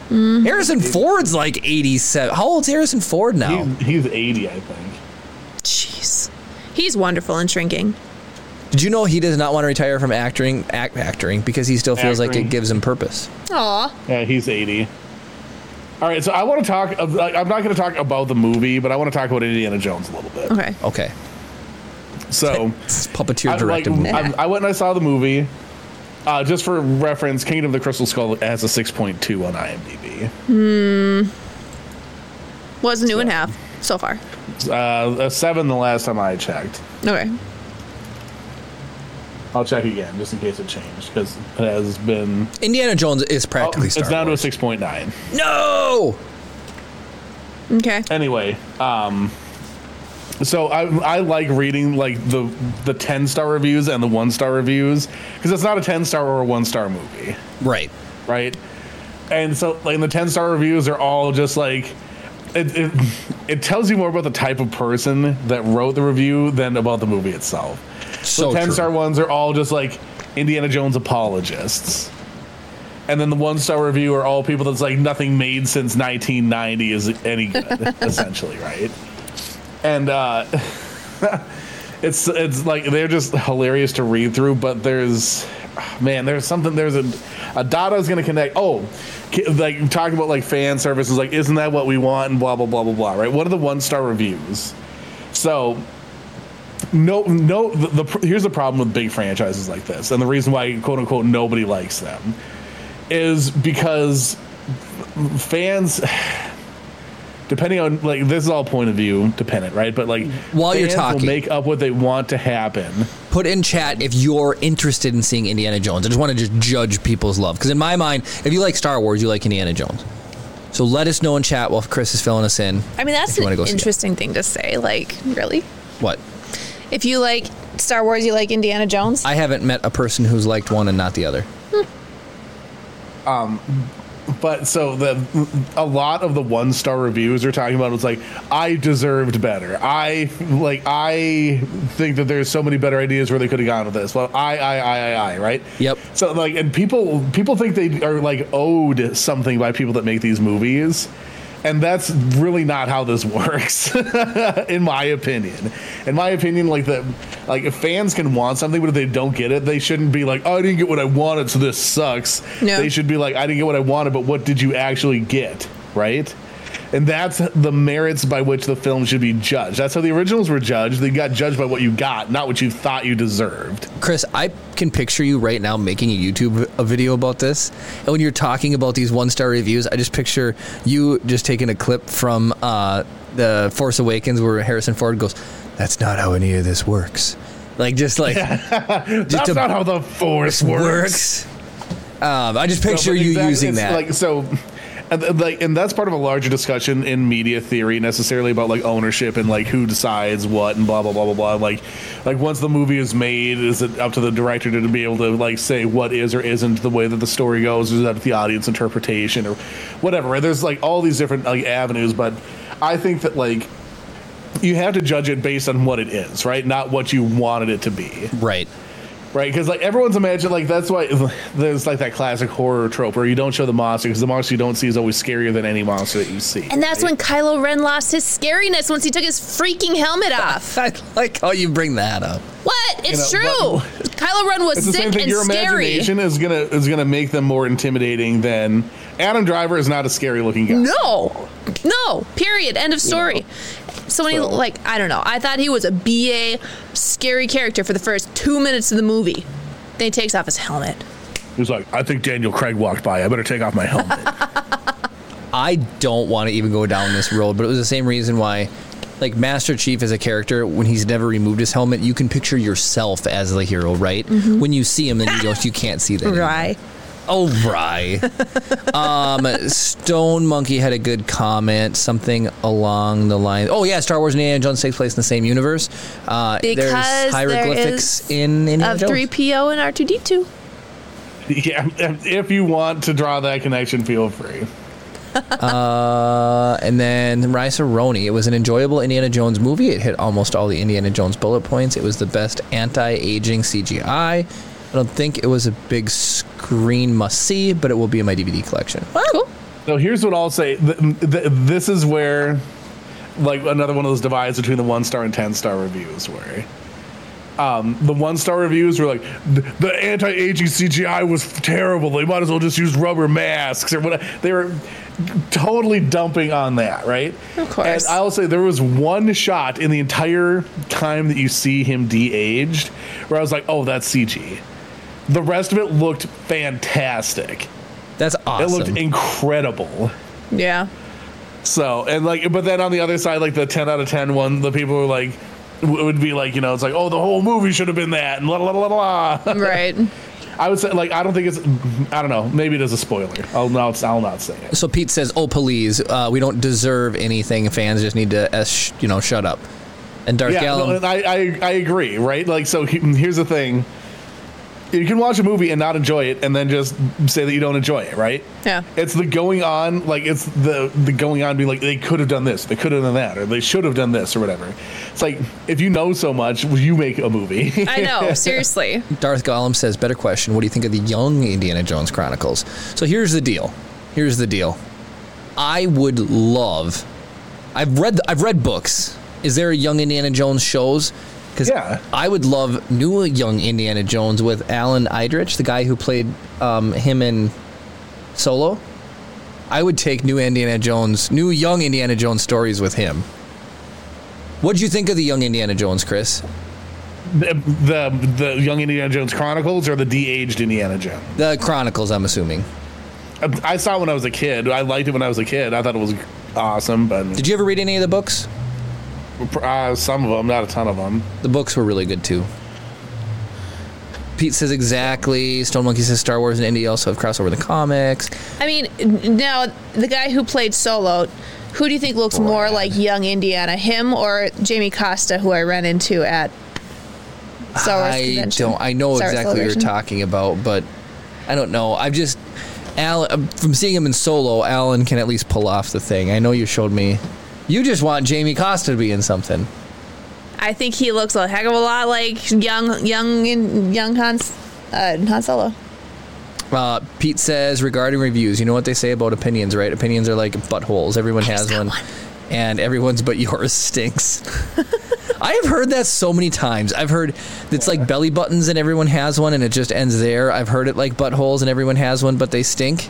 [SPEAKER 1] Harrison Ford's like 87. How old's Harrison Ford now?
[SPEAKER 3] He's, he's 80, I think.
[SPEAKER 2] Jeez, he's wonderful and shrinking.
[SPEAKER 1] Did you know he does not want to retire from acting, act, acting because he still feels like
[SPEAKER 3] Acting.
[SPEAKER 1] it gives him purpose?
[SPEAKER 2] Aw,
[SPEAKER 3] Yeah, he's 80. All right, so I want to talk. uh, I'm not going to talk about the movie, but I want to talk about Indiana Jones a little bit.
[SPEAKER 2] okay.
[SPEAKER 1] Okay.
[SPEAKER 3] So,
[SPEAKER 1] It's puppeteer
[SPEAKER 3] I, like,
[SPEAKER 1] directed movie.
[SPEAKER 3] I, I went and I saw the movie. Uh, just for reference, Kingdom of the Crystal Skull has a 6.2 on IMDb.
[SPEAKER 2] Was new in half so far.
[SPEAKER 3] Uh, a 7 the last time I checked.
[SPEAKER 2] Okay,
[SPEAKER 3] I'll check again just in case it changed because it has been.
[SPEAKER 1] Indiana Jones is
[SPEAKER 3] Oh,
[SPEAKER 1] practically
[SPEAKER 3] it's
[SPEAKER 1] Star
[SPEAKER 3] down to a
[SPEAKER 1] Wars.
[SPEAKER 3] six point nine.
[SPEAKER 1] no!
[SPEAKER 2] okay.
[SPEAKER 3] Anyway, um, so I I like reading like the the ten star reviews and the one star reviews because it's not a ten star or a one star movie,
[SPEAKER 1] Right.
[SPEAKER 3] right? And so like the ten star reviews are all just like. It, it, it tells you more about the type of person that wrote the review than about the movie itself.
[SPEAKER 1] So
[SPEAKER 3] the 10
[SPEAKER 1] true.
[SPEAKER 3] star ones are all just like Indiana Jones apologists. And then the one star review are all people that's like nothing made since 1990 is any good, essentially, right? And uh, it's it's like they're just hilarious to read through, but there's man, there's something there's a a data is going to connect. Oh, ki- like talking about like fan services, like isn't that what we want? And blah blah blah blah blah, right? One of the one star reviews. So no, no. The, the pr- here's the problem with big franchises like this, and the reason why quote unquote nobody likes them is because fans. Depending on like this is all point of view dependent, right? But like
[SPEAKER 1] While you're
[SPEAKER 3] fans will
[SPEAKER 1] talking.
[SPEAKER 3] make up what they want to happen
[SPEAKER 1] Put in chat if you're interested in seeing Indiana Jones. I just want to just judge people's love because in my mind, if you like Star Wars, you like Indiana Jones. So let us know in chat while Chris is filling us in.
[SPEAKER 2] I mean, that's
[SPEAKER 1] if you wanna
[SPEAKER 2] an
[SPEAKER 1] go see it.
[SPEAKER 2] interesting thing to say. Like, really?
[SPEAKER 1] What?
[SPEAKER 2] If you like Star Wars, you like Indiana Jones?
[SPEAKER 1] I haven't met a person who's liked one and not the other.
[SPEAKER 3] But so the a lot of the one star reviews are talking about was like I deserved better. I like I think that there's so many better ideas where they could have gone with this. Well, I I I I I right.
[SPEAKER 1] Yep.
[SPEAKER 3] So like and people people think they are like owed something by people that make these movies. And that's really not how this works, in my opinion. In my opinion, like the like if fans can want something, but if they don't get it, they shouldn't be like, "Oh, I didn't get what I wanted, so this sucks."
[SPEAKER 2] No.
[SPEAKER 3] They should should be like, I didn't get what I wanted, but what did you actually get? Right? And that's the merits by which the film should be judged. That's how the originals were judged. They got judged by what you got, not what you thought you deserved.
[SPEAKER 1] Chris, I can picture you right now making a YouTube v- a video about this. And when you're talking about these one star reviews, I just picture you just taking a clip from uh, the Force Awakens where Harrison Ford goes, "That's not how any of this works." Like just like
[SPEAKER 3] That's
[SPEAKER 1] a-
[SPEAKER 3] not how the force works.
[SPEAKER 1] works. Um, I just picture
[SPEAKER 3] No, but
[SPEAKER 1] you
[SPEAKER 3] exactly,
[SPEAKER 1] using
[SPEAKER 3] it's
[SPEAKER 1] that.
[SPEAKER 3] Like so, and, th- like, and that's part of a larger discussion in media theory, necessarily about like ownership and like who decides what and blah blah blah blah blah. Like, like once the movie is made, is it up to the director to be able to like say what is or isn't the way that the story goes? Is that the audience interpretation or whatever? Right? There's like all these different like avenues, but I think that like. You have to judge it based on what it is, right? Not what you wanted it to be
[SPEAKER 1] right.
[SPEAKER 3] right? Because like everyone's imagined, like that's why there's like that classic horror trope where you don't show the monster because the monster you don't see is always scarier than any monster that you see.
[SPEAKER 2] and that's when Kylo Ren lost his scariness once he took his freaking helmet off.
[SPEAKER 1] I like how you bring that up.
[SPEAKER 2] What? It's
[SPEAKER 3] You know,
[SPEAKER 2] true. Kylo Ren was
[SPEAKER 3] it's the same
[SPEAKER 2] sick
[SPEAKER 3] thing.
[SPEAKER 2] and
[SPEAKER 3] Your
[SPEAKER 2] scary.
[SPEAKER 3] imagination is gonna is gonna make them more intimidating than Adam Driver is not a scary looking guy.
[SPEAKER 2] No, no. Period. End of story. so when he
[SPEAKER 3] so-
[SPEAKER 2] like, I don't know. I thought he was a BA scary character for the first two minutes of the movie. Then he takes off his helmet.
[SPEAKER 3] He's like, I think Daniel Craig walked by. I better take off my helmet.
[SPEAKER 1] I don't want to even go down this road, but it was the same reason why, like Master Chief as a character, when he's never removed his helmet, you can picture yourself as the hero, right? When you see him, then you go, you can't see that. anymore." Oh, right. um, Stone Monkey had a good comment, something along the line. Oh yeah, Star Wars and Indiana Jones takes place in the same universe. Uh,
[SPEAKER 2] Because
[SPEAKER 1] there's hieroglyphics
[SPEAKER 2] there
[SPEAKER 1] in Indiana
[SPEAKER 2] Of
[SPEAKER 1] Jones.
[SPEAKER 2] three PO and R two D two.
[SPEAKER 3] yeah, if you want to draw that connection, feel free.
[SPEAKER 1] Uh, and then Rise of Roni. It was an enjoyable Indiana Jones movie. It hit almost all the Indiana Jones bullet points. It was the best anti-aging CGI. I don't think it was a big screen must see, but it will be in my DVD collection.
[SPEAKER 2] Cool.
[SPEAKER 3] So here's what I'll say. Th- th- this is where, like, another one of those divides between the one star and ten star reviews were. Um, the one star reviews were like, the, the anti aging CGI was terrible. They might as well just use rubber masks or whatever. They were totally dumping on that, right?
[SPEAKER 2] Of course.
[SPEAKER 3] And I'll say there was one shot in the entire time that you see him de aged where I was like, oh, that's CG. The rest of it looked fantastic.
[SPEAKER 1] That's
[SPEAKER 3] It
[SPEAKER 1] awesome.
[SPEAKER 3] looked incredible.
[SPEAKER 2] Yeah.
[SPEAKER 3] So and like, but then on the other side, like the ten out of 10 one, the people were like, w- would be like, you know, it's like, oh, the whole movie should have been that, and la la la la la.
[SPEAKER 2] Right.
[SPEAKER 3] I would say, like, I don't think it's, I don't know, maybe it is a spoiler. I'll not, I'll not say it.
[SPEAKER 1] so Pete says, "Oh please, uh, we don't deserve anything. Fans just need to, uh, sh- you know, shut up." And Dark
[SPEAKER 3] Yeah, no,
[SPEAKER 1] Gallon.
[SPEAKER 3] and I, I, I agree, right? Like, so he- here's the thing: you can watch a movie and not enjoy it, and then just say that you don't enjoy it, right?
[SPEAKER 2] Yeah.
[SPEAKER 3] It's the going on, like it's the the going on, being like they could have done this, they could have done that, or they should have done this, or whatever. It's like if you know so much, well, you make a movie.
[SPEAKER 2] I know. Seriously.
[SPEAKER 1] Darth Gollum says, better question, what do you think of the young Indiana Jones Chronicles? So here's the deal. Here's the deal. I would love I've read I've read books. Is there a young Indiana Jones shows? Because
[SPEAKER 3] Yeah.
[SPEAKER 1] I would love new young Indiana Jones with Alan Idrich, the guy who played um, him in Solo. I would take new Indiana Jones, new young Indiana Jones stories with him. What'd you think of the young Indiana Jones, Chris?
[SPEAKER 3] the, the the young Indiana Jones Chronicles or the de-aged Indiana Jones.
[SPEAKER 1] The Chronicles, I'm assuming.
[SPEAKER 3] I, I saw it when I was a kid. I liked it when I was a kid. I thought it was awesome, but
[SPEAKER 1] Did you ever read any of the books?
[SPEAKER 3] uh, some of them, not a ton of them.
[SPEAKER 1] The books were really good too. Pete says exactly. Stone Monkey says Star Wars and Indy also have crossover in the comics.
[SPEAKER 2] I mean, now the guy who played Solo, who do you think looks more like young Indiana, him or Jamie Costa, who I ran into at Star Wars
[SPEAKER 1] I
[SPEAKER 2] Oh, convention?
[SPEAKER 1] don't. I know
[SPEAKER 2] Star Wars
[SPEAKER 1] exactly what you're
[SPEAKER 2] celebration.
[SPEAKER 1] talking about, but I don't know. I've just Alan from seeing him in solo. Alan can at least pull off the thing. I know you showed me. You just want Jamie Costa to be in something.
[SPEAKER 2] I think he looks a heck of a lot like young, young, young Han, uh, Han Solo.
[SPEAKER 1] Uh, Pete says regarding reviews, you know what they say about opinions, right? Opinions are like buttholes. Everyone has
[SPEAKER 2] got
[SPEAKER 1] one,
[SPEAKER 2] one.
[SPEAKER 1] and everyone's but yours stinks. I have heard that so many times. I've heard it's like belly buttons and everyone has one, and it just ends there. I've heard it like buttholes and everyone has one, but they stink.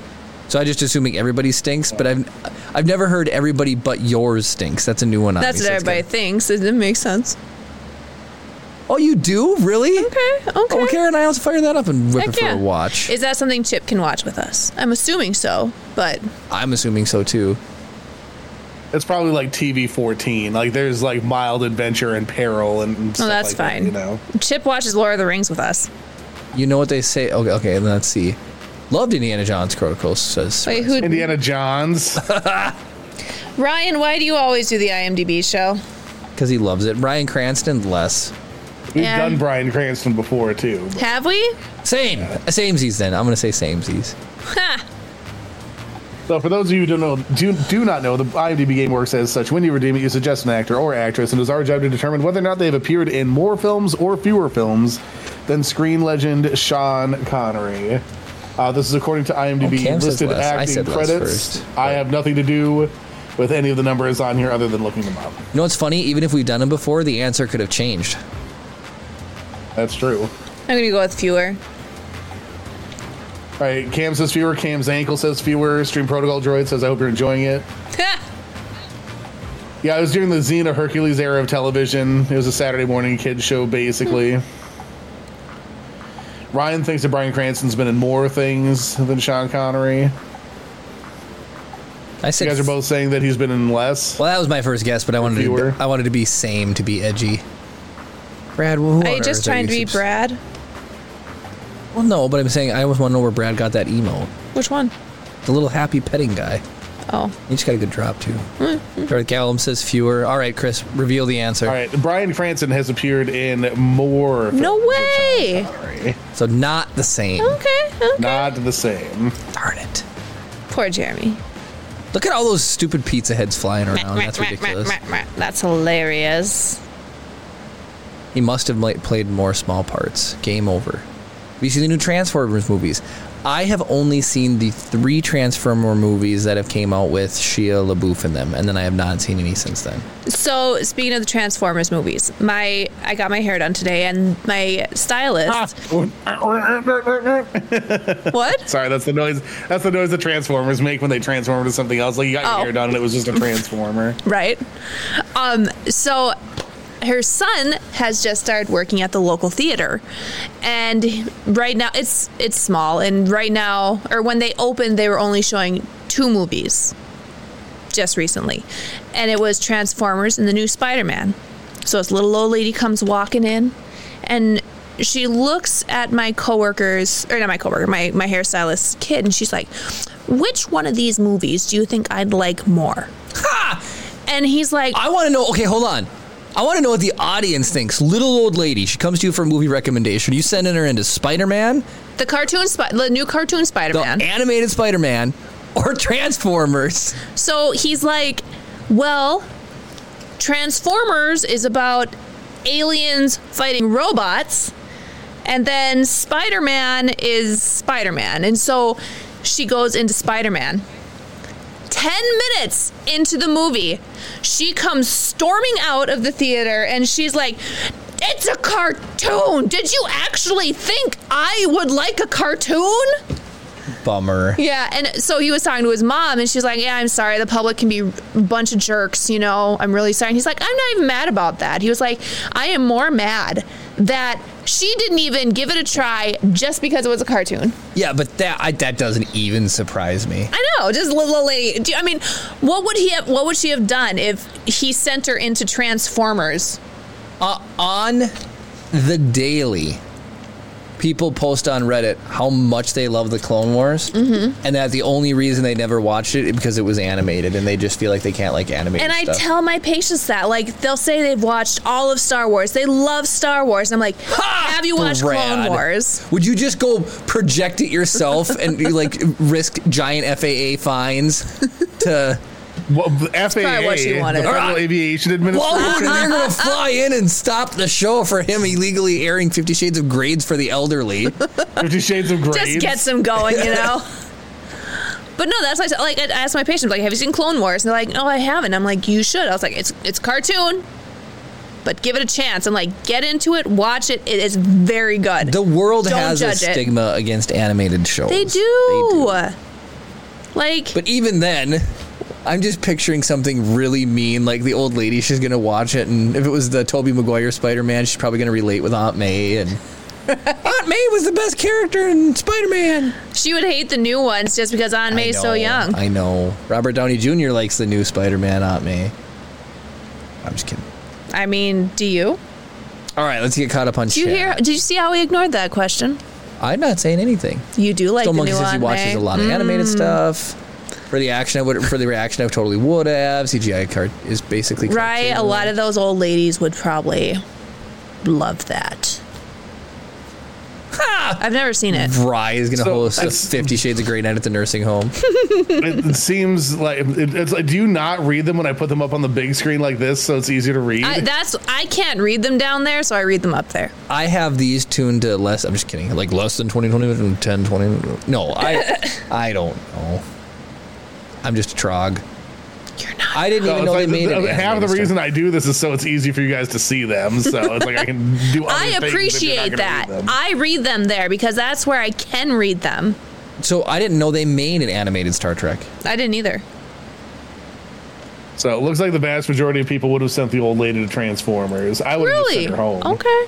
[SPEAKER 1] So I just assuming everybody stinks, but I've I've never heard everybody but yours stinks. That's a new one. on
[SPEAKER 2] That's
[SPEAKER 1] me,
[SPEAKER 2] what
[SPEAKER 1] so it's
[SPEAKER 2] everybody
[SPEAKER 1] good.
[SPEAKER 2] thinks. It, it makes sense.
[SPEAKER 1] Oh, you do really?
[SPEAKER 2] Okay. Okay.
[SPEAKER 1] Oh, Karen, I also fire that up and whip
[SPEAKER 2] Heck
[SPEAKER 1] it for
[SPEAKER 2] yeah.
[SPEAKER 1] a watch.
[SPEAKER 2] Is that something Chip can watch with us? I'm assuming so, but
[SPEAKER 1] I'm assuming so too.
[SPEAKER 3] It's probably like TV fourteen. Like there's like mild adventure and peril and. and
[SPEAKER 2] no,
[SPEAKER 3] stuff
[SPEAKER 2] Oh, that's
[SPEAKER 3] like that,
[SPEAKER 2] fine.
[SPEAKER 3] you know.
[SPEAKER 2] Chip watches Lord of the Rings with us.
[SPEAKER 1] You know what they say? Okay, okay. Let's see. Loved Indiana John's Chronicles. Says
[SPEAKER 2] Wait, who?
[SPEAKER 3] Indiana Johns.
[SPEAKER 2] Ryan, why do you always do the IMDb show?
[SPEAKER 1] because he loves it. Brian Cranston less.
[SPEAKER 3] We've
[SPEAKER 2] Yeah.
[SPEAKER 3] done Brian Cranston before too. but-
[SPEAKER 2] Have we?
[SPEAKER 1] Same, samesies. Then I'm gonna say samesies.
[SPEAKER 2] Ha!
[SPEAKER 3] So, for those of you who don't know, do, do not know, the IMDb game works as such. When you redeem it, you suggest an actor or actress, and it is our job to determine whether or not they have appeared in more films or fewer films than screen legend Sean Connery. Uh, this is according to IMDb
[SPEAKER 1] Oh, Cam says
[SPEAKER 3] listed
[SPEAKER 1] less. I
[SPEAKER 3] acting
[SPEAKER 1] said less
[SPEAKER 3] credits.
[SPEAKER 1] first.
[SPEAKER 3] I have nothing to do with any of the numbers on here other than looking them up.
[SPEAKER 1] You know what's funny? Even if we've done them before, the answer could have changed.
[SPEAKER 3] That's true.
[SPEAKER 2] I'm gonna go with fewer.
[SPEAKER 3] All right, Cam says fewer. Cam's ankle says fewer. Stream Protocol Droid says, I hope you're enjoying it.
[SPEAKER 2] Ha!
[SPEAKER 3] Yeah, it was during the Xena Hercules era of television. It was a Saturday morning kid show, basically.
[SPEAKER 2] Hmm.
[SPEAKER 3] Ryan thinks that Brian Cranston's been in more things than Sean Connery.
[SPEAKER 1] I said.
[SPEAKER 3] You guys are both saying that he's been in less.
[SPEAKER 1] Well, that was my first guess, but I wanted
[SPEAKER 3] Fewer.
[SPEAKER 1] to. I wanted to be same to be edgy. Brad, who
[SPEAKER 2] Are you
[SPEAKER 1] on
[SPEAKER 2] just
[SPEAKER 1] earth
[SPEAKER 2] trying to be
[SPEAKER 1] subs-
[SPEAKER 2] Brad?
[SPEAKER 1] Well, no, but I'm saying I always want to know where Brad got that emo.
[SPEAKER 2] Which one?
[SPEAKER 1] The little happy petting guy.
[SPEAKER 2] Oh,
[SPEAKER 1] He just got a good drop too.
[SPEAKER 2] Hmm.
[SPEAKER 1] Eric Gallum says fewer. All right, Chris, reveal the answer.
[SPEAKER 3] All right, Brian Cranston has appeared in more.
[SPEAKER 2] no way.
[SPEAKER 3] Connery.
[SPEAKER 1] So not the same.
[SPEAKER 2] Okay. okay.
[SPEAKER 3] Not the same.
[SPEAKER 1] Darn it.
[SPEAKER 2] Poor Jeremy.
[SPEAKER 1] Look at all those stupid pizza heads flying around. That's ridiculous.
[SPEAKER 2] That's hilarious.
[SPEAKER 1] He must have like, played more small parts. Game over. Have you seen the new Transformers movies? I have only seen the three Transformer movies that have came out with Shia LaBeouf in them, and then I have not seen any since then.
[SPEAKER 2] So speaking of the Transformers movies, my I got my hair done today, and my stylist. what?
[SPEAKER 3] Sorry, that's the noise. That's the noise the Transformers make when they transform into something else. Like you got your
[SPEAKER 2] Oh.
[SPEAKER 3] hair done and it was just a Transformer.
[SPEAKER 2] Right. Um. So her son has just started working at the local theater, and right now it's it's small, and right now or when they opened, they were only showing two movies. just recently, and it was Transformers and the new Spider Man. So this little old lady comes walking in, and she looks at my coworkers, or not my coworker, my my hairstylist's kid, and she's like, "Which one of these movies do you think I'd like more?" Ha! And he's like,
[SPEAKER 1] I want to know. Okay, hold on. I want to know what the audience thinks. Little old lady, she comes to you for a movie recommendation. You sending her into Spider Man,
[SPEAKER 2] "The cartoon, Spi- the new cartoon Spider
[SPEAKER 1] the
[SPEAKER 2] Man."
[SPEAKER 1] animated Spider Man, or Transformers?
[SPEAKER 2] So he's like, well, Transformers is about aliens fighting robots, and then Spider Man is Spider Man. And so she goes into Spider Man. 10 minutes into the movie, she comes storming out of the theater and she's like, It's a cartoon! Did you actually think I would like a cartoon?
[SPEAKER 1] Bummer.
[SPEAKER 2] Yeah, and so he was talking to his mom, and she's like, "Yeah, I'm sorry. The public can be a bunch of jerks, you know. I'm really sorry." And he's like, "I'm not even mad about that." He was like, "I am more mad that she didn't even give it a try just because it was a cartoon."
[SPEAKER 1] Yeah, but that I, that doesn't even surprise me.
[SPEAKER 2] I know, just little old lady. Do you- I mean, what would he have? What would she have done if he sent her into Transformers?
[SPEAKER 1] uh, on the daily people post on Reddit how much they love the Clone Wars,
[SPEAKER 2] Mm-hmm.
[SPEAKER 1] and that the only reason they never watched it is because it was animated, and they just feel like they can't like animate.
[SPEAKER 2] And I
[SPEAKER 1] stuff.
[SPEAKER 2] tell my patients that, like, they'll say they've watched all of Star Wars. They love Star Wars. And I'm like, have you watched Clone
[SPEAKER 1] Brad.
[SPEAKER 2] Wars?
[SPEAKER 1] Would you just go project it yourself and like risk giant FAA fines to?
[SPEAKER 3] Well, the FAA,
[SPEAKER 2] what she wanted. Ah.
[SPEAKER 3] the Federal Aviation Administration.
[SPEAKER 1] Well, they're going to fly in and stop the show for him illegally airing Fifty Shades of Grades for the elderly.
[SPEAKER 3] Fifty Shades of Grey.
[SPEAKER 2] Just gets them going, you know? But no, that's like, like I asked my patients, like, have you seen Clone Wars? And they're like, no, I haven't. I'm like, you should. I was like, it's it's cartoon, but give it a chance. I'm like, get into it, watch it. It is very good.
[SPEAKER 1] The world
[SPEAKER 2] Don't
[SPEAKER 1] has a
[SPEAKER 2] judge it.
[SPEAKER 1] stigma against animated shows.
[SPEAKER 2] They do. Like,
[SPEAKER 1] But even then, I'm just picturing something really mean, like the old lady. She's gonna watch it, and if it was the Toby Maguire Spider-Man, she's probably gonna relate with Aunt May. And Aunt May was the best character in Spider-Man.
[SPEAKER 2] she would hate the new ones just because Aunt May
[SPEAKER 1] I
[SPEAKER 2] is
[SPEAKER 1] know,
[SPEAKER 2] so young.
[SPEAKER 1] I know. Robert Downey Jr. likes the new Spider-Man. Aunt May. I'm just kidding.
[SPEAKER 2] I mean, do you?
[SPEAKER 1] All right, let's get caught up on.
[SPEAKER 2] Do you
[SPEAKER 1] chat.
[SPEAKER 2] hear? Did you see how he ignored that question?
[SPEAKER 1] I'm not saying anything.
[SPEAKER 2] You do like
[SPEAKER 1] Stone Monkey
[SPEAKER 2] the new Mm-hmm. Mm.
[SPEAKER 1] says he
[SPEAKER 2] Aunt
[SPEAKER 1] watches
[SPEAKER 2] May.
[SPEAKER 1] a lot of animated stuff. For the action, I would. For the reaction, I totally would have. CGI cart is basically
[SPEAKER 2] Right, a
[SPEAKER 1] cartoon.
[SPEAKER 2] lot of those old ladies would probably love that. I've never seen it.
[SPEAKER 1] Rye is going to
[SPEAKER 3] So,
[SPEAKER 1] host a
[SPEAKER 3] that's-
[SPEAKER 1] Fifty Shades of Grey night at the nursing home.
[SPEAKER 3] it, it seems like it, it's like. Do you not read them when I put them up on the big screen like this, so it's easier to read?
[SPEAKER 2] I, that's I can't read them down there, so I read them up there.
[SPEAKER 1] I have these tuned to less. I'm just kidding. Like less than 20, 20, 10, 20. No, I, I don't know. I'm just a trog.
[SPEAKER 2] You're not.
[SPEAKER 1] I didn't
[SPEAKER 3] So
[SPEAKER 1] even
[SPEAKER 3] it's
[SPEAKER 1] know
[SPEAKER 3] like
[SPEAKER 1] they made
[SPEAKER 3] the-
[SPEAKER 1] it.
[SPEAKER 3] half the reason I do this is so it's easy for you guys to see them. So it's like I can do. Other
[SPEAKER 2] I
[SPEAKER 3] things if you're not
[SPEAKER 2] appreciate
[SPEAKER 3] gonna
[SPEAKER 2] that.
[SPEAKER 3] read them.
[SPEAKER 2] I read them there because that's where I can read them.
[SPEAKER 1] so I didn't know they made an animated Star Trek.
[SPEAKER 2] I didn't either.
[SPEAKER 3] So it looks like the vast majority of people would have sent the old lady to Transformers. I would have just
[SPEAKER 2] Really?
[SPEAKER 3] sent her home.
[SPEAKER 2] Okay.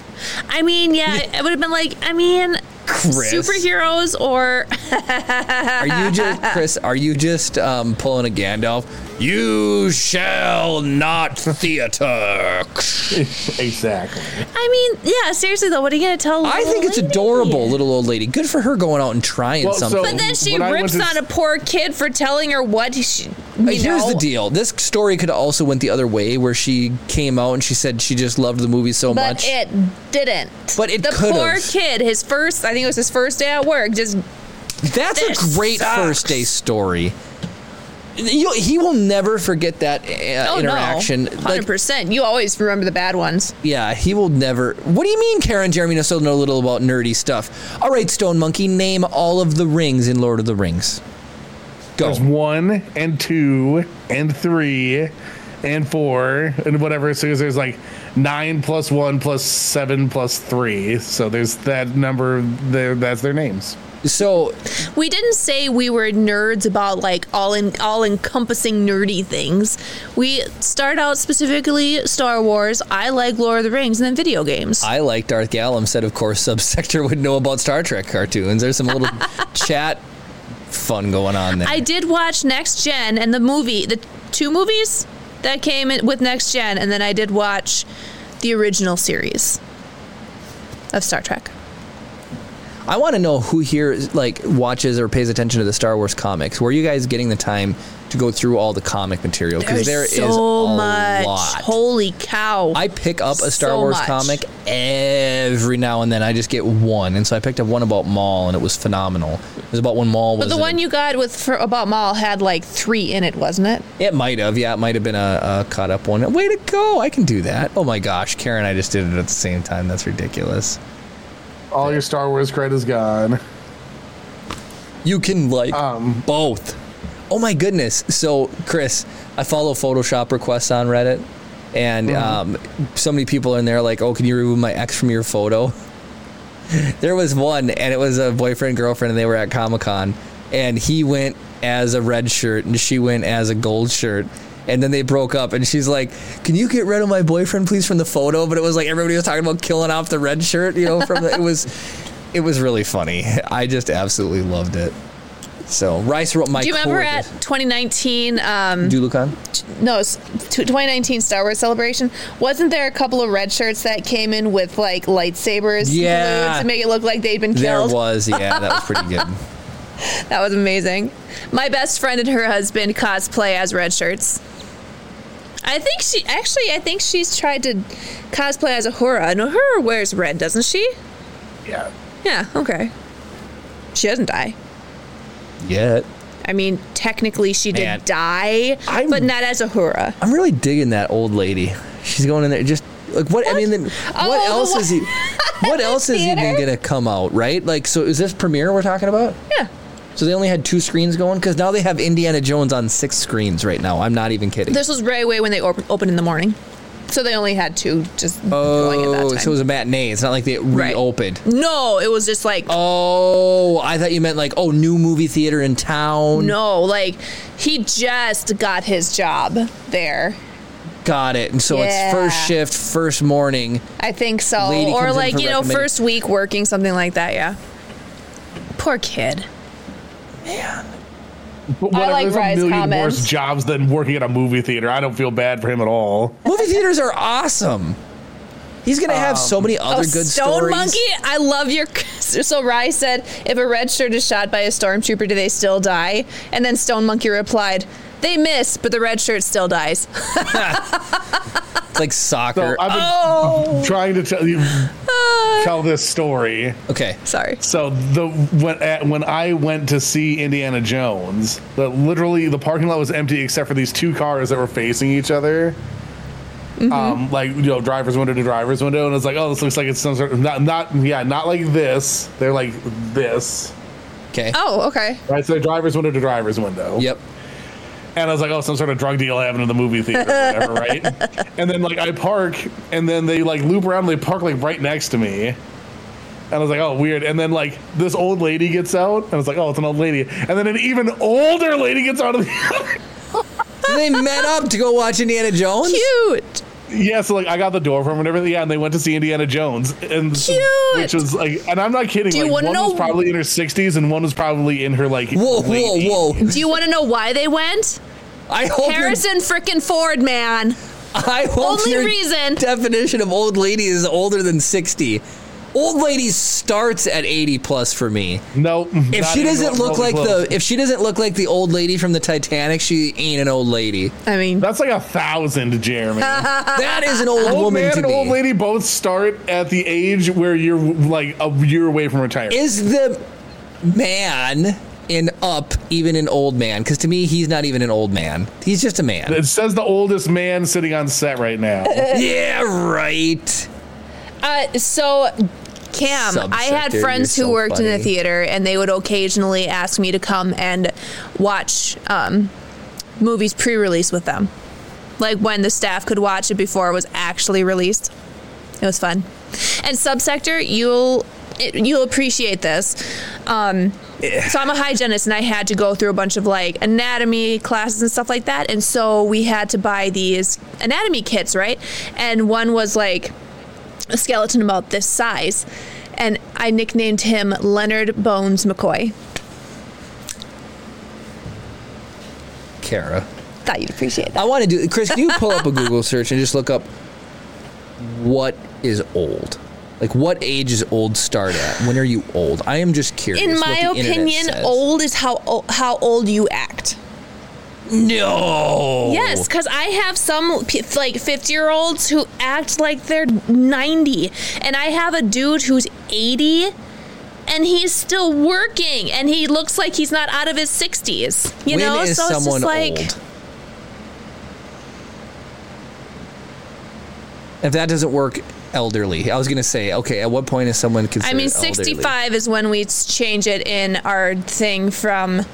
[SPEAKER 2] I mean, yeah, it would have been like, I mean,
[SPEAKER 1] Chris.
[SPEAKER 2] superheroes or
[SPEAKER 1] Are you just Chris? Are you just um, pulling a Gandalf? You shall not theater.
[SPEAKER 3] Exactly.
[SPEAKER 2] I mean, yeah, seriously though, what are you gonna tell?
[SPEAKER 1] I
[SPEAKER 2] little
[SPEAKER 1] think it's
[SPEAKER 2] lady?
[SPEAKER 1] adorable, little old lady. Good for her going out and trying
[SPEAKER 3] Well, so-
[SPEAKER 1] something.
[SPEAKER 2] But then she
[SPEAKER 3] When I
[SPEAKER 2] rips
[SPEAKER 3] went to-
[SPEAKER 2] on a poor kid for telling her what he should. You
[SPEAKER 1] Uh, Here's
[SPEAKER 2] know.
[SPEAKER 1] the deal. This story could have also went the other way, where she came out and she said she just loved the movie so
[SPEAKER 2] But
[SPEAKER 1] much.
[SPEAKER 2] it didn't.
[SPEAKER 1] But it
[SPEAKER 2] the
[SPEAKER 1] could've.
[SPEAKER 2] poor kid, his first, I think it was his first day at work. Just
[SPEAKER 1] That's a
[SPEAKER 2] this
[SPEAKER 1] great
[SPEAKER 2] sucks.
[SPEAKER 1] first day story. You- he will never forget that uh,
[SPEAKER 2] oh
[SPEAKER 1] interaction.
[SPEAKER 2] no, hundred
[SPEAKER 1] Like,
[SPEAKER 2] percent. You always remember the bad ones.
[SPEAKER 1] yeah, he will never. What do you mean, Karen Jeremy knows so know little about nerdy stuff? All right, Stone Monkey, name all of the rings in Lord of the Rings. Go.
[SPEAKER 3] There's one and two and three and four and whatever. So there's like nine plus one plus seven plus three. So there's that number there. That's their names.
[SPEAKER 1] So
[SPEAKER 2] We didn't say we were nerds about like all in all encompassing nerdy things. We start out specifically Star Wars. I like Lord of the Rings, and then video games.
[SPEAKER 1] I like Darth Gallum said, of course, Subsector would know about Star Trek cartoons. There's some little chat fun going on there.
[SPEAKER 2] I did watch Next Gen and the movie, the two movies that came in with Next Gen, and then I did watch the original series of Star Trek.
[SPEAKER 1] I want to know who here like watches or pays attention to the Star Wars comics. Where are you guys getting the time to go through all the comic material? Because there is
[SPEAKER 2] so
[SPEAKER 1] a
[SPEAKER 2] much.
[SPEAKER 1] lot.
[SPEAKER 2] Holy cow!
[SPEAKER 1] I pick up a Star
[SPEAKER 2] so
[SPEAKER 1] Wars
[SPEAKER 2] much.
[SPEAKER 1] comic every now and then. I just get one, and so I picked up one about Maul, and it was phenomenal. It was about when Maul was.
[SPEAKER 2] but the
[SPEAKER 1] in-
[SPEAKER 2] one you got with for, about Maul had like three in it, wasn't it?
[SPEAKER 1] It might have, yeah. It might have been a, a cut up one. Way to go! I can do that. Oh my gosh, Karen, I just did it at the same time. That's ridiculous.
[SPEAKER 3] All your Star Wars cred is gone.
[SPEAKER 1] You can like
[SPEAKER 3] Um,
[SPEAKER 1] both. Oh my goodness. So, Chris, I follow Photoshop requests on Reddit, and um, so many people are in there like, oh, can you remove my ex from your photo? there was one, and it was a boyfriend, girlfriend, and they were at Comic Con, and he went as a red shirt, and she went as a gold shirt. And then they broke up, and she's like, "Can you get rid of my boyfriend, please, from the photo?" But it was like everybody was talking about killing off the red shirt, you know. From the, it was, it was really funny. I just absolutely loved it. So rice roll. My
[SPEAKER 2] Do you
[SPEAKER 1] core-
[SPEAKER 2] remember at 2019? Um,
[SPEAKER 1] Dulukan?
[SPEAKER 2] no, s- t- 2019 Star Wars Celebration. Wasn't there a couple of red shirts that came in with like lightsabers
[SPEAKER 1] Yeah.
[SPEAKER 2] glued to make it look like they'd been
[SPEAKER 1] There
[SPEAKER 2] killed?
[SPEAKER 1] was, yeah, that was pretty good.
[SPEAKER 2] That was amazing. My best friend and her husband cosplay as red shirts. I think she actually. I think she's tried to cosplay as a Ahura. No, Ahura wears red, doesn't she?
[SPEAKER 3] Yeah.
[SPEAKER 2] Yeah. Okay. She doesn't die.
[SPEAKER 1] Yet.
[SPEAKER 2] I mean, technically she did
[SPEAKER 1] Man.
[SPEAKER 2] die,
[SPEAKER 1] I'm-
[SPEAKER 2] but not as a Ahura.
[SPEAKER 1] I'm really digging that old lady. She's going in there just like what, I mean then what
[SPEAKER 2] Oh,
[SPEAKER 1] else
[SPEAKER 2] the
[SPEAKER 1] is he what else is even
[SPEAKER 2] theater?
[SPEAKER 1] gonna come out, right? Like so is this premiere we're talking about?
[SPEAKER 2] Yeah.
[SPEAKER 1] So they only had two screens going because now they have Indiana Jones on six screens right now. I'm not even kidding.
[SPEAKER 2] This was right away when they op- opened in the morning, so they only had two just going at that
[SPEAKER 1] oh,
[SPEAKER 2] time.
[SPEAKER 1] so it was a matinee. It's not like they reopened.
[SPEAKER 2] no, it was just like
[SPEAKER 1] Oh, I thought you meant like oh, new movie theater in town.
[SPEAKER 2] no, like he just got his job there.
[SPEAKER 1] Got it. And so it's first
[SPEAKER 2] Yeah.
[SPEAKER 1] shift, first morning.
[SPEAKER 2] I think so,
[SPEAKER 1] Lady comes
[SPEAKER 2] or
[SPEAKER 1] in
[SPEAKER 2] like
[SPEAKER 1] for
[SPEAKER 2] you know,
[SPEAKER 1] recommended-
[SPEAKER 2] first week working, something like that. Yeah. Poor kid.
[SPEAKER 3] But whatever,
[SPEAKER 2] like
[SPEAKER 3] there's a
[SPEAKER 2] Rye's
[SPEAKER 3] million
[SPEAKER 2] comments.
[SPEAKER 3] worse jobs than working at a movie theater. I don't feel bad for him at all.
[SPEAKER 1] Movie theaters are awesome. He's gonna have so many other
[SPEAKER 2] Oh,
[SPEAKER 1] good
[SPEAKER 2] Stone
[SPEAKER 1] stories.
[SPEAKER 2] Monkey, I love your. So Rye said, if a red shirt is shot by a stormtrooper, do they still die? And then Stone Monkey replied, they miss, but the red shirt still dies.
[SPEAKER 1] It's like
[SPEAKER 3] So
[SPEAKER 1] soccer.
[SPEAKER 3] I've been
[SPEAKER 2] Oh,
[SPEAKER 3] trying to tell you
[SPEAKER 2] Ah.
[SPEAKER 3] tell this story.
[SPEAKER 1] okay.
[SPEAKER 2] sorry.
[SPEAKER 3] So the when at, when I went to see Indiana Jones, the, literally the parking lot was empty except for these two cars that were facing each other. Um, like you know, driver's window to driver's window, and it's like, oh, this looks like it's some sort of not not yeah, not like this. They're like this,
[SPEAKER 1] Okay.
[SPEAKER 2] Oh, okay.
[SPEAKER 3] right? So they're driver's window to driver's window.
[SPEAKER 1] Yep.
[SPEAKER 3] And I was like, oh, some sort of drug deal happened in the movie theater, or whatever, right? And then like I park, and then they like loop around, and they park like right next to me. And I was like, oh, weird. And then like this old lady gets out, and I was like, oh, it's an old lady. And then an even older lady gets out of the.
[SPEAKER 1] So they met up to go watch Indiana Jones.
[SPEAKER 2] Cute.
[SPEAKER 3] yeah, so like I got the door from her and everything. Yeah, and they went to see Indiana Jones, and
[SPEAKER 2] Cute.
[SPEAKER 3] which was like, and I'm not kidding.
[SPEAKER 2] Do you
[SPEAKER 3] like,
[SPEAKER 2] wanna
[SPEAKER 3] one
[SPEAKER 2] know-
[SPEAKER 3] was probably in her 60s, and one was probably in her like.
[SPEAKER 1] Whoa,
[SPEAKER 3] late
[SPEAKER 1] whoa, whoa!
[SPEAKER 2] Do you want to know why they went?
[SPEAKER 1] I hope your,
[SPEAKER 2] Harrison frickin' Ford, man.
[SPEAKER 1] I hope
[SPEAKER 2] Only
[SPEAKER 1] your
[SPEAKER 2] reason-
[SPEAKER 1] definition of old lady is older than sixty. Old lady starts at eighty plus for me.
[SPEAKER 3] 80s. No,
[SPEAKER 1] If she doesn't look like the if she doesn't look like the old lady from the Titanic, she ain't an old lady.
[SPEAKER 2] I mean,
[SPEAKER 3] That's like a thousand, Jeremy.
[SPEAKER 2] Uh,
[SPEAKER 1] That is an old,
[SPEAKER 3] old
[SPEAKER 1] woman
[SPEAKER 3] man
[SPEAKER 1] to
[SPEAKER 3] and
[SPEAKER 1] me.
[SPEAKER 3] old lady both start at the age where you're like a year away from retirement.
[SPEAKER 1] Is the man in up even an old man? Because to me, he's not even an old man. He's just a man.
[SPEAKER 3] it says the oldest man sitting on set right now.
[SPEAKER 1] yeah, right.
[SPEAKER 2] uh, so. Cam, I had
[SPEAKER 1] Subsector, you're
[SPEAKER 2] friends who
[SPEAKER 1] so
[SPEAKER 2] worked in
[SPEAKER 1] funny.
[SPEAKER 2] the theater, and they would occasionally ask me to come and watch um, movies pre-release with them, like when the staff could watch it before it was actually released. It was fun. And subsector, you'll it, you'll appreciate this. Um, so I'm a hygienist, and I had to go through a bunch of like anatomy classes and stuff like that. And so we had to buy these anatomy kits, right? And one was like a skeleton about this size, and I nicknamed him Leonard Bones McCoy.
[SPEAKER 1] Kara.
[SPEAKER 2] Thought you'd appreciate that.
[SPEAKER 1] I want to do Chris, can you pull up a Google search and just look up what is old? Like what age is old start at? When are you old? I am just curious.
[SPEAKER 2] In
[SPEAKER 1] what
[SPEAKER 2] my
[SPEAKER 1] the internet
[SPEAKER 2] opinion,
[SPEAKER 1] says.
[SPEAKER 2] old is how o- how old you act.
[SPEAKER 1] No.
[SPEAKER 2] Yes, because I have some p- like 50 year olds who act like they're 90, and I have a dude who's 80 and he's still working and he looks like he's not out of his 60s. You
[SPEAKER 1] When
[SPEAKER 2] know,
[SPEAKER 1] is
[SPEAKER 2] so it's
[SPEAKER 1] someone
[SPEAKER 2] just like,
[SPEAKER 1] old? If that doesn't work, elderly. I was gonna say, okay, at what point is someone considered?
[SPEAKER 2] I mean,
[SPEAKER 1] elderly?
[SPEAKER 2] 65 is when we s- change it in our thing from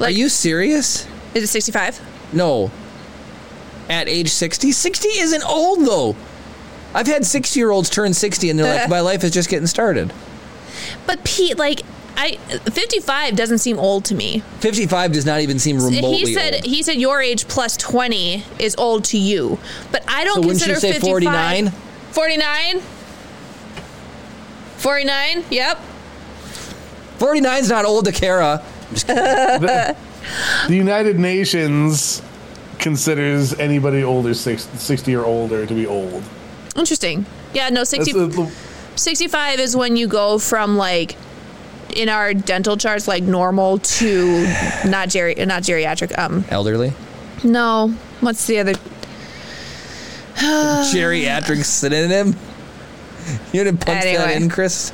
[SPEAKER 1] Are you serious?
[SPEAKER 2] is it 65?
[SPEAKER 1] No. At age 60? 60 isn't old, though. I've had 60 year olds turn 60 and they're like, my life is just getting started.
[SPEAKER 2] But Pete, like, I 55 doesn't seem old to me.
[SPEAKER 1] 55 does not even seem remotely
[SPEAKER 2] he said
[SPEAKER 1] old.
[SPEAKER 2] he said your age plus 20 is old to you but i don't
[SPEAKER 1] So wouldn't you say
[SPEAKER 2] consider 55
[SPEAKER 1] 49?
[SPEAKER 2] 49 49 yep
[SPEAKER 1] 49 is not old to Kara.
[SPEAKER 3] the, the United Nations considers anybody older six, 60 or older to be old.
[SPEAKER 2] Interesting. Yeah, no, 60,
[SPEAKER 3] That's a-
[SPEAKER 2] 65 is when you go from like in our dental charts like normal to not geri- not geriatric um
[SPEAKER 1] Elderly.
[SPEAKER 2] no what's the other
[SPEAKER 1] Geriatric synonym. You didn't punch that
[SPEAKER 2] Anyway.
[SPEAKER 1] in, Chris.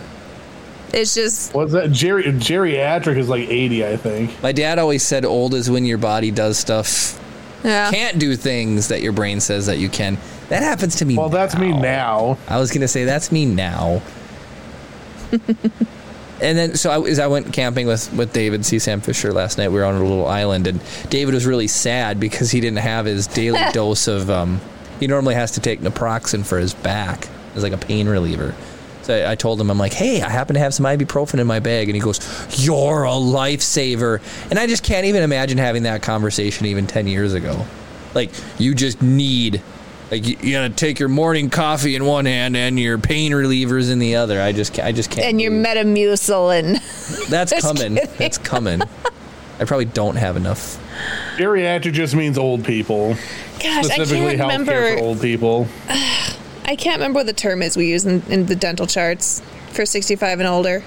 [SPEAKER 2] it's just
[SPEAKER 3] what's that? Geri- geriatric is like 80, I think.
[SPEAKER 1] My dad always said old is when your body does stuff,
[SPEAKER 2] yeah
[SPEAKER 1] can't do things that your brain says that you can. That happens to me.
[SPEAKER 3] Well, that's me now.
[SPEAKER 1] I was gonna say that's me now. and then so I, as I went camping with with David C. Sam Fisher last night, we were on a little island, and David was really sad because he didn't have his daily dose of. Um, he normally has to take naproxen for his back as like a pain reliever. So I, I told him, I'm like, hey, I happen to have some ibuprofen in my bag, and he goes, "You're a lifesaver," and I just can't even imagine having that conversation even ten years ago. Like you just need like you, you gotta take your morning coffee in one hand and your pain relievers in the other. I just ca- I just can't.
[SPEAKER 2] and your
[SPEAKER 1] do-
[SPEAKER 2] metamucil and
[SPEAKER 1] that's
[SPEAKER 2] just
[SPEAKER 1] coming.
[SPEAKER 2] kidding.
[SPEAKER 1] That's coming. I probably don't have enough.
[SPEAKER 3] Geriatric just means old people,
[SPEAKER 2] gosh i
[SPEAKER 3] specifically
[SPEAKER 2] can't
[SPEAKER 3] healthcare for
[SPEAKER 2] remember
[SPEAKER 3] old people.
[SPEAKER 2] i can't remember what the term is we use in, in the dental charts for 65 and older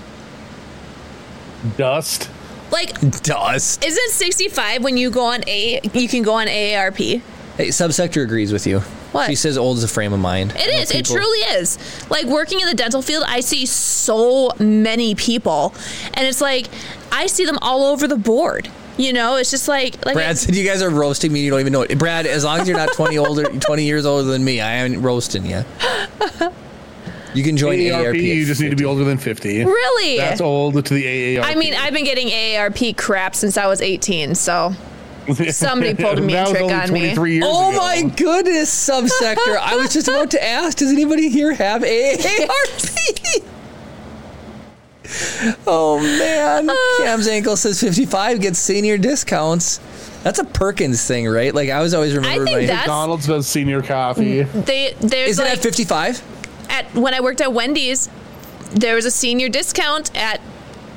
[SPEAKER 3] Dust.
[SPEAKER 2] like
[SPEAKER 1] Dust.
[SPEAKER 2] isn't 65 when you go on a you can go on aarp
[SPEAKER 1] Hey, subsector agrees with you.
[SPEAKER 2] What?
[SPEAKER 1] she says, old is a frame of mind. I
[SPEAKER 2] It
[SPEAKER 1] know
[SPEAKER 2] is. It
[SPEAKER 1] people-
[SPEAKER 2] truly is. Like working in the dental field, I see so many people, and it's like I see them all over the board. You know, it's just like like
[SPEAKER 1] Brad said, "You guys are roasting me. and You don't even know it." Brad, as long as you're not twenty older, twenty years older than me, I ain't roasting you. You can join AARP.
[SPEAKER 3] AARP, you
[SPEAKER 1] at
[SPEAKER 3] just need to be older than 50.
[SPEAKER 2] really.
[SPEAKER 3] That's old to the AARP.
[SPEAKER 2] I mean, I've been getting AARP crap since I was 18, so somebody pulled a mean
[SPEAKER 3] That was
[SPEAKER 2] trick
[SPEAKER 3] only
[SPEAKER 2] on me.
[SPEAKER 3] 23 Years
[SPEAKER 1] Oh
[SPEAKER 3] ago.
[SPEAKER 1] my goodness, subsector. I was just about to ask, does anybody here have AARP? oh man. Cam's ankle says 55 gets senior discounts. That's a Perkins thing, right? Like I was always remembered
[SPEAKER 2] think
[SPEAKER 1] my
[SPEAKER 2] that-
[SPEAKER 3] McDonald's does senior coffee.
[SPEAKER 1] Mm.
[SPEAKER 2] they there's
[SPEAKER 1] Is it
[SPEAKER 2] like
[SPEAKER 1] at 55?
[SPEAKER 2] at when I worked at Wendy's, there was a senior discount at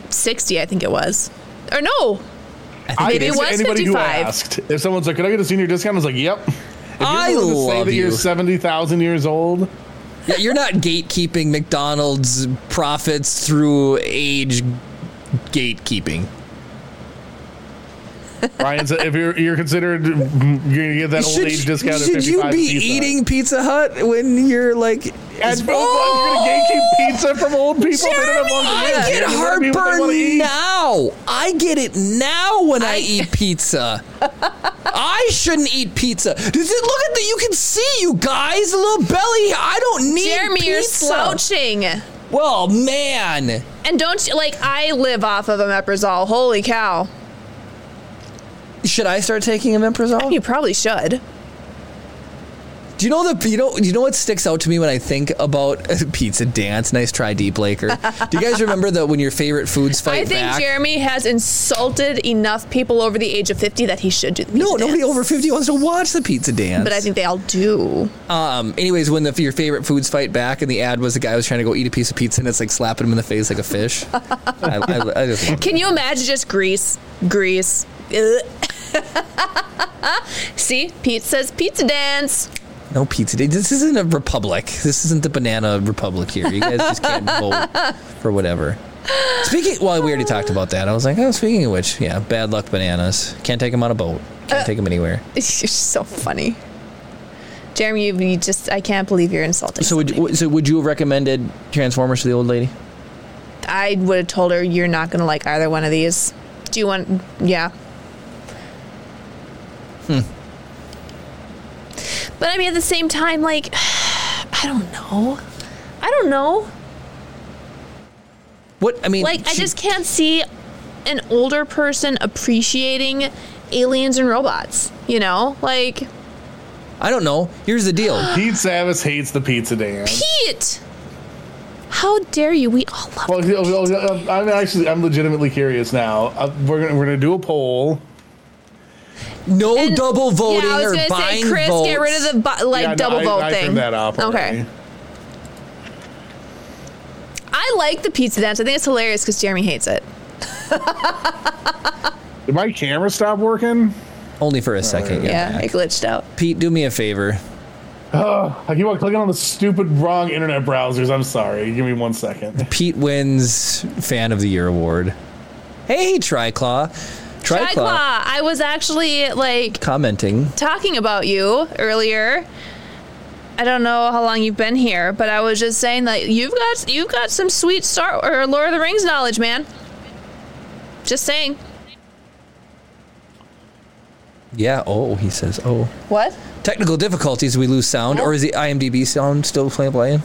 [SPEAKER 2] 60, I think it was, or no.
[SPEAKER 1] I think
[SPEAKER 3] I
[SPEAKER 1] it
[SPEAKER 2] Maybe
[SPEAKER 1] is.
[SPEAKER 2] it
[SPEAKER 3] answer
[SPEAKER 2] was
[SPEAKER 3] anybody
[SPEAKER 2] 55.
[SPEAKER 3] who asked. If someone's like, "Can I get a senior discount?" I was like, "Yep." If you're
[SPEAKER 1] I
[SPEAKER 3] willing to say
[SPEAKER 1] love
[SPEAKER 3] that
[SPEAKER 1] you.
[SPEAKER 3] You're seventy thousand years old.
[SPEAKER 1] Yeah, you're not gatekeeping McDonald's profits through age gatekeeping.
[SPEAKER 3] Ryan said, "If you're you're considered, you're gonna get that old age discount."
[SPEAKER 1] should
[SPEAKER 3] at
[SPEAKER 1] you
[SPEAKER 3] 55
[SPEAKER 1] be
[SPEAKER 3] pizza.
[SPEAKER 1] eating Pizza Hut when you're like
[SPEAKER 3] And oh! you're gonna gatekeep pizza from old people. they don't have
[SPEAKER 1] Jeremy,
[SPEAKER 3] long to
[SPEAKER 1] I
[SPEAKER 3] live.
[SPEAKER 1] get
[SPEAKER 3] You're gonna be what they wanna
[SPEAKER 1] heartburn
[SPEAKER 3] eat.
[SPEAKER 1] now. I get it now when I,
[SPEAKER 2] I-
[SPEAKER 1] eat pizza. I shouldn't eat pizza. Does it look at the? You can see you guys a little belly. I don't need
[SPEAKER 2] Jeremy,
[SPEAKER 1] pizza.
[SPEAKER 2] you're slouching.
[SPEAKER 1] Well, man,
[SPEAKER 2] And don't you like I live off of omeprazole. Holy cow.
[SPEAKER 1] should I start taking omeprazole?
[SPEAKER 2] You probably should.
[SPEAKER 1] Do you know the you know you know what sticks out to me when I think about pizza dance? Nice try, Deep Laker. Do you guys remember that when your favorite foods fight
[SPEAKER 2] I think
[SPEAKER 1] back?
[SPEAKER 2] Jeremy has insulted enough people over the age of 50 that he should do the
[SPEAKER 1] no,
[SPEAKER 2] pizza
[SPEAKER 1] nobody
[SPEAKER 2] dance.
[SPEAKER 1] over fifty wants to watch the pizza dance.
[SPEAKER 2] But I think they all do.
[SPEAKER 1] Um, anyways, when the your favorite foods fight back, and the ad was the guy was trying to go eat a piece of pizza, and it's like slapping him in the face like a fish. I, I, I just love it.
[SPEAKER 2] Can you imagine just grease? Grease. Ugh. See? Pete says pizza dance.
[SPEAKER 1] no pizza. Day. This isn't a republic. This isn't the banana republic here. You guys just can't vote for whatever. Speaking, well, we already talked about that. I was like, oh, speaking of which, yeah, bad luck bananas. Can't take them on a boat. Can't take them anywhere.
[SPEAKER 2] You're so funny. Jeremy, you, you just, I can't believe you're insulting.
[SPEAKER 1] So would you, so would you have recommended Transformers to the old lady?
[SPEAKER 2] I would have told her, you're not going to like either one of these. Do you want, yeah. But I mean, at the same time, like, I don't know. I don't know.
[SPEAKER 1] What I mean,
[SPEAKER 2] Like, I
[SPEAKER 1] she-
[SPEAKER 2] just can't see an older person appreciating aliens and robots, you know? Like,
[SPEAKER 1] I don't know. Here's the deal.
[SPEAKER 3] Pete Savis hates the pizza dance.
[SPEAKER 2] Pete! How dare you? We all love
[SPEAKER 3] Well, he'll- he'll- he'll- I'm actually, I'm legitimately curious now. Uh, We're gonna, we're gonna do a poll.
[SPEAKER 1] No
[SPEAKER 2] And-
[SPEAKER 1] double voting
[SPEAKER 2] yeah, I was
[SPEAKER 1] or
[SPEAKER 2] gonna
[SPEAKER 1] buying
[SPEAKER 2] say, Chris,
[SPEAKER 1] votes.
[SPEAKER 2] get rid of the bu- like
[SPEAKER 3] Yeah, no,
[SPEAKER 2] double
[SPEAKER 3] I-
[SPEAKER 2] vote
[SPEAKER 3] I
[SPEAKER 2] thing.
[SPEAKER 3] turned that off already.
[SPEAKER 2] Okay. I like the pizza dance. I think it's hilarious because Jeremy hates it.
[SPEAKER 3] Did my camera stop working?
[SPEAKER 1] Only for a second. Yeah.
[SPEAKER 2] Yeah, it glitched out.
[SPEAKER 1] Pete, do me a favor.
[SPEAKER 3] I keep on clicking on the stupid wrong internet browsers. I'm sorry. Give me one second.
[SPEAKER 1] Pete wins Fan of the Year award. Hey, Triclaw. Triclaw.
[SPEAKER 2] Triclaw, I was actually like
[SPEAKER 1] Commenting.
[SPEAKER 2] talking about you earlier. I don't know how long you've been here, but I was just saying that you've got you've got some sweet Star or Lord of the Rings knowledge, man. Just saying.
[SPEAKER 1] Yeah. Oh, he says. Oh.
[SPEAKER 2] What?
[SPEAKER 1] Technical difficulties. We lose
[SPEAKER 2] Oh.
[SPEAKER 1] sound, or is the IMDb sound still playing? Playing.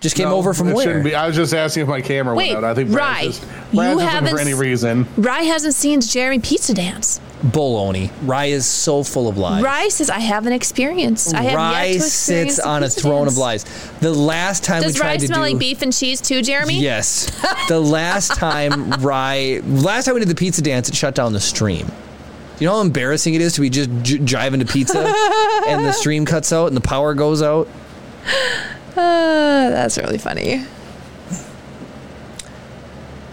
[SPEAKER 1] Just came
[SPEAKER 3] No,
[SPEAKER 1] over from
[SPEAKER 3] it
[SPEAKER 1] where?
[SPEAKER 3] Shouldn't be. I was just asking if my camera
[SPEAKER 2] Wait,
[SPEAKER 3] went out. I think Brad's
[SPEAKER 2] Rye,
[SPEAKER 3] just,
[SPEAKER 2] you
[SPEAKER 3] Brad's just looking
[SPEAKER 2] haven't
[SPEAKER 3] for any
[SPEAKER 2] s-
[SPEAKER 3] reason.
[SPEAKER 2] Rye hasn't seen Jeremy Pizza Dance.
[SPEAKER 1] Bologna. Rye is so full of lies.
[SPEAKER 2] Rye says I haven't experienced. I have
[SPEAKER 1] Rye
[SPEAKER 2] yet to experience
[SPEAKER 1] sits
[SPEAKER 2] the
[SPEAKER 1] on a
[SPEAKER 2] pizza
[SPEAKER 1] throne
[SPEAKER 2] dance.
[SPEAKER 1] of lies. The last time we
[SPEAKER 2] Does
[SPEAKER 1] tried
[SPEAKER 2] Rye
[SPEAKER 1] to
[SPEAKER 2] smell
[SPEAKER 1] do
[SPEAKER 2] like beef and cheese too, Jeremy?
[SPEAKER 1] Yes. The last time Rye, last time we did the pizza dance, it shut down the stream. You know how embarrassing it is to be just j- jiving to pizza and the stream cuts out and the power goes out?
[SPEAKER 2] Uh, that's really funny.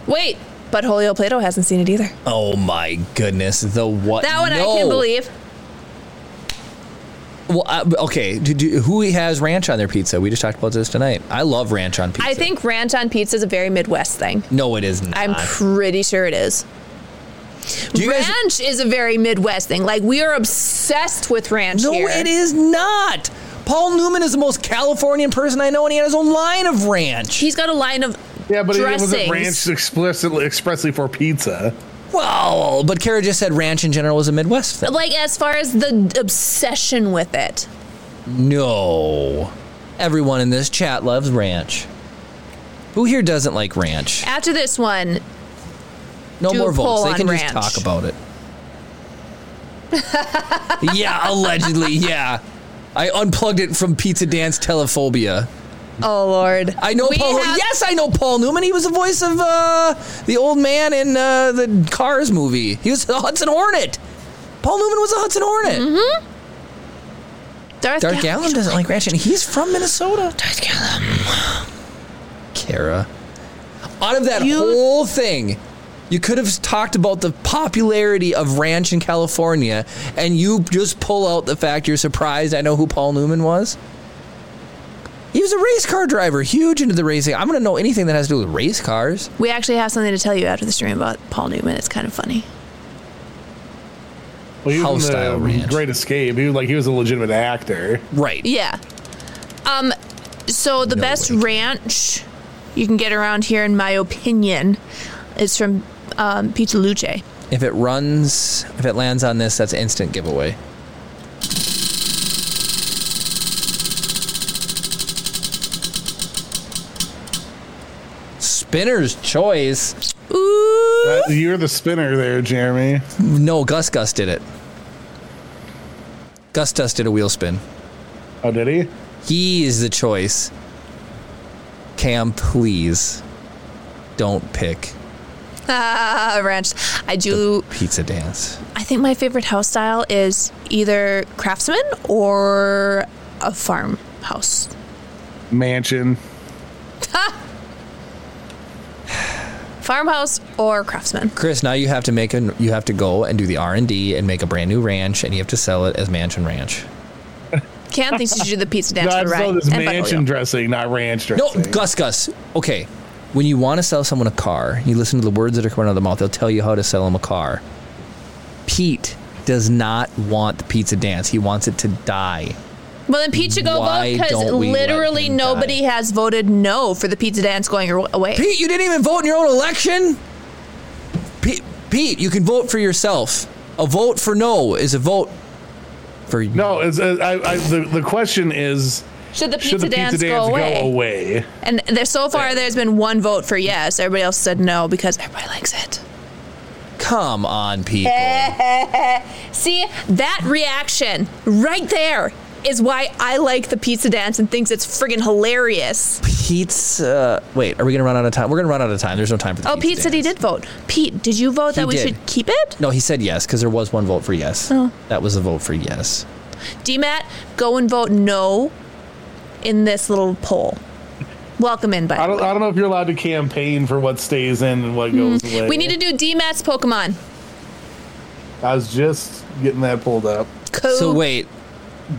[SPEAKER 2] Wait, but Julio Plato hasn't seen it either.
[SPEAKER 1] Oh my goodness. The what?
[SPEAKER 2] That one I
[SPEAKER 1] No.
[SPEAKER 2] can believe.
[SPEAKER 1] Well, I, okay. Do, do, who has ranch on their pizza? We just talked about this tonight. I love ranch on pizza.
[SPEAKER 2] I think ranch on pizza is a very Midwest thing.
[SPEAKER 1] No, it is not.
[SPEAKER 2] I'm pretty sure it is.
[SPEAKER 1] Do you guys-
[SPEAKER 2] ranch is a very Midwest thing. Like we are obsessed with ranch
[SPEAKER 1] No,
[SPEAKER 2] here.
[SPEAKER 1] it is not. Paul Newman is the most Californian person I know, and he had his own line of ranch.
[SPEAKER 2] He's got a line of
[SPEAKER 3] Yeah, but it wasn't
[SPEAKER 2] dressings.
[SPEAKER 3] ranch explicitly expressly for pizza.
[SPEAKER 1] Well, but Kara just said ranch in general was a Midwest thing.
[SPEAKER 2] Like as far as the obsession with it.
[SPEAKER 1] No. Everyone in this chat loves ranch. Who here doesn't like ranch?
[SPEAKER 2] After this one,
[SPEAKER 1] No
[SPEAKER 2] Do a
[SPEAKER 1] more votes.
[SPEAKER 2] poll
[SPEAKER 1] They
[SPEAKER 2] on
[SPEAKER 1] can
[SPEAKER 2] ranch.
[SPEAKER 1] just talk about it. yeah, allegedly, yeah. I unplugged it from Pizza Dance Telephobia.
[SPEAKER 2] oh lord,
[SPEAKER 1] I know
[SPEAKER 2] We
[SPEAKER 1] Paul.
[SPEAKER 2] have-
[SPEAKER 1] yes, I know Paul Newman. He was the voice of uh, the old man in uh, the Cars movie. He was the Hudson Hornet. Paul Newman was a Hudson Hornet.
[SPEAKER 2] Mm-hmm. Darth,
[SPEAKER 1] Dark
[SPEAKER 2] Gal-
[SPEAKER 1] Allen doesn't like ranch, and he's from Minnesota.
[SPEAKER 2] Darth Gallum.
[SPEAKER 1] Kara. Out of that
[SPEAKER 2] You-
[SPEAKER 1] whole thing, you could have talked about the popularity of ranch in California, and you just pull out the fact you're surprised I know who Paul Newman was. He was a race car driver, huge into the racing. I'm going to know anything that has to do with race cars.
[SPEAKER 2] We actually have something to tell you after the stream about Paul Newman. It's kind of funny.
[SPEAKER 3] Well, he was in
[SPEAKER 1] House-style
[SPEAKER 3] the
[SPEAKER 1] ranch.
[SPEAKER 3] Great Escape. He was like he was a legitimate actor.
[SPEAKER 1] Right.
[SPEAKER 2] Yeah. Um, so the
[SPEAKER 1] No
[SPEAKER 2] best
[SPEAKER 1] way.
[SPEAKER 2] ranch you can get around here, in my opinion, is from um, Pizza Luce.
[SPEAKER 1] If it runs, if it lands on this, that's instant giveaway. Spinner's choice.
[SPEAKER 2] Ooh,
[SPEAKER 3] Uh, you're the spinner there, Jeremy.
[SPEAKER 1] No, Gus Gus did it. Gus Gus did a wheel spin.
[SPEAKER 3] Oh, did he?
[SPEAKER 1] He is the choice. Cam, please don't pick
[SPEAKER 2] uh, ranch. I do.
[SPEAKER 1] pizza dance.
[SPEAKER 2] I think my favorite house style is either craftsman or a farmhouse.
[SPEAKER 3] Mansion.
[SPEAKER 2] Farmhouse or craftsman.
[SPEAKER 1] Chris, now you have to make a you have to go and do the R and D and make a brand new ranch, and you have to sell it as Mansion Ranch.
[SPEAKER 2] Cam thinks you should do the pizza dance
[SPEAKER 3] God,
[SPEAKER 2] for
[SPEAKER 3] so
[SPEAKER 2] Ryan
[SPEAKER 3] this
[SPEAKER 2] and
[SPEAKER 3] mansion
[SPEAKER 2] Butterfield.
[SPEAKER 3] dressing, not ranch
[SPEAKER 1] No,
[SPEAKER 3] dressing.
[SPEAKER 1] Gus, Gus. Okay, when you want to sell someone a car, you listen to the words that are coming out of the mouth. They'll tell you how to sell them a car. Pete does not want the pizza dance. He wants it to die.
[SPEAKER 2] Well, then Pete should go
[SPEAKER 1] Why
[SPEAKER 2] vote because
[SPEAKER 1] don't we let
[SPEAKER 2] literally
[SPEAKER 1] him
[SPEAKER 2] nobody
[SPEAKER 1] die?
[SPEAKER 2] has voted no for the pizza dance going away.
[SPEAKER 1] Pete, you didn't even vote in your own election. Pete, Pete, you can vote for yourself. A vote for no is a vote for you.
[SPEAKER 3] No, it's, uh, I, I, the, the question is
[SPEAKER 2] Should the pizza,
[SPEAKER 3] should the pizza
[SPEAKER 2] dance,
[SPEAKER 3] dance,
[SPEAKER 2] go away?
[SPEAKER 3] Go away?
[SPEAKER 2] And there, so far, there's been one vote for yes. Everybody else said no because everybody likes it.
[SPEAKER 1] Come on, people.
[SPEAKER 2] See, that reaction right there is why I like the pizza dance and thinks it's friggin' hilarious.
[SPEAKER 1] Pizza. Wait, are we gonna run out of time? We're gonna run out of time. There's no time for the
[SPEAKER 2] Oh, Pete said he
[SPEAKER 1] dance.
[SPEAKER 2] did vote. Pete, did you vote
[SPEAKER 1] He
[SPEAKER 2] that we
[SPEAKER 1] did.
[SPEAKER 2] should keep it?
[SPEAKER 1] No, he said yes because there was one vote for yes.
[SPEAKER 2] Oh.
[SPEAKER 1] That was a vote for yes.
[SPEAKER 2] DMAT, go and vote no in this little poll. Welcome in, by
[SPEAKER 3] I
[SPEAKER 2] the
[SPEAKER 3] don't,
[SPEAKER 2] way.
[SPEAKER 3] I don't know if you're allowed to campaign for what stays in and what goes away.
[SPEAKER 2] Mm, We need to do DMAT's Pokemon.
[SPEAKER 3] I was just getting that pulled up.
[SPEAKER 2] Cool.
[SPEAKER 1] So wait,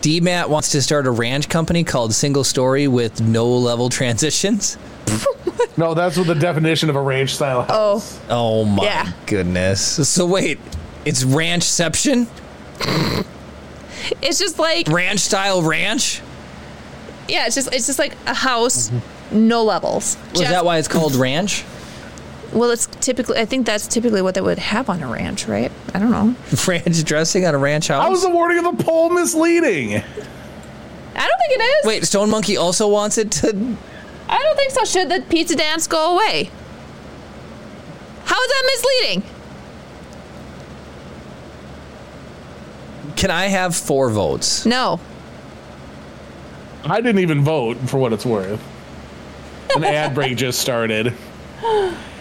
[SPEAKER 1] DMAT wants to start a ranch company called Single Story with no level transitions.
[SPEAKER 3] No, that's what the definition of a ranch style
[SPEAKER 2] Oh.
[SPEAKER 3] house.
[SPEAKER 1] Oh my
[SPEAKER 2] Yeah.
[SPEAKER 1] goodness! So wait, it's ranchception,
[SPEAKER 2] It's just like
[SPEAKER 1] ranch style ranch.
[SPEAKER 2] yeah, it's just it's just like a house, no levels.
[SPEAKER 1] Mm-hmm. Was
[SPEAKER 2] Just-
[SPEAKER 1] that why it's called ranch?
[SPEAKER 2] Well, it's typically I think that's typically what they would have on a ranch, right? I don't know.
[SPEAKER 1] Ranch dressing on a ranch
[SPEAKER 2] Oh.
[SPEAKER 1] house.
[SPEAKER 3] How is the wording of the poll misleading?
[SPEAKER 2] I don't think it is.
[SPEAKER 1] Wait, Stone Monkey also wants it to.
[SPEAKER 2] I don't think so. Should the pizza dance go away? How is that misleading?
[SPEAKER 1] Can I have four votes?
[SPEAKER 2] No.
[SPEAKER 3] I didn't even vote for what it's worth. An ad break just started.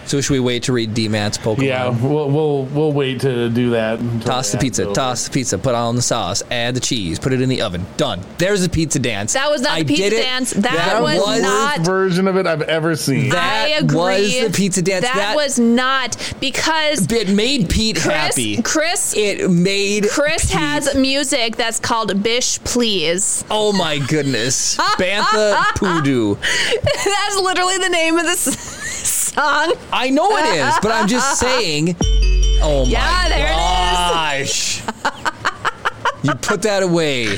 [SPEAKER 1] So should we wait to read DMAT's Pokemon?
[SPEAKER 3] Yeah, we'll we'll, we'll wait to do that. until
[SPEAKER 1] Toss the
[SPEAKER 3] ad's
[SPEAKER 1] pizza.
[SPEAKER 3] over.
[SPEAKER 1] Toss the pizza. Put on the sauce. Add the cheese. Put it in the oven. Done. There's the pizza dance.
[SPEAKER 2] That was not
[SPEAKER 1] I
[SPEAKER 2] the pizza
[SPEAKER 1] did it.
[SPEAKER 2] dance. That
[SPEAKER 3] Worst
[SPEAKER 2] was not-
[SPEAKER 3] version of it I've ever seen.
[SPEAKER 1] That
[SPEAKER 2] I agree.
[SPEAKER 1] was the pizza dance.
[SPEAKER 2] That,
[SPEAKER 1] That-
[SPEAKER 2] was not because
[SPEAKER 1] It made Pete
[SPEAKER 2] Chris
[SPEAKER 1] happy.
[SPEAKER 2] Chris
[SPEAKER 1] It made
[SPEAKER 2] Chris
[SPEAKER 1] Pete-
[SPEAKER 2] has music that's called Bish Please.
[SPEAKER 1] Oh my goodness. Bantha Poodoo.
[SPEAKER 2] that's literally the name of this song.
[SPEAKER 1] I know it is, but I'm just saying. Oh my
[SPEAKER 2] Yeah, there it
[SPEAKER 1] gosh. you put that away.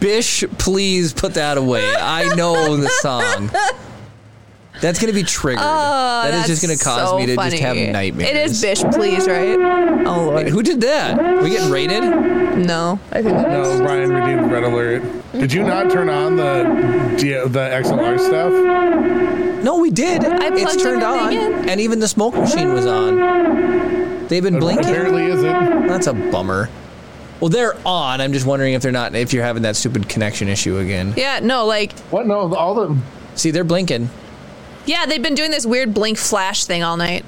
[SPEAKER 1] Bish, please put that away. I know the song. That's gonna be triggered. that is just gonna cause
[SPEAKER 2] Oh, so
[SPEAKER 1] me to
[SPEAKER 2] funny.
[SPEAKER 1] just have nightmares.
[SPEAKER 2] It is Bish Please, right? Oh
[SPEAKER 1] Wait,
[SPEAKER 2] Lord.
[SPEAKER 1] Who did that? We getting rated?
[SPEAKER 2] No. I think
[SPEAKER 3] No, Ryan redeemed red alert. Did you not turn on the D- the XLR stuff?
[SPEAKER 1] No, we did.
[SPEAKER 2] I
[SPEAKER 1] it's
[SPEAKER 2] plugged
[SPEAKER 1] turned on,
[SPEAKER 2] everything in.
[SPEAKER 1] and even the smoke machine was on. They've been blinking.
[SPEAKER 3] Apparently isn't.
[SPEAKER 1] That's a bummer. Well, they're on. I'm just wondering if they're not. If you're having that stupid connection issue again.
[SPEAKER 2] Yeah, no, like
[SPEAKER 3] What? No, all the
[SPEAKER 1] See, they're blinking.
[SPEAKER 2] yeah, they've been doing this weird blink flash thing all night.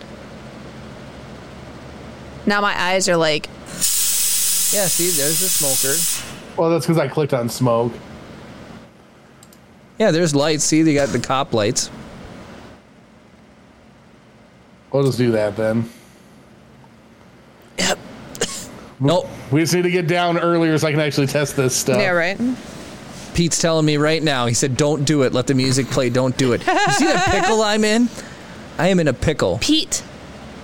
[SPEAKER 2] Now my eyes are like
[SPEAKER 1] Yeah. See, there's the smoker.
[SPEAKER 3] well, that's because I clicked on smoke.
[SPEAKER 1] Yeah, there's lights. See, they got the cop lights.
[SPEAKER 3] We'll just do that then.
[SPEAKER 1] Nope.
[SPEAKER 3] We just need to get down earlier so I can actually test this stuff.
[SPEAKER 2] Yeah, right.
[SPEAKER 1] Pete's telling me right now. He said, "Don't do it. Let the music play. Don't do it." You see the pickle I'm in? I am in a pickle.
[SPEAKER 2] Pete.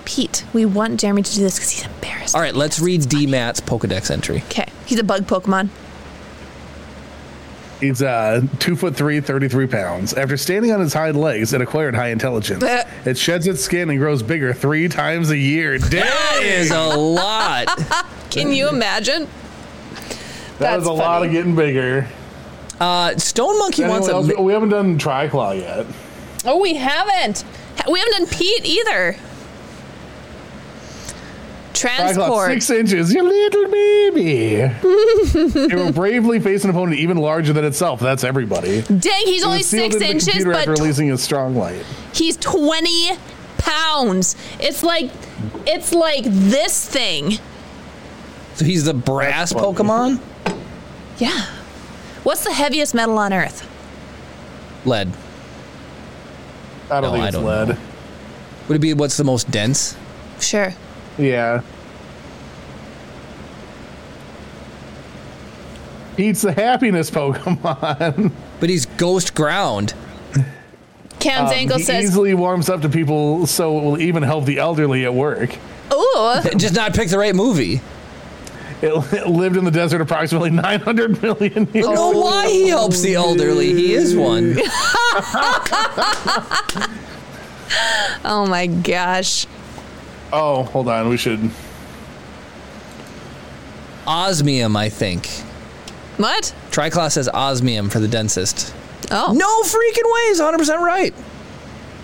[SPEAKER 2] Pete, we want Jeremy to do this because he's embarrassed.
[SPEAKER 1] All right, let's read D Mat's Pokedex entry.
[SPEAKER 2] Okay. He's a bug Pokemon.
[SPEAKER 3] He's uh, two foot three, 33 pounds. After standing on his hind legs, it acquired high intelligence. it sheds its skin and grows bigger three times a year. Damn,
[SPEAKER 1] That is a lot.
[SPEAKER 2] Can you imagine?
[SPEAKER 3] that is a
[SPEAKER 2] That's
[SPEAKER 3] lot
[SPEAKER 2] funny.
[SPEAKER 3] of getting bigger.
[SPEAKER 1] Uh, Stone Monkey
[SPEAKER 3] Anyone
[SPEAKER 1] wants a.
[SPEAKER 3] else?
[SPEAKER 1] mi-
[SPEAKER 3] we haven't done triclaw yet.
[SPEAKER 2] Oh, we haven't. Ha- We haven't done Pete either.
[SPEAKER 3] Triclaw,
[SPEAKER 2] Transport.
[SPEAKER 3] six inches, you little baby. it will bravely face an opponent even larger than itself. That's everybody.
[SPEAKER 2] Dang, he's only six inches, but
[SPEAKER 3] after releasing his strong light.
[SPEAKER 2] he's 20 pounds. It's like, it's like this thing.
[SPEAKER 1] So he's the brass
[SPEAKER 3] funny.
[SPEAKER 1] Pokemon.
[SPEAKER 2] Yeah. What's the heaviest metal on Earth?
[SPEAKER 1] Lead.
[SPEAKER 3] I don't
[SPEAKER 1] No,
[SPEAKER 3] think
[SPEAKER 1] I
[SPEAKER 3] it's
[SPEAKER 1] don't
[SPEAKER 3] lead.
[SPEAKER 1] know. Would it be what's the most dense?
[SPEAKER 2] Sure.
[SPEAKER 3] Yeah. Eats the happiness Pokemon.
[SPEAKER 1] But he's ghost ground.
[SPEAKER 2] Cam's ankle
[SPEAKER 3] Um, he
[SPEAKER 2] says,
[SPEAKER 3] easily warms up to people, so it will even help the elderly at work.
[SPEAKER 2] "Ooh,
[SPEAKER 1] Just not pick the right movie.
[SPEAKER 3] It, it lived in the desert approximately 900 million years.
[SPEAKER 1] But no, why he helps the elderly? He is one.
[SPEAKER 2] oh my gosh."
[SPEAKER 3] Oh, hold on. We should.
[SPEAKER 1] Osmium, I think.
[SPEAKER 2] What?
[SPEAKER 1] Triclaw says osmium for the densest.
[SPEAKER 2] Oh,
[SPEAKER 1] No freaking way. He's 100% right.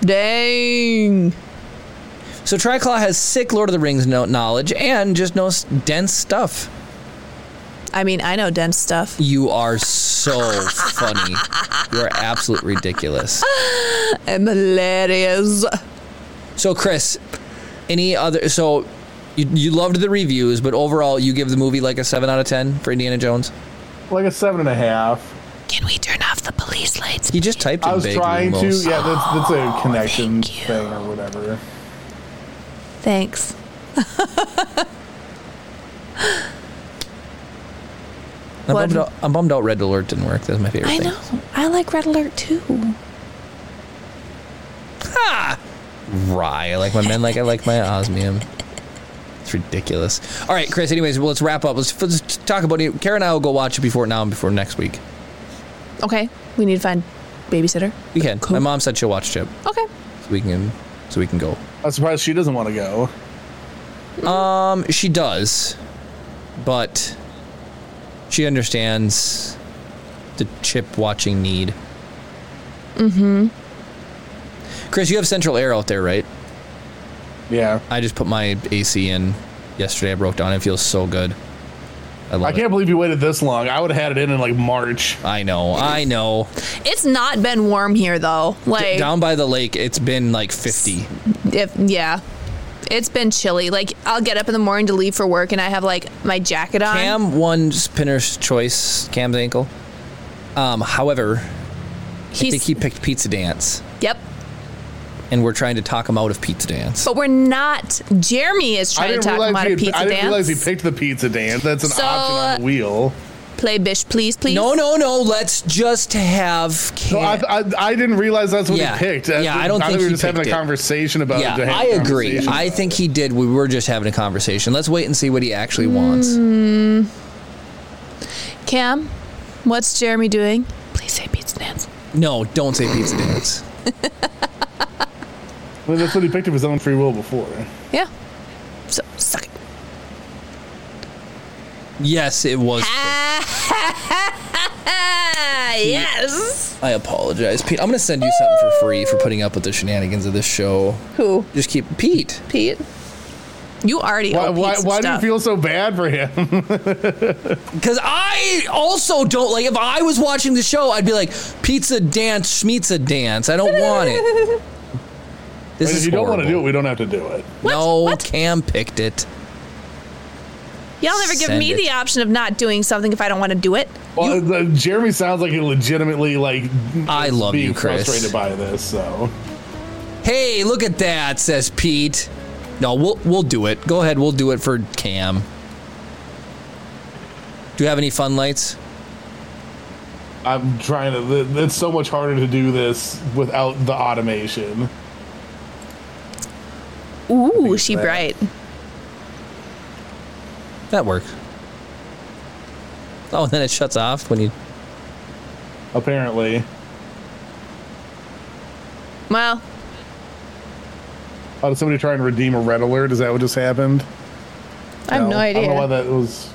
[SPEAKER 2] dang.
[SPEAKER 1] So Triclaw has sick Lord of the Rings no- knowledge and just knows dense stuff.
[SPEAKER 2] I mean, I know dense stuff.
[SPEAKER 1] You are so funny. You are absolute ridiculous.
[SPEAKER 2] I'm hilarious.
[SPEAKER 1] So Chris, any other? So you, you loved the reviews, but overall, you give the movie like a seven out of ten for Indiana Jones.
[SPEAKER 3] Like a seven and a half.
[SPEAKER 2] Can we turn off the the police lights.
[SPEAKER 1] He just typed in
[SPEAKER 3] I was
[SPEAKER 1] vaguely
[SPEAKER 3] trying to.
[SPEAKER 1] most.
[SPEAKER 3] Yeah, that's that's a connection
[SPEAKER 2] thank you.
[SPEAKER 3] thing or whatever.
[SPEAKER 2] Thanks.
[SPEAKER 1] I'm
[SPEAKER 2] What?
[SPEAKER 1] bummed, out, I'm bummed out Red Alert didn't work. That's my favorite
[SPEAKER 2] I
[SPEAKER 1] thing.
[SPEAKER 2] know. I like Red Alert too.
[SPEAKER 1] Rye. I like my men like I like my osmium. It's ridiculous. All right, Chris, anyways, well, let's wrap up. Let's, let's talk about it. Kara and I will go watch it before now and before next week.
[SPEAKER 2] Okay, we need to find babysitter.
[SPEAKER 1] We can.
[SPEAKER 2] Cool.
[SPEAKER 1] My mom said she'll watch it.
[SPEAKER 2] Okay.
[SPEAKER 1] So we can so we can go.
[SPEAKER 3] I'm surprised she doesn't want to go.
[SPEAKER 1] Um, she does, but she understands the chip watching need. Mm-hmm.
[SPEAKER 2] Mm-hmm.
[SPEAKER 1] Chris, you have central air out there, right?
[SPEAKER 3] Yeah,
[SPEAKER 1] I just put my AC in yesterday. I broke down. It feels so good. I love
[SPEAKER 3] I can't
[SPEAKER 1] it.
[SPEAKER 3] believe you waited this long. I would have had it in in like March.
[SPEAKER 1] I know. I know.
[SPEAKER 2] It's not been warm here though. Like
[SPEAKER 1] Down by the lake, it's been like 50.
[SPEAKER 2] if yeah. It's been chilly. Like I'll get up in the morning to leave for work and I have like my jacket on.
[SPEAKER 1] Cam won Spinner's Choice, Cam's ankle. Um, however, I
[SPEAKER 2] He's
[SPEAKER 1] think he picked Pizza Dance,
[SPEAKER 2] Yep.
[SPEAKER 1] and we're trying to talk him out of Pizza Dance.
[SPEAKER 2] But we're not Jeremy is
[SPEAKER 3] I
[SPEAKER 2] trying to
[SPEAKER 3] didn't
[SPEAKER 2] talk
[SPEAKER 3] realize
[SPEAKER 2] about a
[SPEAKER 3] he had-
[SPEAKER 2] pizza
[SPEAKER 3] I didn't realize
[SPEAKER 2] dance.
[SPEAKER 3] he picked the pizza dance. That's an
[SPEAKER 2] So,
[SPEAKER 3] option on the wheel.
[SPEAKER 2] Play Bish please please.
[SPEAKER 1] No, no, no. Let's just have
[SPEAKER 3] No, uh, I,
[SPEAKER 1] Cam.
[SPEAKER 3] I, I didn't realize that's what
[SPEAKER 1] Yeah.
[SPEAKER 3] he picked.
[SPEAKER 1] Yeah, I don't
[SPEAKER 3] thought
[SPEAKER 1] think
[SPEAKER 3] we were
[SPEAKER 1] he
[SPEAKER 3] just having a
[SPEAKER 1] picked it.
[SPEAKER 3] conversation about
[SPEAKER 1] yeah,
[SPEAKER 3] it. to have
[SPEAKER 1] I
[SPEAKER 3] a
[SPEAKER 1] agree.
[SPEAKER 3] conversation
[SPEAKER 1] I
[SPEAKER 3] about
[SPEAKER 1] think
[SPEAKER 3] it.
[SPEAKER 1] he did. We were just having a conversation. Let's wait and see what he actually wants.
[SPEAKER 2] Mm. Cam, what's Jeremy doing? Please say pizza dance.
[SPEAKER 1] No, don't say Pizza Dance.
[SPEAKER 3] I mean, that's what he picked of his own free will before.
[SPEAKER 2] Yeah. So suck it.
[SPEAKER 1] Yes, it was.
[SPEAKER 2] yes.
[SPEAKER 1] I apologize, Pete. I'm gonna send you something for free for putting up with the shenanigans of this show.
[SPEAKER 2] Who?
[SPEAKER 1] Just keep Pete.
[SPEAKER 2] Pete. You already
[SPEAKER 3] Why,
[SPEAKER 2] owe Pete
[SPEAKER 3] why,
[SPEAKER 2] some
[SPEAKER 3] why do you
[SPEAKER 2] stuff.
[SPEAKER 3] feel so bad for him?
[SPEAKER 1] Because I also don't like. If I was watching the show, I'd be like, "Pizza dance, schmizza dance." I don't want it. This
[SPEAKER 3] But
[SPEAKER 1] is
[SPEAKER 3] if you don't want to do it,
[SPEAKER 1] horrible.
[SPEAKER 3] we don't have to do it.
[SPEAKER 1] No,
[SPEAKER 2] What?
[SPEAKER 1] Cam picked it.
[SPEAKER 2] Y'all never give
[SPEAKER 1] Send
[SPEAKER 2] me
[SPEAKER 1] it.
[SPEAKER 2] the option of not doing something if I don't want to do it.
[SPEAKER 3] Well, the- Jeremy sounds like he legitimately like.
[SPEAKER 1] I
[SPEAKER 3] is
[SPEAKER 1] love
[SPEAKER 3] being
[SPEAKER 1] you, Chris.
[SPEAKER 3] Frustrated by this, so
[SPEAKER 1] Hey, look at that, says Pete. No, we'll we'll do it. Go ahead, we'll do it for Cam. Do you have any fun lights?
[SPEAKER 3] I'm trying to. th- It's so much harder to do this without the automation.
[SPEAKER 2] Ooh,
[SPEAKER 3] it's
[SPEAKER 2] she
[SPEAKER 3] that.
[SPEAKER 2] bright.
[SPEAKER 1] That works. Oh, and then it shuts off when you.
[SPEAKER 3] Apparently,
[SPEAKER 2] Well,
[SPEAKER 3] oh, did somebody try and redeem a red alert? Is that what just happened?
[SPEAKER 2] I have no, idea.
[SPEAKER 3] I don't know why that was.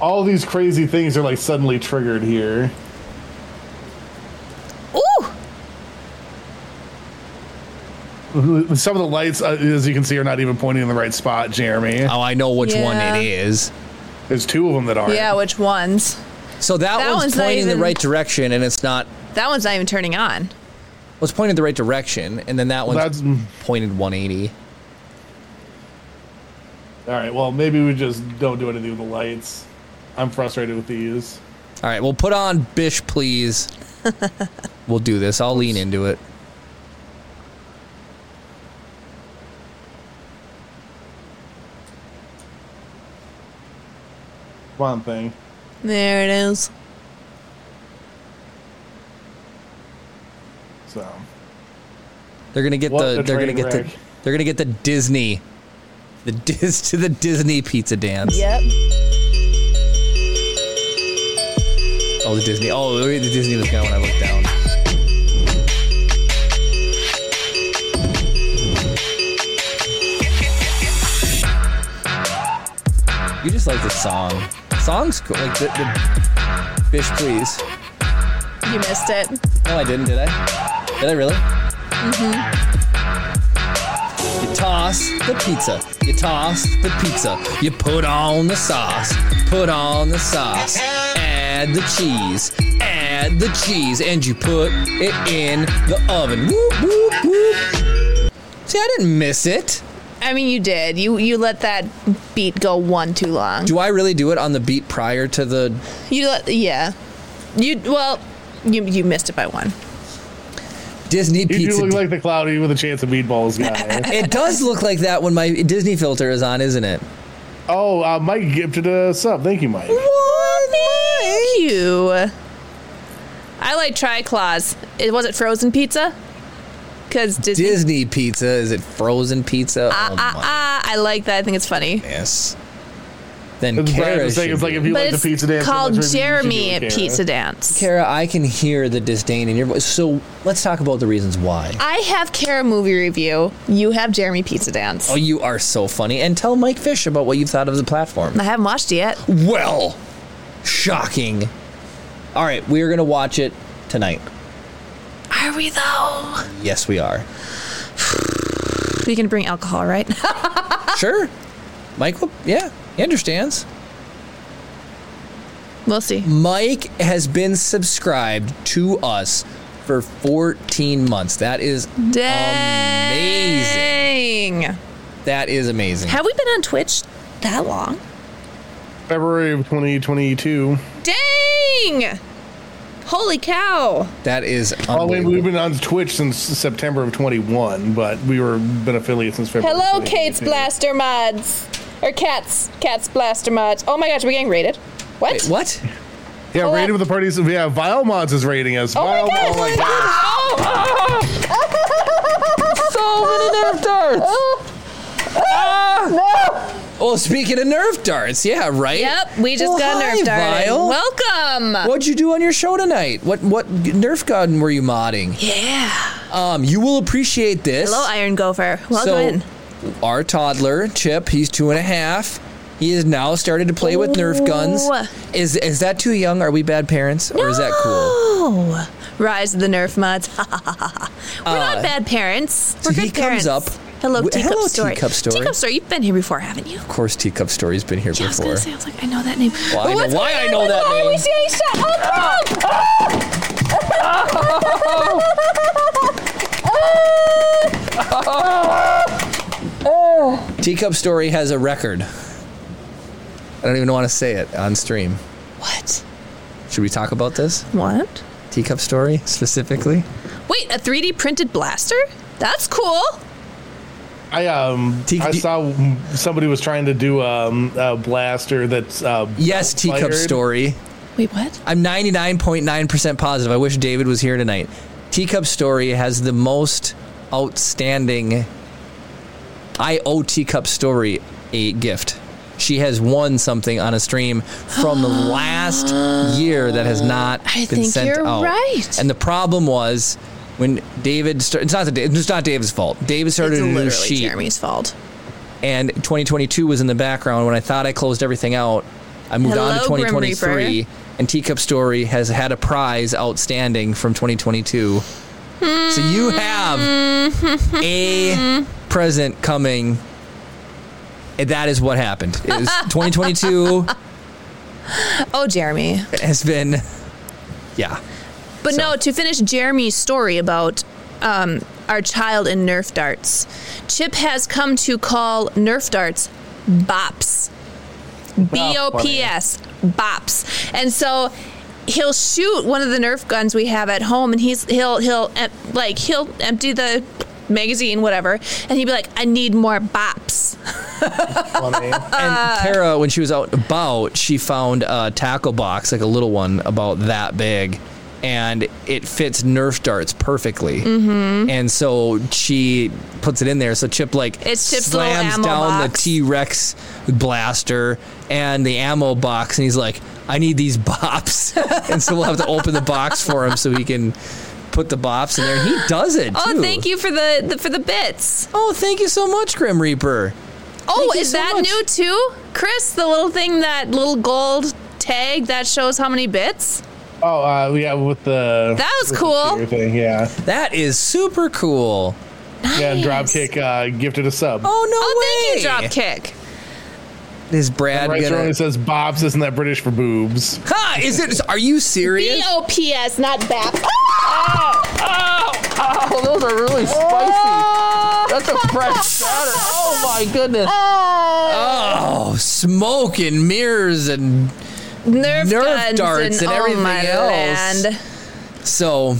[SPEAKER 3] All these crazy things are like suddenly triggered here.
[SPEAKER 2] Ooh,
[SPEAKER 3] Some of the lights, uh, as you can see, are not even pointing in the right spot, Jeremy.
[SPEAKER 1] Oh, I know which one
[SPEAKER 2] Yeah.
[SPEAKER 1] it is.
[SPEAKER 3] There's two of them that aren't.
[SPEAKER 2] yeah. Which ones?
[SPEAKER 1] So that,
[SPEAKER 2] That
[SPEAKER 1] one's,
[SPEAKER 2] one's not
[SPEAKER 1] pointing
[SPEAKER 2] even-
[SPEAKER 1] the right direction, and it's not.
[SPEAKER 2] That one's not even turning on.
[SPEAKER 1] Well, it's pointing the right direction, and then that one's
[SPEAKER 3] That's all
[SPEAKER 1] pointed 180.
[SPEAKER 3] right. Well, maybe we just don't do anything with the lights. I'm frustrated with these.
[SPEAKER 1] All right, well, put on Bish, please. we'll do this. I'll lean into it.
[SPEAKER 3] Come on, thing.
[SPEAKER 2] There it is.
[SPEAKER 3] So
[SPEAKER 1] They're gonna get
[SPEAKER 3] What
[SPEAKER 1] the
[SPEAKER 3] a
[SPEAKER 1] they're gonna
[SPEAKER 3] train
[SPEAKER 1] get
[SPEAKER 3] wreck.
[SPEAKER 1] the they're gonna get the Disney the dis to the Disney pizza dance.
[SPEAKER 2] Yep.
[SPEAKER 1] Oh, the Disney. Oh, the Disney was gone when I looked down. You just like the song. Song's cool. Like the, the Bish Please.
[SPEAKER 2] You missed it.
[SPEAKER 1] No, I didn't, did I? Did I really? Mm-hmm. You toss the pizza. You toss the pizza. You put on the sauce. Put on the sauce. Add the cheese. Add the cheese. And you put it in the oven. Whoop, whoop, whoop. See, I didn't miss it.
[SPEAKER 2] I mean, you did. You you let that beat go one too long.
[SPEAKER 1] Do I really do it on the beat prior to the.
[SPEAKER 2] You let yeah. You well, you you missed it by one.
[SPEAKER 1] Disney
[SPEAKER 3] You
[SPEAKER 1] pizza.
[SPEAKER 3] do look
[SPEAKER 1] D-
[SPEAKER 3] like the cloudy with a chance of meatballs guy.
[SPEAKER 1] it does look like that when my Disney filter is on, isn't it?
[SPEAKER 3] oh, uh, Mike gifted a sub. Thank you, Mike.
[SPEAKER 2] Thank you. I like Triclaws. It was it frozen pizza? Cause Disney.
[SPEAKER 1] Disney pizza. Is it frozen pizza?
[SPEAKER 2] Ah,
[SPEAKER 1] oh
[SPEAKER 2] ah,
[SPEAKER 1] my
[SPEAKER 2] ah, I like that. I think it's funny.
[SPEAKER 1] goodness. Then
[SPEAKER 3] That's Brian
[SPEAKER 1] Kara,
[SPEAKER 3] was saying,
[SPEAKER 1] should
[SPEAKER 3] it's like
[SPEAKER 1] be-
[SPEAKER 3] if you
[SPEAKER 2] but
[SPEAKER 3] like the
[SPEAKER 2] it's
[SPEAKER 3] pizza dance, so
[SPEAKER 2] called
[SPEAKER 3] much, maybe you should
[SPEAKER 2] Jeremy
[SPEAKER 3] do
[SPEAKER 2] at
[SPEAKER 3] it, Kara.
[SPEAKER 2] Pizza Dance.
[SPEAKER 1] Kara, I can hear the disdain in your voice. So let's talk about the reasons why.
[SPEAKER 2] I have Kara movie review. You have Jeremy Pizza Dance.
[SPEAKER 1] Oh, you are so funny. And tell Mike Fish about what you thought of the platform.
[SPEAKER 2] I haven't watched it yet.
[SPEAKER 1] Well, shocking. All right, we are going to watch it tonight.
[SPEAKER 2] Are we though?
[SPEAKER 1] Yes, we are.
[SPEAKER 2] We can bring alcohol, right? Ah.
[SPEAKER 1] Sure. Mike, will- yeah, he understands.
[SPEAKER 2] we'll see.
[SPEAKER 1] Mm-hmm. Mike has been subscribed to us for 14 months. That is amazing.
[SPEAKER 2] Dang.
[SPEAKER 1] That is amazing.
[SPEAKER 2] Have we been on Twitch that long?
[SPEAKER 3] February of 2022.
[SPEAKER 2] Dang! Holy cow!
[SPEAKER 1] That is
[SPEAKER 3] Oh, wait, we've
[SPEAKER 1] unbelievable.
[SPEAKER 3] been on Twitch since September of 21, but we were been affiliate since February.
[SPEAKER 2] Hello,
[SPEAKER 3] 2022.
[SPEAKER 2] Kate's Blaster Mods. Or Cats. Cats Blaster Mods. Oh my gosh, we're getting raided. What?
[SPEAKER 1] Wait, what?
[SPEAKER 3] Yeah,
[SPEAKER 2] Hello.
[SPEAKER 3] rated with the parties. Yeah, Vile Mods is rating us.
[SPEAKER 2] Oh my
[SPEAKER 3] Vile,
[SPEAKER 2] gosh!
[SPEAKER 3] oh my God.
[SPEAKER 2] Oh, oh. so many nerf darts!
[SPEAKER 1] Well, Ah! Oh, speaking of nerf darts, yeah, right.
[SPEAKER 2] Yep, we just
[SPEAKER 1] Well,
[SPEAKER 2] got
[SPEAKER 1] Oh, hi,
[SPEAKER 2] nerf darted.
[SPEAKER 1] Vile.
[SPEAKER 2] Welcome!
[SPEAKER 1] What'd you do on your show tonight? What what nerf gun were you modding?
[SPEAKER 2] Yeah.
[SPEAKER 1] Um, you will appreciate this.
[SPEAKER 2] Hello, Iron Gopher. Welcome in.
[SPEAKER 1] So, our toddler Chip, he's two and a half. He has now started to play with nerf guns.
[SPEAKER 2] Ooh.
[SPEAKER 1] Is is that too young? Are we bad parents, or is that cool?
[SPEAKER 2] Oh, Rise of the Nerf mods. We're not bad parents. We're
[SPEAKER 1] so
[SPEAKER 2] good
[SPEAKER 1] he comes
[SPEAKER 2] parents.
[SPEAKER 1] Uh, up
[SPEAKER 2] Hello,
[SPEAKER 1] with-
[SPEAKER 2] teacup
[SPEAKER 1] hello,
[SPEAKER 2] story.
[SPEAKER 1] Teacup Story.
[SPEAKER 2] Teacup story. You've been here before, haven't you?
[SPEAKER 1] Of course, teacup story's been here
[SPEAKER 2] Yeah, I was
[SPEAKER 1] before.
[SPEAKER 2] gonna say. I was like, I know that name.
[SPEAKER 1] Well, I know
[SPEAKER 2] what's
[SPEAKER 1] why
[SPEAKER 2] going
[SPEAKER 1] I
[SPEAKER 2] on
[SPEAKER 1] know
[SPEAKER 2] with
[SPEAKER 1] that
[SPEAKER 2] the
[SPEAKER 1] name.
[SPEAKER 2] RWCA shot? Oh, God!
[SPEAKER 1] Teacup story has a record. I don't even want to say it on stream.
[SPEAKER 2] What?
[SPEAKER 1] Should we talk about this
[SPEAKER 2] What?
[SPEAKER 1] teacup story specifically?
[SPEAKER 2] Wait, a 3D printed blaster? That's cool.
[SPEAKER 3] I um
[SPEAKER 1] Teak-
[SPEAKER 3] I saw somebody was trying to do um a blaster that's uh
[SPEAKER 1] Yes, teacup
[SPEAKER 3] fired.
[SPEAKER 1] story.
[SPEAKER 2] Wait, what?
[SPEAKER 1] I'm 99.9% positive. I wish David was here tonight. Teacup Story has the most outstanding. I owe Teacup Story a gift. She has won something on a stream from the last year that has not
[SPEAKER 2] I
[SPEAKER 1] been
[SPEAKER 2] think
[SPEAKER 1] sent
[SPEAKER 2] you're
[SPEAKER 1] out.
[SPEAKER 2] right.
[SPEAKER 1] And the problem was when David started. It's not the it's not David's fault. David started
[SPEAKER 2] it's
[SPEAKER 1] a new
[SPEAKER 2] literally
[SPEAKER 1] sheet,
[SPEAKER 2] Jeremy's fault.
[SPEAKER 1] and 2022 was in the background when I thought I closed everything out. I moved on to
[SPEAKER 2] Hello, Grim
[SPEAKER 1] 2023,
[SPEAKER 2] Reaper.
[SPEAKER 1] and Teacup Story has had a prize outstanding from 2022. So you have
[SPEAKER 2] Hmm.
[SPEAKER 1] a present coming. And that is what happened. Is 2022
[SPEAKER 2] Oh, Jeremy.
[SPEAKER 1] has been, yeah.
[SPEAKER 2] But
[SPEAKER 1] So-
[SPEAKER 2] no, to finish Jeremy's story about um, our child and Nerf darts, Chip has come to call Nerf darts bops. B O P S, bops. And so he'll shoot one of the Nerf guns we have at home, and he's he'll he'll em- like he'll empty the magazine, whatever, and he'd be like, "I need more bops."
[SPEAKER 3] funny.
[SPEAKER 1] And
[SPEAKER 2] Uh,
[SPEAKER 1] Kara, when she was out and about, she found a tackle box, like a little one about that big, and it fits Nerf darts perfectly. Mm-hmm. And so she puts it in there. So Chip like
[SPEAKER 2] It's Chip's little
[SPEAKER 1] slams
[SPEAKER 2] ammo
[SPEAKER 1] down
[SPEAKER 2] box.
[SPEAKER 1] the T Rex blaster and the ammo box, and he's like, "I need these bops." and so we'll have to open the box for him so he can put the bops in there. He does it.
[SPEAKER 2] Oh,
[SPEAKER 1] too.
[SPEAKER 2] thank you for the, the for the bits.
[SPEAKER 1] Oh, thank you so much, Grim Reaper.
[SPEAKER 2] Oh,
[SPEAKER 1] Thank you
[SPEAKER 2] is
[SPEAKER 1] so
[SPEAKER 2] that
[SPEAKER 1] much.
[SPEAKER 2] new too? Chris, the little thing that little gold tag that shows how many bits?
[SPEAKER 3] Oh uh, yeah, with the
[SPEAKER 2] That was
[SPEAKER 3] with the
[SPEAKER 2] cool.
[SPEAKER 3] shooter Thing, yeah,
[SPEAKER 1] That is super cool.
[SPEAKER 3] yeah. And
[SPEAKER 2] Nice.
[SPEAKER 3] Dropkick uh, gifted a sub.
[SPEAKER 1] Oh no
[SPEAKER 2] Oh,
[SPEAKER 1] way!
[SPEAKER 2] thank you, Dropkick.
[SPEAKER 1] Is Brad
[SPEAKER 3] right there when
[SPEAKER 1] gonna?
[SPEAKER 3] it says Bob's, isn't that British for boobs?
[SPEAKER 1] Ha! Is it? Are you serious?
[SPEAKER 2] B-O-P-S, not BAP. Oh,
[SPEAKER 1] Oh, those are really spicy.
[SPEAKER 2] Oh.
[SPEAKER 1] That's a fresh batter. Oh my goodness. Oh, smoke and Oh, mirrors and
[SPEAKER 2] Nerf,
[SPEAKER 1] Nerf
[SPEAKER 2] guns
[SPEAKER 1] darts and
[SPEAKER 2] oh
[SPEAKER 1] everything
[SPEAKER 2] my
[SPEAKER 1] else.
[SPEAKER 2] land.
[SPEAKER 1] So,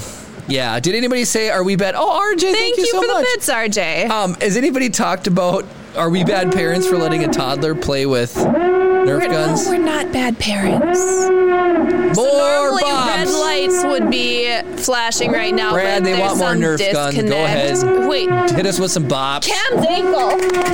[SPEAKER 1] yeah. Did anybody say, are we bad? Oh, RJ, thank,
[SPEAKER 2] Thank, you,
[SPEAKER 1] so
[SPEAKER 2] for
[SPEAKER 1] much.
[SPEAKER 2] the bits, RJ.
[SPEAKER 1] Um, has anybody talked about, are we bad parents for letting a toddler play with Nerf
[SPEAKER 2] we're, no,
[SPEAKER 1] guns?
[SPEAKER 2] we're not bad parents.
[SPEAKER 1] More
[SPEAKER 2] Normally, red
[SPEAKER 1] bombs.
[SPEAKER 2] lights would be flashing right now.
[SPEAKER 1] Brad,
[SPEAKER 2] but
[SPEAKER 1] they
[SPEAKER 2] there's
[SPEAKER 1] want more
[SPEAKER 2] some
[SPEAKER 1] Nerf gun. Go
[SPEAKER 2] disconnect.
[SPEAKER 1] ahead.
[SPEAKER 2] Wait,
[SPEAKER 1] Hit us with some bops.
[SPEAKER 2] Cam's ankle.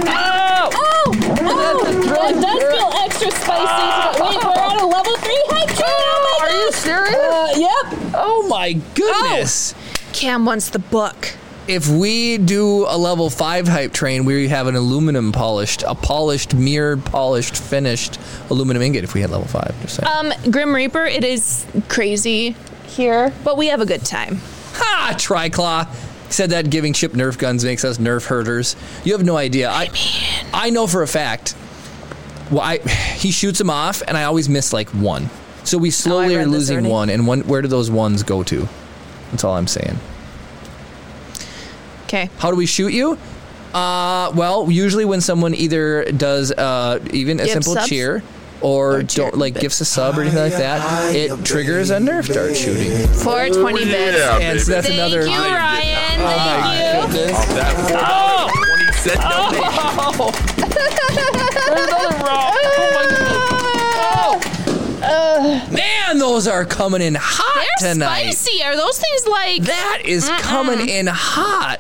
[SPEAKER 1] Oh!
[SPEAKER 2] Oh, oh,
[SPEAKER 1] that does feel
[SPEAKER 2] extra spicy. Wait, we're at a level three Oh hike.
[SPEAKER 1] Uh, Oh, Are you serious?
[SPEAKER 2] Uh, yep.
[SPEAKER 1] oh my goodness.
[SPEAKER 2] Cam wants the book.
[SPEAKER 1] If we do a level five hype train, we have an aluminum polished, a polished, mirrored, polished, finished aluminum ingot. If we had level five, just saying.
[SPEAKER 2] Um, Grim Reaper. It is crazy here, but we have a good time.
[SPEAKER 1] ha! Triclaw said that giving chip Nerf guns makes us Nerf herders. You have no idea. I, I know for a fact. Well, I, he shoots them off, and I always miss like one. So we slowly
[SPEAKER 2] read
[SPEAKER 1] are
[SPEAKER 2] this
[SPEAKER 1] losing
[SPEAKER 2] already.
[SPEAKER 1] one. And one, where do those ones go to? That's all I'm saying.
[SPEAKER 2] Okay.
[SPEAKER 1] How do we shoot you? Uh, well, usually when someone either does uh, even a
[SPEAKER 2] Give
[SPEAKER 1] simple
[SPEAKER 2] subs?
[SPEAKER 1] cheer or,
[SPEAKER 2] Or cheer,
[SPEAKER 1] don't like
[SPEAKER 2] but-
[SPEAKER 1] gives a sub or anything like that, it triggers a Nerf dart shooting.
[SPEAKER 2] 420 bits.
[SPEAKER 4] Yeah,
[SPEAKER 1] And so Oh, that's
[SPEAKER 2] Thank
[SPEAKER 1] another. Oh,
[SPEAKER 2] you, Ryan. Thank you.
[SPEAKER 1] Goodness.
[SPEAKER 4] That was 20 cent donation.
[SPEAKER 1] Man, those are coming in hot
[SPEAKER 2] They're
[SPEAKER 1] tonight.
[SPEAKER 2] spicy. Are those things like?
[SPEAKER 1] That is coming in hot.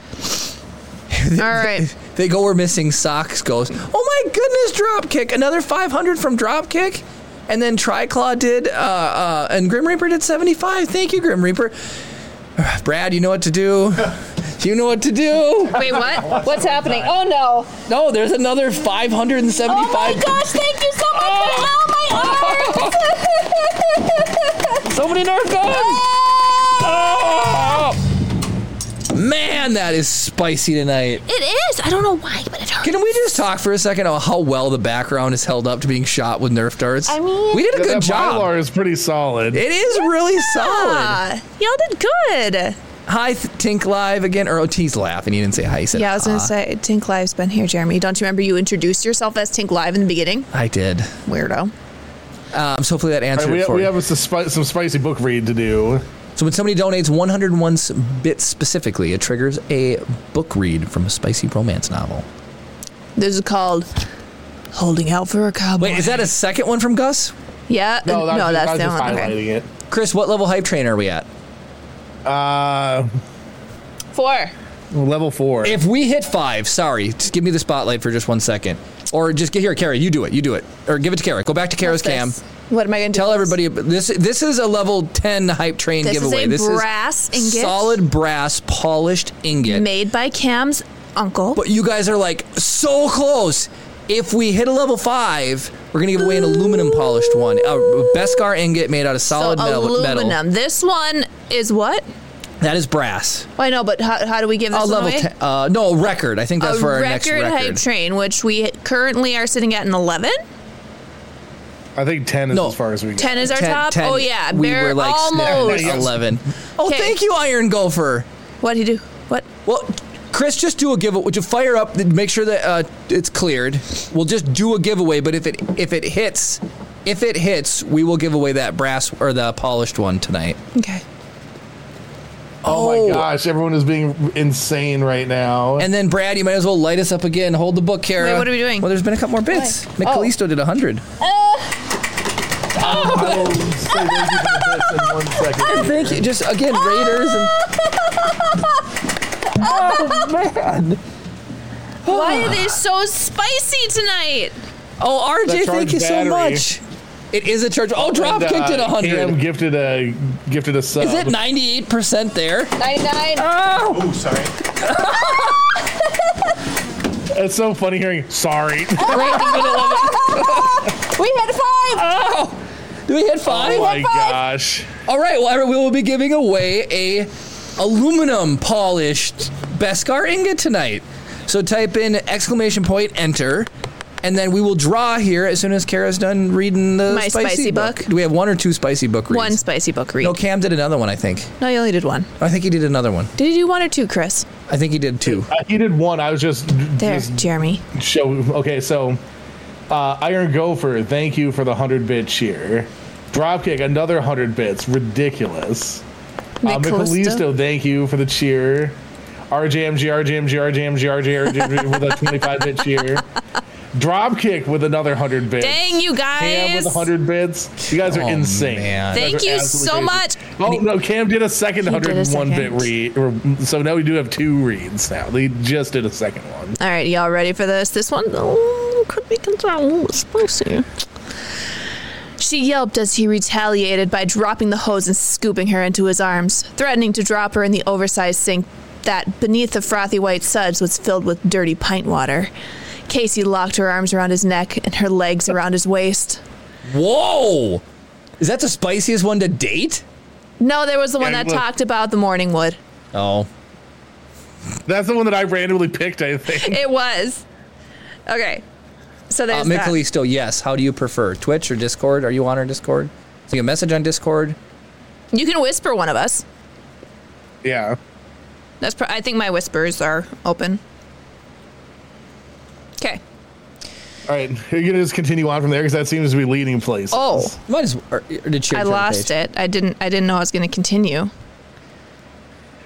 [SPEAKER 2] All right.
[SPEAKER 1] They go where missing socks goes. Oh my goodness, Dropkick. Another 500 from Dropkick. And then Triclaw did, uh, uh, and Grim Reaper did 75. Thank you, Grim Reaper. Brad, you know what to do. You know what to do.
[SPEAKER 2] Wait, what? What's happening? Oh no!
[SPEAKER 1] No, there's another 575.
[SPEAKER 2] Oh my gosh! Thank you so much for all my arms.
[SPEAKER 1] So many Nerf guns!
[SPEAKER 2] Ah!
[SPEAKER 1] Oh! Man, that is spicy tonight.
[SPEAKER 2] it is. I don't know why, but it hurts.
[SPEAKER 1] Can we just talk for a second on how well the background is held up to being shot with Nerf darts?
[SPEAKER 2] I mean-
[SPEAKER 1] we did a good
[SPEAKER 3] that
[SPEAKER 1] job.
[SPEAKER 3] Mylar is pretty solid.
[SPEAKER 1] It is really solid.
[SPEAKER 2] Ah, y'all did good.
[SPEAKER 1] Hi, Th- Tink Live again. Or oh, T's laughing. He didn't say hi. He said,
[SPEAKER 2] Yeah, I was gonna
[SPEAKER 1] "Ah."
[SPEAKER 2] say Tink Live's been here, Jeremy. Don't you remember you introduced yourself as Tink Live in the beginning?
[SPEAKER 1] I did.
[SPEAKER 2] Weirdo.
[SPEAKER 1] Um, so hopefully that
[SPEAKER 3] All
[SPEAKER 1] answered
[SPEAKER 3] right, we,
[SPEAKER 1] it
[SPEAKER 3] have,
[SPEAKER 1] for
[SPEAKER 3] we
[SPEAKER 1] you.
[SPEAKER 3] have a suspi- some spicy book read to do.
[SPEAKER 1] so when somebody donates 101 s- bits specifically, it triggers a book read from a spicy romance novel.
[SPEAKER 2] This is called holding out for a cowboy.
[SPEAKER 1] Wait, is that a second one from Gus?
[SPEAKER 2] Yeah.
[SPEAKER 3] No, that's,
[SPEAKER 2] no, that's the
[SPEAKER 3] just
[SPEAKER 2] one.
[SPEAKER 3] highlighting
[SPEAKER 2] Okay.
[SPEAKER 3] it.
[SPEAKER 1] Chris, what level hype train are we at?
[SPEAKER 3] Uh,
[SPEAKER 2] Four.
[SPEAKER 3] level four.
[SPEAKER 1] If we hit five, sorry, just give me the spotlight for just one second. Or just get here, Kara, you do it, you do it. Or give it to Kara. Go back to Kara's cam.
[SPEAKER 2] What's this? What am I gonna do?
[SPEAKER 1] Tell everybody this this is a level 10 hype train
[SPEAKER 2] This is
[SPEAKER 1] giveaway.
[SPEAKER 2] a brass ingot.
[SPEAKER 1] Solid brass polished ingot.
[SPEAKER 2] Made by Cam's uncle.
[SPEAKER 1] But you guys are like so close. If we hit a level five, we're gonna give away an aluminum polished one, a Beskar ingot made out of
[SPEAKER 2] so
[SPEAKER 1] solid metal.
[SPEAKER 2] aluminum.
[SPEAKER 1] metal.
[SPEAKER 2] This one is what?
[SPEAKER 1] That is brass.
[SPEAKER 2] Well, I know, but how, how do we give this
[SPEAKER 1] A
[SPEAKER 2] one
[SPEAKER 1] level
[SPEAKER 2] away?
[SPEAKER 1] ten, uh, no record. I think that's
[SPEAKER 2] a
[SPEAKER 1] for our
[SPEAKER 2] record,
[SPEAKER 1] next record.
[SPEAKER 2] hype train, which we currently are sitting at an eleven.
[SPEAKER 3] I think ten is
[SPEAKER 1] No,
[SPEAKER 3] as far as we go.
[SPEAKER 2] Ten is our
[SPEAKER 1] 10
[SPEAKER 2] top.
[SPEAKER 1] 10.
[SPEAKER 2] oh yeah,
[SPEAKER 1] we
[SPEAKER 2] Bear
[SPEAKER 1] were like
[SPEAKER 2] almost.
[SPEAKER 1] sniffing at eleven. Oh,
[SPEAKER 2] Okay.
[SPEAKER 1] thank you, Iron Gopher.
[SPEAKER 2] What would he do? What?
[SPEAKER 1] Well, Chris, just do a giveaway. Would you fire up? Make sure that uh, it's cleared. We'll just do a giveaway. But if it if it hits, if it hits, we will give away that brass or the polished one tonight.
[SPEAKER 2] Okay.
[SPEAKER 3] Oh,
[SPEAKER 1] Oh.
[SPEAKER 3] my gosh, everyone is being insane right now.
[SPEAKER 1] And then Brad, you might as well light us up again. Hold the book, Kara.
[SPEAKER 2] Wait, what are we doing?
[SPEAKER 1] Well, there's been a couple more bits.
[SPEAKER 2] Why?
[SPEAKER 1] Nick
[SPEAKER 2] Oh.
[SPEAKER 1] Callisto did hundred.
[SPEAKER 3] I will say thank you for this in one second.
[SPEAKER 1] Thank you. Just again,
[SPEAKER 2] Ah!
[SPEAKER 1] Raiders and
[SPEAKER 2] Why are they so spicy tonight?
[SPEAKER 1] oh, RJ, thank
[SPEAKER 3] That charged
[SPEAKER 1] you so
[SPEAKER 3] battery.
[SPEAKER 1] much. It is a charge. Oh, drop
[SPEAKER 3] And, uh,
[SPEAKER 1] kicked it
[SPEAKER 3] Cam
[SPEAKER 1] hundred.
[SPEAKER 3] gifted a gifted a sub.
[SPEAKER 1] Is it ninety eight percent there?
[SPEAKER 2] 99.
[SPEAKER 4] Oh, sorry.
[SPEAKER 3] It's so funny hearing sorry.
[SPEAKER 2] we had five.
[SPEAKER 1] Oh, do we hit five?
[SPEAKER 3] oh my gosh.
[SPEAKER 1] All right, well, we will be giving away a aluminum polished Beskar ingot tonight. So type in exclamation point enter, and then we will draw here as soon as Kara's done reading the
[SPEAKER 2] My spicy book.
[SPEAKER 1] Do we have one or two spicy book reads?
[SPEAKER 2] One spicy book read.
[SPEAKER 1] No, Cam did another one. I think.
[SPEAKER 2] No, you only did one.
[SPEAKER 1] I think he did another one.
[SPEAKER 2] Did you do one or two, Chris?
[SPEAKER 1] I think he did two.
[SPEAKER 3] Uh, he did one. I was just
[SPEAKER 2] There,
[SPEAKER 3] just
[SPEAKER 2] Jeremy.
[SPEAKER 3] show. Okay, so uh, Iron Gopher, thank you for the hundred bit cheer. Dropkick, another 100 bits. Ridiculous. Uh,
[SPEAKER 2] Micalisto.
[SPEAKER 3] Micalisto, thank you for the cheer. RJMG, RJMG, RJMG, RJMG with a 25 bit cheer. Dropkick with another 100 bits.
[SPEAKER 2] Dang, you
[SPEAKER 3] Cam with
[SPEAKER 2] guys.
[SPEAKER 3] 100 bits. You guys are
[SPEAKER 1] Oh,
[SPEAKER 3] insane.
[SPEAKER 1] man.
[SPEAKER 3] guys
[SPEAKER 2] Thank
[SPEAKER 3] are
[SPEAKER 2] you
[SPEAKER 3] absolutely
[SPEAKER 2] so
[SPEAKER 3] crazy.
[SPEAKER 2] much.
[SPEAKER 3] Oh, no, Cam did a second
[SPEAKER 2] He did a
[SPEAKER 3] 101 bit
[SPEAKER 2] second.
[SPEAKER 3] read. or- So now we do have two reads now. They just did a second one.
[SPEAKER 2] All right, y'all ready for this? This one oh, could be considered a little spicy. She yelped as he retaliated by dropping the hose and scooping her into his arms, threatening to drop her in the oversized sink that, beneath the frothy white suds, was filled with dirty pint water. Casey locked her arms around his neck and her legs around his waist.
[SPEAKER 1] Whoa! Is that the spiciest one to date?
[SPEAKER 2] No, there was the one
[SPEAKER 3] Yeah,
[SPEAKER 2] that
[SPEAKER 3] look.
[SPEAKER 2] talked about the morning wood.
[SPEAKER 1] Oh.
[SPEAKER 3] That's the one that I randomly picked, I think.
[SPEAKER 2] It was. Okay. So
[SPEAKER 1] Uh,
[SPEAKER 2] there's that.
[SPEAKER 1] Micalisto, yes. How do you prefer? Twitch or Discord? Are you on our Discord? So you can message on Discord.
[SPEAKER 2] You can whisper one of us.
[SPEAKER 3] Yeah.
[SPEAKER 2] That's. Pro- I think my whispers are open. Okay.
[SPEAKER 3] All right. You're going to just continue on from there because that seems to be leading places.
[SPEAKER 2] Oh,
[SPEAKER 1] Might as well. Or, or did she
[SPEAKER 2] I lost it. I didn't. I didn't know I was going to continue.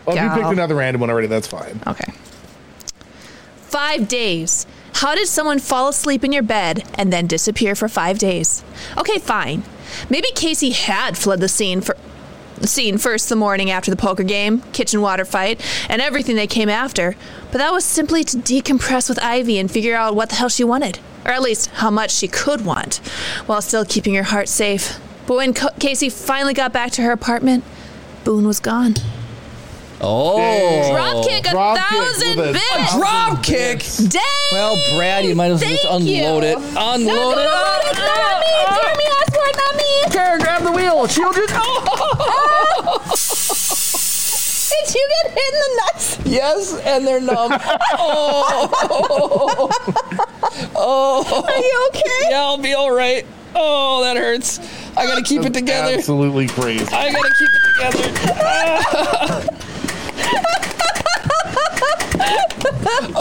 [SPEAKER 3] Well, if you
[SPEAKER 2] gal.
[SPEAKER 3] picked another random one already, that's fine.
[SPEAKER 2] Okay. Five days. How did someone fall asleep in your bed and then disappear for five days? Okay, fine. Maybe Casey had fled the scene for scene first the morning after the poker game, kitchen water fight, and everything they came after. But that was simply to decompress with Ivy and figure out what the hell she wanted, or at least how much she could want, while still keeping her heart safe. But when Co- Casey finally got back to her apartment, Boone was gone.
[SPEAKER 1] Oh.
[SPEAKER 2] Dropkick a thousand
[SPEAKER 3] with
[SPEAKER 2] bits.
[SPEAKER 1] A drop kick?
[SPEAKER 3] bits.
[SPEAKER 2] Dang!
[SPEAKER 1] Well, Brad, you might as well just
[SPEAKER 2] Thank
[SPEAKER 1] unload
[SPEAKER 2] you.
[SPEAKER 1] it. Unload
[SPEAKER 2] No,
[SPEAKER 1] it.
[SPEAKER 2] no, no, it's not me. Jeremy Osborne, not me.
[SPEAKER 1] Karen, grab the wheel, oh, children.
[SPEAKER 2] Did you get hit in the nuts?
[SPEAKER 1] Yes, and they're numb.
[SPEAKER 2] Are you okay?
[SPEAKER 1] yeah, I'll be all right. Oh, that hurts. I gotta keep it together.
[SPEAKER 3] Absolutely crazy.
[SPEAKER 1] I gotta keep it together.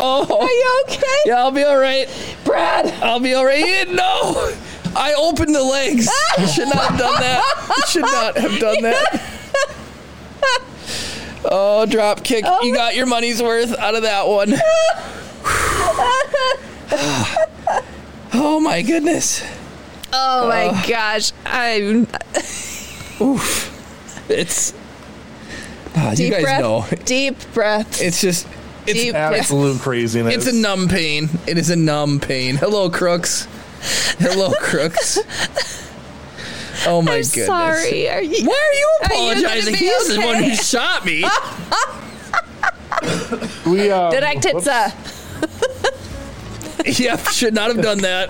[SPEAKER 1] Oh.
[SPEAKER 2] Are you okay?
[SPEAKER 1] Yeah, I'll be all right.
[SPEAKER 2] Brad!
[SPEAKER 1] I'll be all right. He didn't know. I opened the legs. I should not have done that. I should not have done that. Oh, drop kick. You got your money's worth out of that one. oh my goodness.
[SPEAKER 2] Oh my gosh. I'm
[SPEAKER 1] It's Ah, you
[SPEAKER 2] deep
[SPEAKER 1] guys
[SPEAKER 2] breath.
[SPEAKER 1] know.
[SPEAKER 2] Deep breath.
[SPEAKER 1] It's just it's
[SPEAKER 2] Deep breath.
[SPEAKER 3] Absolute craziness.
[SPEAKER 1] it's a numb pain. It is a numb pain. Hello, crooks. Hello, crooks. Oh my
[SPEAKER 2] I'm
[SPEAKER 1] goodness.
[SPEAKER 2] sorry. Are you
[SPEAKER 1] Why are you
[SPEAKER 2] Are you gonna
[SPEAKER 1] apologizing?
[SPEAKER 2] be
[SPEAKER 1] He was the
[SPEAKER 2] okay?
[SPEAKER 1] one who shot me.
[SPEAKER 3] We, uh,
[SPEAKER 2] Did I
[SPEAKER 3] whoops.
[SPEAKER 2] titsa?
[SPEAKER 1] yep, should not have done that.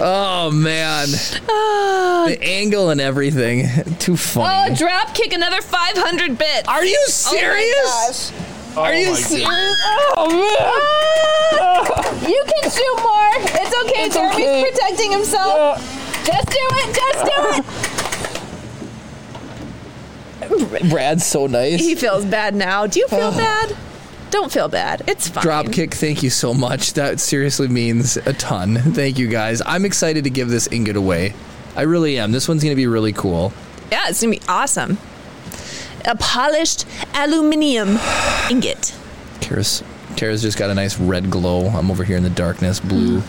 [SPEAKER 1] oh man, the angle and everything, too
[SPEAKER 2] Ah. Oh,
[SPEAKER 1] funny.
[SPEAKER 2] drop kick another 500 bits.
[SPEAKER 1] are you serious? are
[SPEAKER 3] my
[SPEAKER 1] you
[SPEAKER 3] God.
[SPEAKER 1] serious? Oh
[SPEAKER 2] You can shoot more. It's okay. Jeremy's
[SPEAKER 1] okay.
[SPEAKER 2] protecting himself. Just do it. Just do it.
[SPEAKER 1] man, Brad's so nice.
[SPEAKER 2] He feels bad now. Do you feel bad? Don't feel bad. It's fine.
[SPEAKER 1] Dropkick, thank you so much. That seriously means a ton. Thank you guys. I'm excited to give this ingot away. I really am. This one's going to be really cool.
[SPEAKER 2] Yeah, it's gonna be awesome. A polished aluminium ingot.
[SPEAKER 1] Kara's, Kara's just got a nice red glow. I'm over here in the darkness, blue,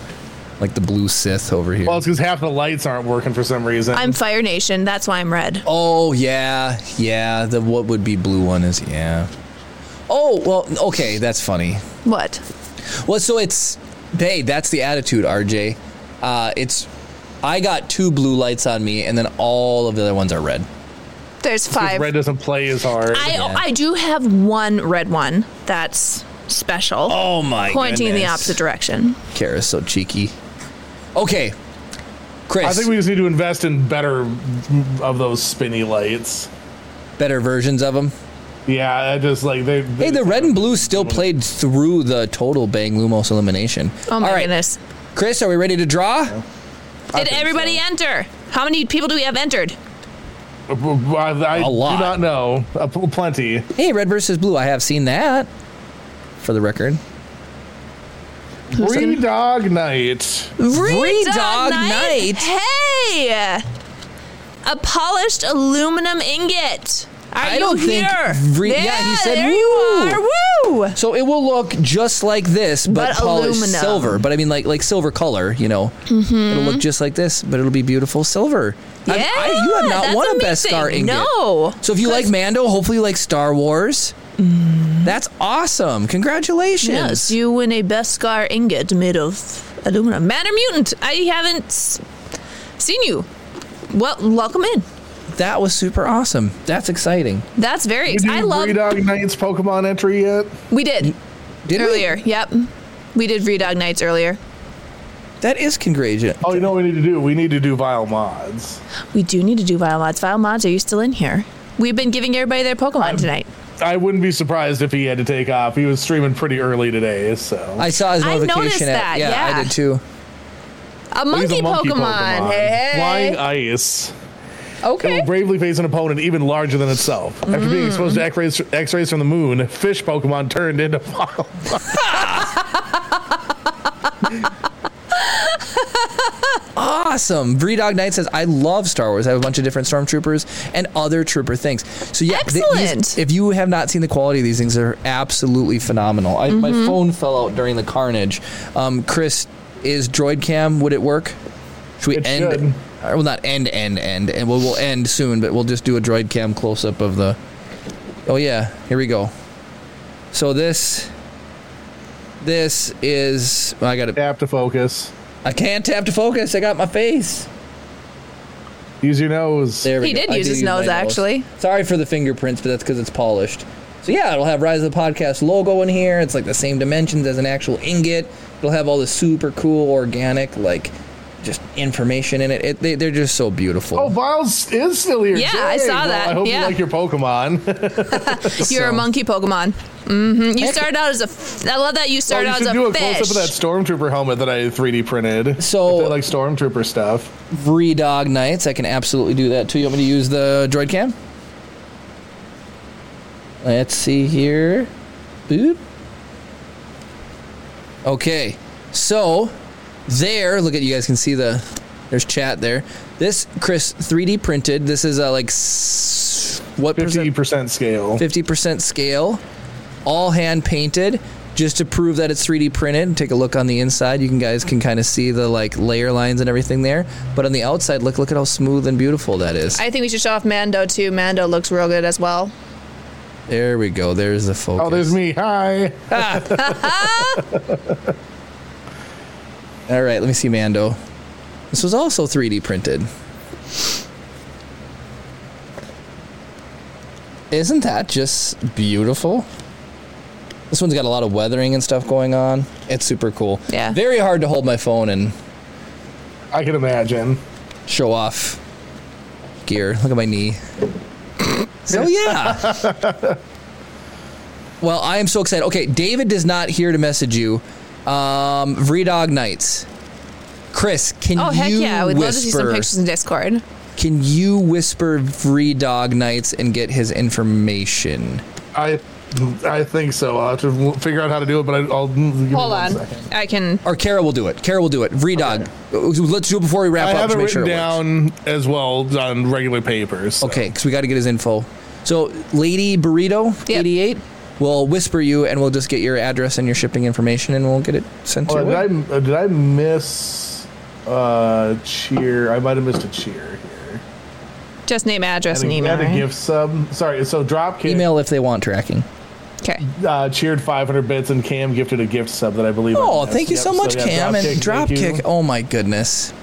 [SPEAKER 1] like the blue Sith over here.
[SPEAKER 3] Well, it's because half the lights aren't working for some reason.
[SPEAKER 2] I'm Fire Nation. That's why I'm red.
[SPEAKER 1] oh, yeah. Yeah. The what would be blue one is, yeah. Oh, well, okay. That's funny.
[SPEAKER 2] What?
[SPEAKER 1] Well, so it's hey, that's the attitude, RJ. Uh, it's I got two blue lights on me, and then all of the other ones are red.
[SPEAKER 2] There's five.
[SPEAKER 3] Red doesn't play as hard.
[SPEAKER 2] I
[SPEAKER 1] Yeah.
[SPEAKER 2] I do have one red one that's special,
[SPEAKER 1] Oh my!
[SPEAKER 2] pointing in the
[SPEAKER 1] goodness.
[SPEAKER 2] opposite direction.
[SPEAKER 1] Kara's so cheeky. Okay, Chris.
[SPEAKER 3] I think we just need to invest in better of those spinny lights.
[SPEAKER 1] better versions of them.
[SPEAKER 3] Yeah, I just like they.
[SPEAKER 1] Hey, the red and blue still played through the total Bang Lumos elimination.
[SPEAKER 2] Oh my
[SPEAKER 1] All right,
[SPEAKER 2] goodness!
[SPEAKER 1] Chris, are we ready to draw?
[SPEAKER 2] Did
[SPEAKER 3] think
[SPEAKER 2] everybody
[SPEAKER 3] so.
[SPEAKER 2] enter? How many people do we have entered?
[SPEAKER 3] I, I
[SPEAKER 1] A lot.
[SPEAKER 3] do not know. Uh, pl- plenty.
[SPEAKER 1] Hey, red versus blue. I have seen that. For the record,
[SPEAKER 3] Free dog night.
[SPEAKER 1] Vree
[SPEAKER 2] Dog
[SPEAKER 1] Dog Night?
[SPEAKER 2] Hey! A polished aluminum ingot. Are
[SPEAKER 1] I
[SPEAKER 2] you
[SPEAKER 1] don't think
[SPEAKER 2] here?
[SPEAKER 1] Vree- yeah, he said,
[SPEAKER 2] there you are. Woo!
[SPEAKER 1] So it will look just like this, but,
[SPEAKER 2] But
[SPEAKER 1] polished
[SPEAKER 2] aluminum. Mm-hmm.
[SPEAKER 1] silver. But I mean, like like silver color, you know. It'll look just like this, but it'll be beautiful silver. I-
[SPEAKER 2] Yeah,
[SPEAKER 1] I, you have not
[SPEAKER 2] that's
[SPEAKER 1] won a best star
[SPEAKER 2] amazing.
[SPEAKER 1] ingot.
[SPEAKER 2] No,
[SPEAKER 1] So if you like Mando, hopefully you like Star Wars. That's awesome! Congratulations.
[SPEAKER 2] Yes, you win a Beskar ingot made of aluminum. Madam Mutant, I haven't s- seen you. Well, welcome in.
[SPEAKER 1] that was super awesome. That's exciting.
[SPEAKER 2] That's very.
[SPEAKER 3] Did
[SPEAKER 2] Ex-
[SPEAKER 3] you
[SPEAKER 2] I
[SPEAKER 3] do
[SPEAKER 2] love.
[SPEAKER 3] Free dog night's Pokemon entry yet?
[SPEAKER 2] We did
[SPEAKER 1] Did we?
[SPEAKER 2] earlier. Yep, we did Redog Nights earlier.
[SPEAKER 1] That is congratulations.
[SPEAKER 3] Oh, you know what we need to do? We need to do Vile Mods.
[SPEAKER 2] We do need to do Vile Mods. Vile Mods, are you still in here? We've been giving everybody their Pokemon tonight.
[SPEAKER 3] I wouldn't be surprised if he had to take off. He was streaming pretty early today, so.
[SPEAKER 1] I saw his
[SPEAKER 2] I
[SPEAKER 1] notification.
[SPEAKER 2] noticed
[SPEAKER 1] at-
[SPEAKER 2] that,
[SPEAKER 1] I
[SPEAKER 2] yeah.
[SPEAKER 1] did too.
[SPEAKER 2] A
[SPEAKER 3] He's
[SPEAKER 2] monkey,
[SPEAKER 3] a monkey
[SPEAKER 2] Pokemon.
[SPEAKER 3] Pokemon.
[SPEAKER 2] Hey,
[SPEAKER 3] Flying
[SPEAKER 2] hey.
[SPEAKER 3] ice. It
[SPEAKER 2] Okay. Mm.
[SPEAKER 3] will bravely face an opponent even larger than itself. After being exposed to X-rays, X-rays from the moon, fish Pokemon turned into vile.
[SPEAKER 1] Awesome. Vredog Knight says, I love Star Wars. I have a bunch of different stormtroopers and other trooper things. So, yeah, th- these-
[SPEAKER 2] Excellent.
[SPEAKER 1] if you have not seen the quality of these things, they're absolutely phenomenal. I, My phone fell out during the carnage. Um, Chris, is droid cam, would it work? Should we
[SPEAKER 3] It
[SPEAKER 1] end?
[SPEAKER 3] should.
[SPEAKER 1] Or, well, not end, end, end. And we'll, we'll end soon, but we'll just do a droid cam close up of the. Oh, yeah. Here we go. So, this. This is. I got to.
[SPEAKER 3] Tap to focus.
[SPEAKER 1] I can't tap to focus. I got my face.
[SPEAKER 3] Use your nose.
[SPEAKER 1] There we
[SPEAKER 2] He
[SPEAKER 1] go.
[SPEAKER 2] did
[SPEAKER 1] I
[SPEAKER 2] use his
[SPEAKER 1] my
[SPEAKER 2] nose, actually.
[SPEAKER 1] Sorry for the fingerprints, but that's because it's polished. So yeah, it'll have Rise of the Podcast logo in here. It's like the same dimensions as an actual ingot. It'll have all the super cool organic like just information in it. it they, they're just so beautiful.
[SPEAKER 3] Oh, Viles is still here.
[SPEAKER 2] Yeah, I
[SPEAKER 3] Yay.
[SPEAKER 2] saw
[SPEAKER 3] Well,
[SPEAKER 2] that.
[SPEAKER 3] I hope
[SPEAKER 2] Yeah.
[SPEAKER 3] you like your Pokemon.
[SPEAKER 2] You're a
[SPEAKER 1] So-
[SPEAKER 2] monkey Pokemon. hmm You started out as a. f- I love that you
[SPEAKER 3] Oh,
[SPEAKER 2] started
[SPEAKER 3] you
[SPEAKER 2] out as
[SPEAKER 3] should
[SPEAKER 2] a
[SPEAKER 3] do a
[SPEAKER 2] fish.
[SPEAKER 3] close up of that Stormtrooper helmet that I 3D printed.
[SPEAKER 1] So-
[SPEAKER 3] If they like Stormtrooper stuff.
[SPEAKER 1] Free dog nights. I can absolutely do that too. You want me to use the droid cam? Let's see here. Boop. Okay. So there, look at you guys can see the there's chat there. This Chris 3D printed. This is a like s- what percent?
[SPEAKER 3] 50% scale.
[SPEAKER 1] 50% scale, all hand painted, just to prove that it's 3D printed. Take a look on the inside. You can guys can kind of see the like layer lines and everything there. But on the outside, look look at how smooth and beautiful that is.
[SPEAKER 2] I think we should show off Mando too. Mando looks real good as well.
[SPEAKER 1] there we go. There's the focus.
[SPEAKER 3] Oh, there's me. Hi.
[SPEAKER 1] All right, let me see Mando. This was also 3D printed. Isn't that just beautiful? This one's got a lot of weathering and stuff going on. It's super cool.
[SPEAKER 2] Yeah.
[SPEAKER 1] Very hard to hold my phone and
[SPEAKER 3] I can imagine.
[SPEAKER 1] show off gear. Look at my knee. so yeah. well, I am so excited. Okay, David does not here to message you. Um, Vredog Knights. Chris, can
[SPEAKER 2] Oh heck
[SPEAKER 1] you
[SPEAKER 2] yeah! I would love to see
[SPEAKER 1] whisper?
[SPEAKER 2] some pictures in Discord.
[SPEAKER 1] Can you whisper Vredog Knights and get his information?
[SPEAKER 3] I I think so. I'll have to figure out how to do it, but I, I'll. Give me
[SPEAKER 2] Hold
[SPEAKER 3] one
[SPEAKER 2] on,
[SPEAKER 3] second.
[SPEAKER 2] I can.
[SPEAKER 1] Or Kara will do it. Kara will do it. Vredog. Let's do it before we wrap
[SPEAKER 3] I
[SPEAKER 1] up.
[SPEAKER 3] have
[SPEAKER 1] to
[SPEAKER 3] it
[SPEAKER 1] make
[SPEAKER 3] written
[SPEAKER 1] sure it works.
[SPEAKER 3] down as well on regular papers. so.
[SPEAKER 1] Okay, because we got to get his info. So, Lady Burrito
[SPEAKER 2] Yep.
[SPEAKER 1] 88 will whisper you and we'll just get your address and your shipping information and we'll get it sent to
[SPEAKER 3] Hold
[SPEAKER 1] you.
[SPEAKER 3] on, did I uh, did I miss uh cheer? I might have missed a cheer here.
[SPEAKER 2] Just name address and
[SPEAKER 3] a,
[SPEAKER 2] email.
[SPEAKER 3] and a
[SPEAKER 2] right?
[SPEAKER 3] gift sub. Sorry, so Dropkick
[SPEAKER 1] eh? Email if they want tracking.
[SPEAKER 2] Okay.
[SPEAKER 3] uh, cheered 500 bits, and Cam gifted a gift sub that I believe. I
[SPEAKER 1] Oh,
[SPEAKER 3] missed.
[SPEAKER 1] thank you
[SPEAKER 3] Yep,
[SPEAKER 1] so much,
[SPEAKER 3] yeah,
[SPEAKER 1] Cam. and
[SPEAKER 3] thank you.
[SPEAKER 1] Dropkick. Oh, my goodness.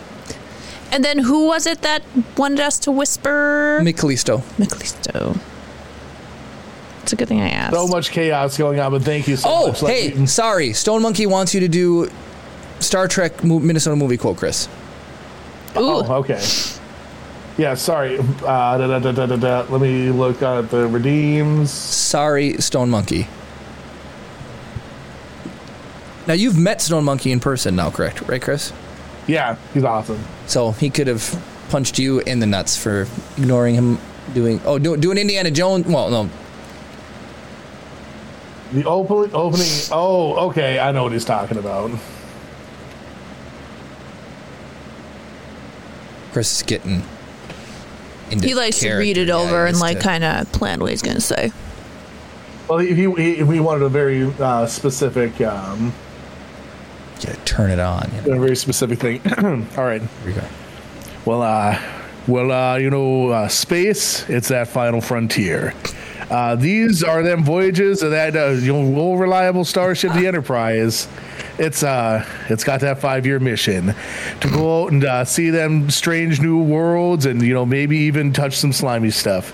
[SPEAKER 2] And then who was it that wanted us to whisper?
[SPEAKER 1] McCalisto.
[SPEAKER 2] McListo. It's a good thing I asked.
[SPEAKER 3] So much chaos going on, but thank you so
[SPEAKER 1] Oh,
[SPEAKER 3] much. Like,
[SPEAKER 1] hey, sorry. Stone Monkey wants you to do Star Trek mo- Minnesota movie quote, Chris.
[SPEAKER 2] Ooh,
[SPEAKER 3] Oh, okay. Yeah, sorry. Uh, da, da, da, da, da, da. Let me look at the redeems.
[SPEAKER 1] Sorry, Stone Monkey. Now, you've met Stone Monkey in person now, correct? Right, Chris?
[SPEAKER 3] Yeah, he's awesome.
[SPEAKER 1] So he could have punched you in the nuts for ignoring him doing oh do, doing Indiana Jones. Well, no,
[SPEAKER 3] The open, opening. Oh, okay. I know what he's talking about.
[SPEAKER 1] Chris is getting. Into
[SPEAKER 2] He likes to read
[SPEAKER 1] character.
[SPEAKER 2] it
[SPEAKER 1] Yeah, he
[SPEAKER 2] over and
[SPEAKER 1] needs
[SPEAKER 2] like
[SPEAKER 1] to-
[SPEAKER 2] kind of plan what he's gonna say.
[SPEAKER 3] Well, he, he, he he wanted a very uh, specific, um,
[SPEAKER 1] yeah, turn it on. you know.
[SPEAKER 3] a very specific thing. All right.
[SPEAKER 1] Here we go.
[SPEAKER 3] Well, uh, well, uh, you know, uh, space. It's that final frontier. Uh, these are them voyages of that uh, you know, old reliable starship, the Enterprise. It's uh, it's got that five-year mission to go out and uh, see them strange new worlds, and you know, maybe even touch some slimy stuff.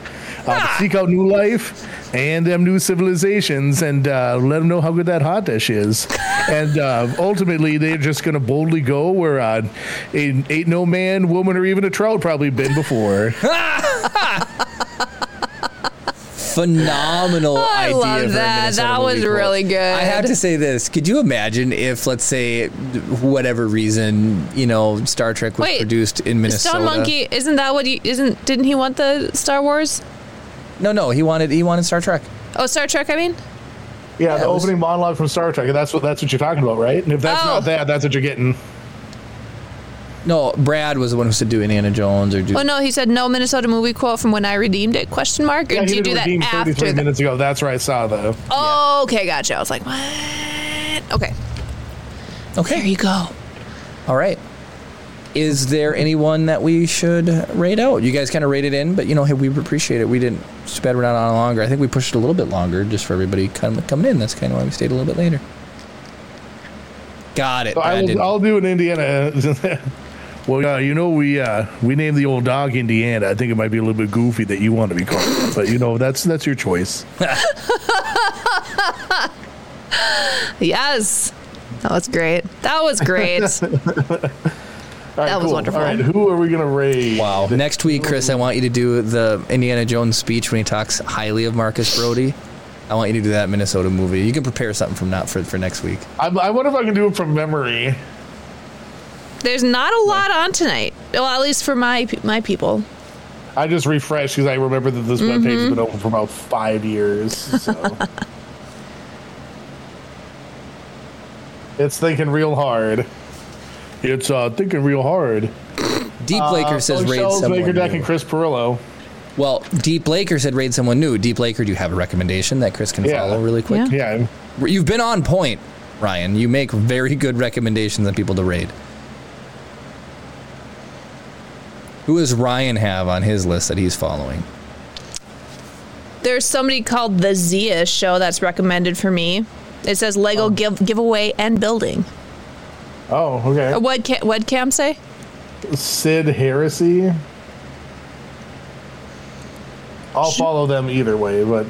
[SPEAKER 3] Uh, to Seek out new life and them new civilizations, and uh, let them know how good that hot dish is. and uh, ultimately, they're just going to boldly go where uh, ain't, ain't no man, woman, or even a trout probably been before.
[SPEAKER 1] phenomenal
[SPEAKER 2] I
[SPEAKER 1] idea.
[SPEAKER 2] love
[SPEAKER 1] for a
[SPEAKER 2] that.
[SPEAKER 1] Minnesota
[SPEAKER 2] That was
[SPEAKER 1] movie quote.
[SPEAKER 2] really good.
[SPEAKER 1] I have to say this. Could you imagine if, let's say, whatever reason, you know, Star Trek was
[SPEAKER 2] Wait,
[SPEAKER 1] produced in Minnesota?
[SPEAKER 2] Stone Monkey, isn't that what he isn't? Didn't he want the Star Wars?
[SPEAKER 1] No, no, he wanted he wanted Star Trek.
[SPEAKER 2] Oh, Star Trek. I mean,
[SPEAKER 3] Yeah, the
[SPEAKER 1] it was-
[SPEAKER 3] opening monologue from Star Trek. and That's what that's what you're talking about, right? And if that's
[SPEAKER 2] Oh.
[SPEAKER 3] not that, that's what you're getting.
[SPEAKER 1] No, Brad was the one who said do Indiana Jones or do.
[SPEAKER 2] oh no, he said no Minnesota movie quote from when I redeemed it? Question mark. Or
[SPEAKER 3] Yeah,
[SPEAKER 2] do
[SPEAKER 3] he
[SPEAKER 2] you
[SPEAKER 3] did
[SPEAKER 2] do that
[SPEAKER 3] redeem
[SPEAKER 2] after the?
[SPEAKER 3] minutes ago. That's where I saw though.
[SPEAKER 2] Oh, okay, gotcha. I was like, what? Okay, there
[SPEAKER 1] Okay,
[SPEAKER 2] you go.
[SPEAKER 1] all right. Is there anyone that we should rate out? You guys kind of rated in, but you know, hey, we appreciate it. We didn't. It's too bad we're not on longer. I think we pushed it a little bit longer just for everybody come, coming in. That's kind of why we stayed a little bit later. Got it.
[SPEAKER 3] So
[SPEAKER 1] Brad
[SPEAKER 3] I
[SPEAKER 1] didn't-
[SPEAKER 3] will, I'll do an Indiana. well, uh, you know we uh, we named the old dog Indiana. I think it might be a little bit goofy that you want to be called, that, but you know that's that's your choice.
[SPEAKER 2] Yes, that was great. That was great.
[SPEAKER 3] All right,
[SPEAKER 2] That was wonderful.
[SPEAKER 3] All right, who are we gonna raid?
[SPEAKER 1] Wow. Next week, Chris, I want you to do the Indiana Jones speech when he talks highly of Marcus Brody. I want you to do that Minnesota movie. You can prepare something from that for, for next week.
[SPEAKER 3] I, I wonder if I can do it from memory.
[SPEAKER 2] There's not a lot on tonight. Well, at least for my pe- my people.
[SPEAKER 3] I just refreshed because I remember that this webpage
[SPEAKER 1] Mm-hmm.
[SPEAKER 3] has been open for about five years. So. it's thinking real hard. It's uh, thinking real hard. Uh,
[SPEAKER 1] Deep Laker says raid
[SPEAKER 3] Shells,
[SPEAKER 1] someone
[SPEAKER 3] Baker Deck,
[SPEAKER 1] new.
[SPEAKER 3] and Chris Perillo.
[SPEAKER 1] Well, Deep Laker said raid someone new. Deep Laker, do you have a recommendation that Chris can
[SPEAKER 3] Yeah.
[SPEAKER 1] follow really quick?
[SPEAKER 2] Yeah.
[SPEAKER 3] Yeah.
[SPEAKER 1] You've been on point, Ryan. You make very good recommendations on people to raid. Who does Ryan have on his list that he's following?
[SPEAKER 2] There's somebody called the Zia Show that's recommended for me. It says Lego give, giveaway and building.
[SPEAKER 3] Oh, okay.
[SPEAKER 2] Uh, What ca- what Cam say?
[SPEAKER 3] Sid Heresy. I'll follow them either way, but.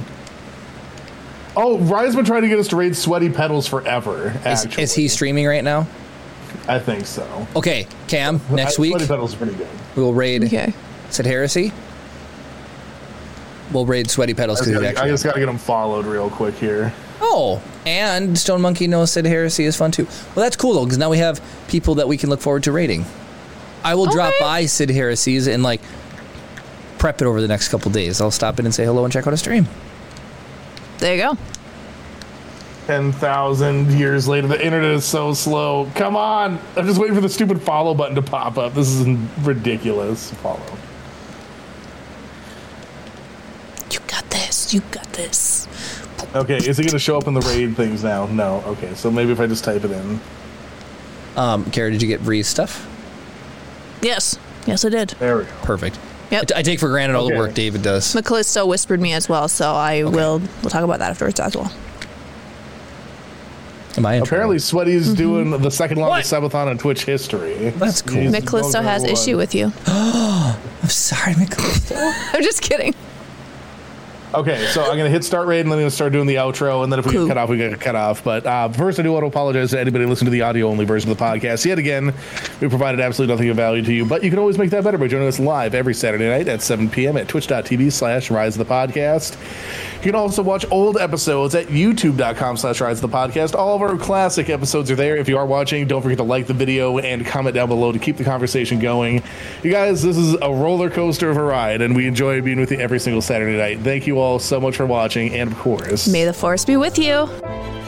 [SPEAKER 3] Oh, Ryan's been trying to get us to raid Sweaty Pedals forever.
[SPEAKER 1] Is,
[SPEAKER 3] Actually,
[SPEAKER 1] is he streaming right now?
[SPEAKER 3] I think so.
[SPEAKER 1] Okay, Cam, next
[SPEAKER 3] I-
[SPEAKER 1] week
[SPEAKER 3] Sweaty Pedals is pretty good.
[SPEAKER 1] we will raid.
[SPEAKER 2] Okay.
[SPEAKER 1] Said heresy. We'll raid sweaty pedals
[SPEAKER 3] I
[SPEAKER 1] because
[SPEAKER 3] just,
[SPEAKER 1] he's
[SPEAKER 3] gotta, I
[SPEAKER 1] actually.
[SPEAKER 3] just gotta get them followed real quick here.
[SPEAKER 1] Oh, and Stone Monkey knows said heresy is fun too. Well, that's cool though because now we have people that we can look forward to raiding. I will drop
[SPEAKER 2] Okay.
[SPEAKER 1] by Sid Heresies and like prep it over the next couple days. I'll stop in and say hello and check out a stream.
[SPEAKER 2] There you go.
[SPEAKER 3] Ten thousand years later, the internet is so slow. Come on! I'm just waiting for the stupid follow button to pop up. This is ridiculous. Follow.
[SPEAKER 2] You got this. You got this.
[SPEAKER 3] Okay, is it gonna show up in the raid things now? No. Okay, so maybe if I just type it in.
[SPEAKER 1] Um, Kara, did you get Bree's stuff?
[SPEAKER 2] Yes. Yes, I did.
[SPEAKER 3] There we go.
[SPEAKER 1] Perfect.
[SPEAKER 2] Yep.
[SPEAKER 1] I, t- I take for granted all the
[SPEAKER 3] Okay.
[SPEAKER 1] work David does.
[SPEAKER 2] McCallisto whispered me as well, so I will we'll talk about that afterwards as well.
[SPEAKER 1] Am I in trouble?
[SPEAKER 3] Apparently, Sweaty's
[SPEAKER 2] Mm-hmm.
[SPEAKER 3] doing the second longest subathon in Twitch history.
[SPEAKER 1] That's cool.
[SPEAKER 3] He's
[SPEAKER 2] Mick Callisto
[SPEAKER 3] going
[SPEAKER 2] has
[SPEAKER 3] number
[SPEAKER 2] issue
[SPEAKER 3] one.
[SPEAKER 2] with you.
[SPEAKER 1] I'm sorry, McClisto.
[SPEAKER 2] I'm just kidding.
[SPEAKER 3] Okay, so I'm gonna hit start raid and then I'm gonna start doing the outro, and then if we
[SPEAKER 2] Cool.
[SPEAKER 3] get cut off, we get cut off. But uh, first, I do want to apologize to anybody listening to the audio only version of the podcast. Yet again, we provided absolutely nothing of value to you, but you can always make that better by joining us live every Saturday night at 7 p.m. at Twitch.tv/slash Rise of the Podcast. You can also watch old episodes at youtube.com slash rise of the podcast. All of our classic episodes are there. If you are watching, don't forget to like the video and comment down below to keep the conversation going. You guys, this is a roller coaster of a ride, and we enjoy being with you every single Saturday night. Thank you all all so much for watching, and of course,
[SPEAKER 2] May the force be with you.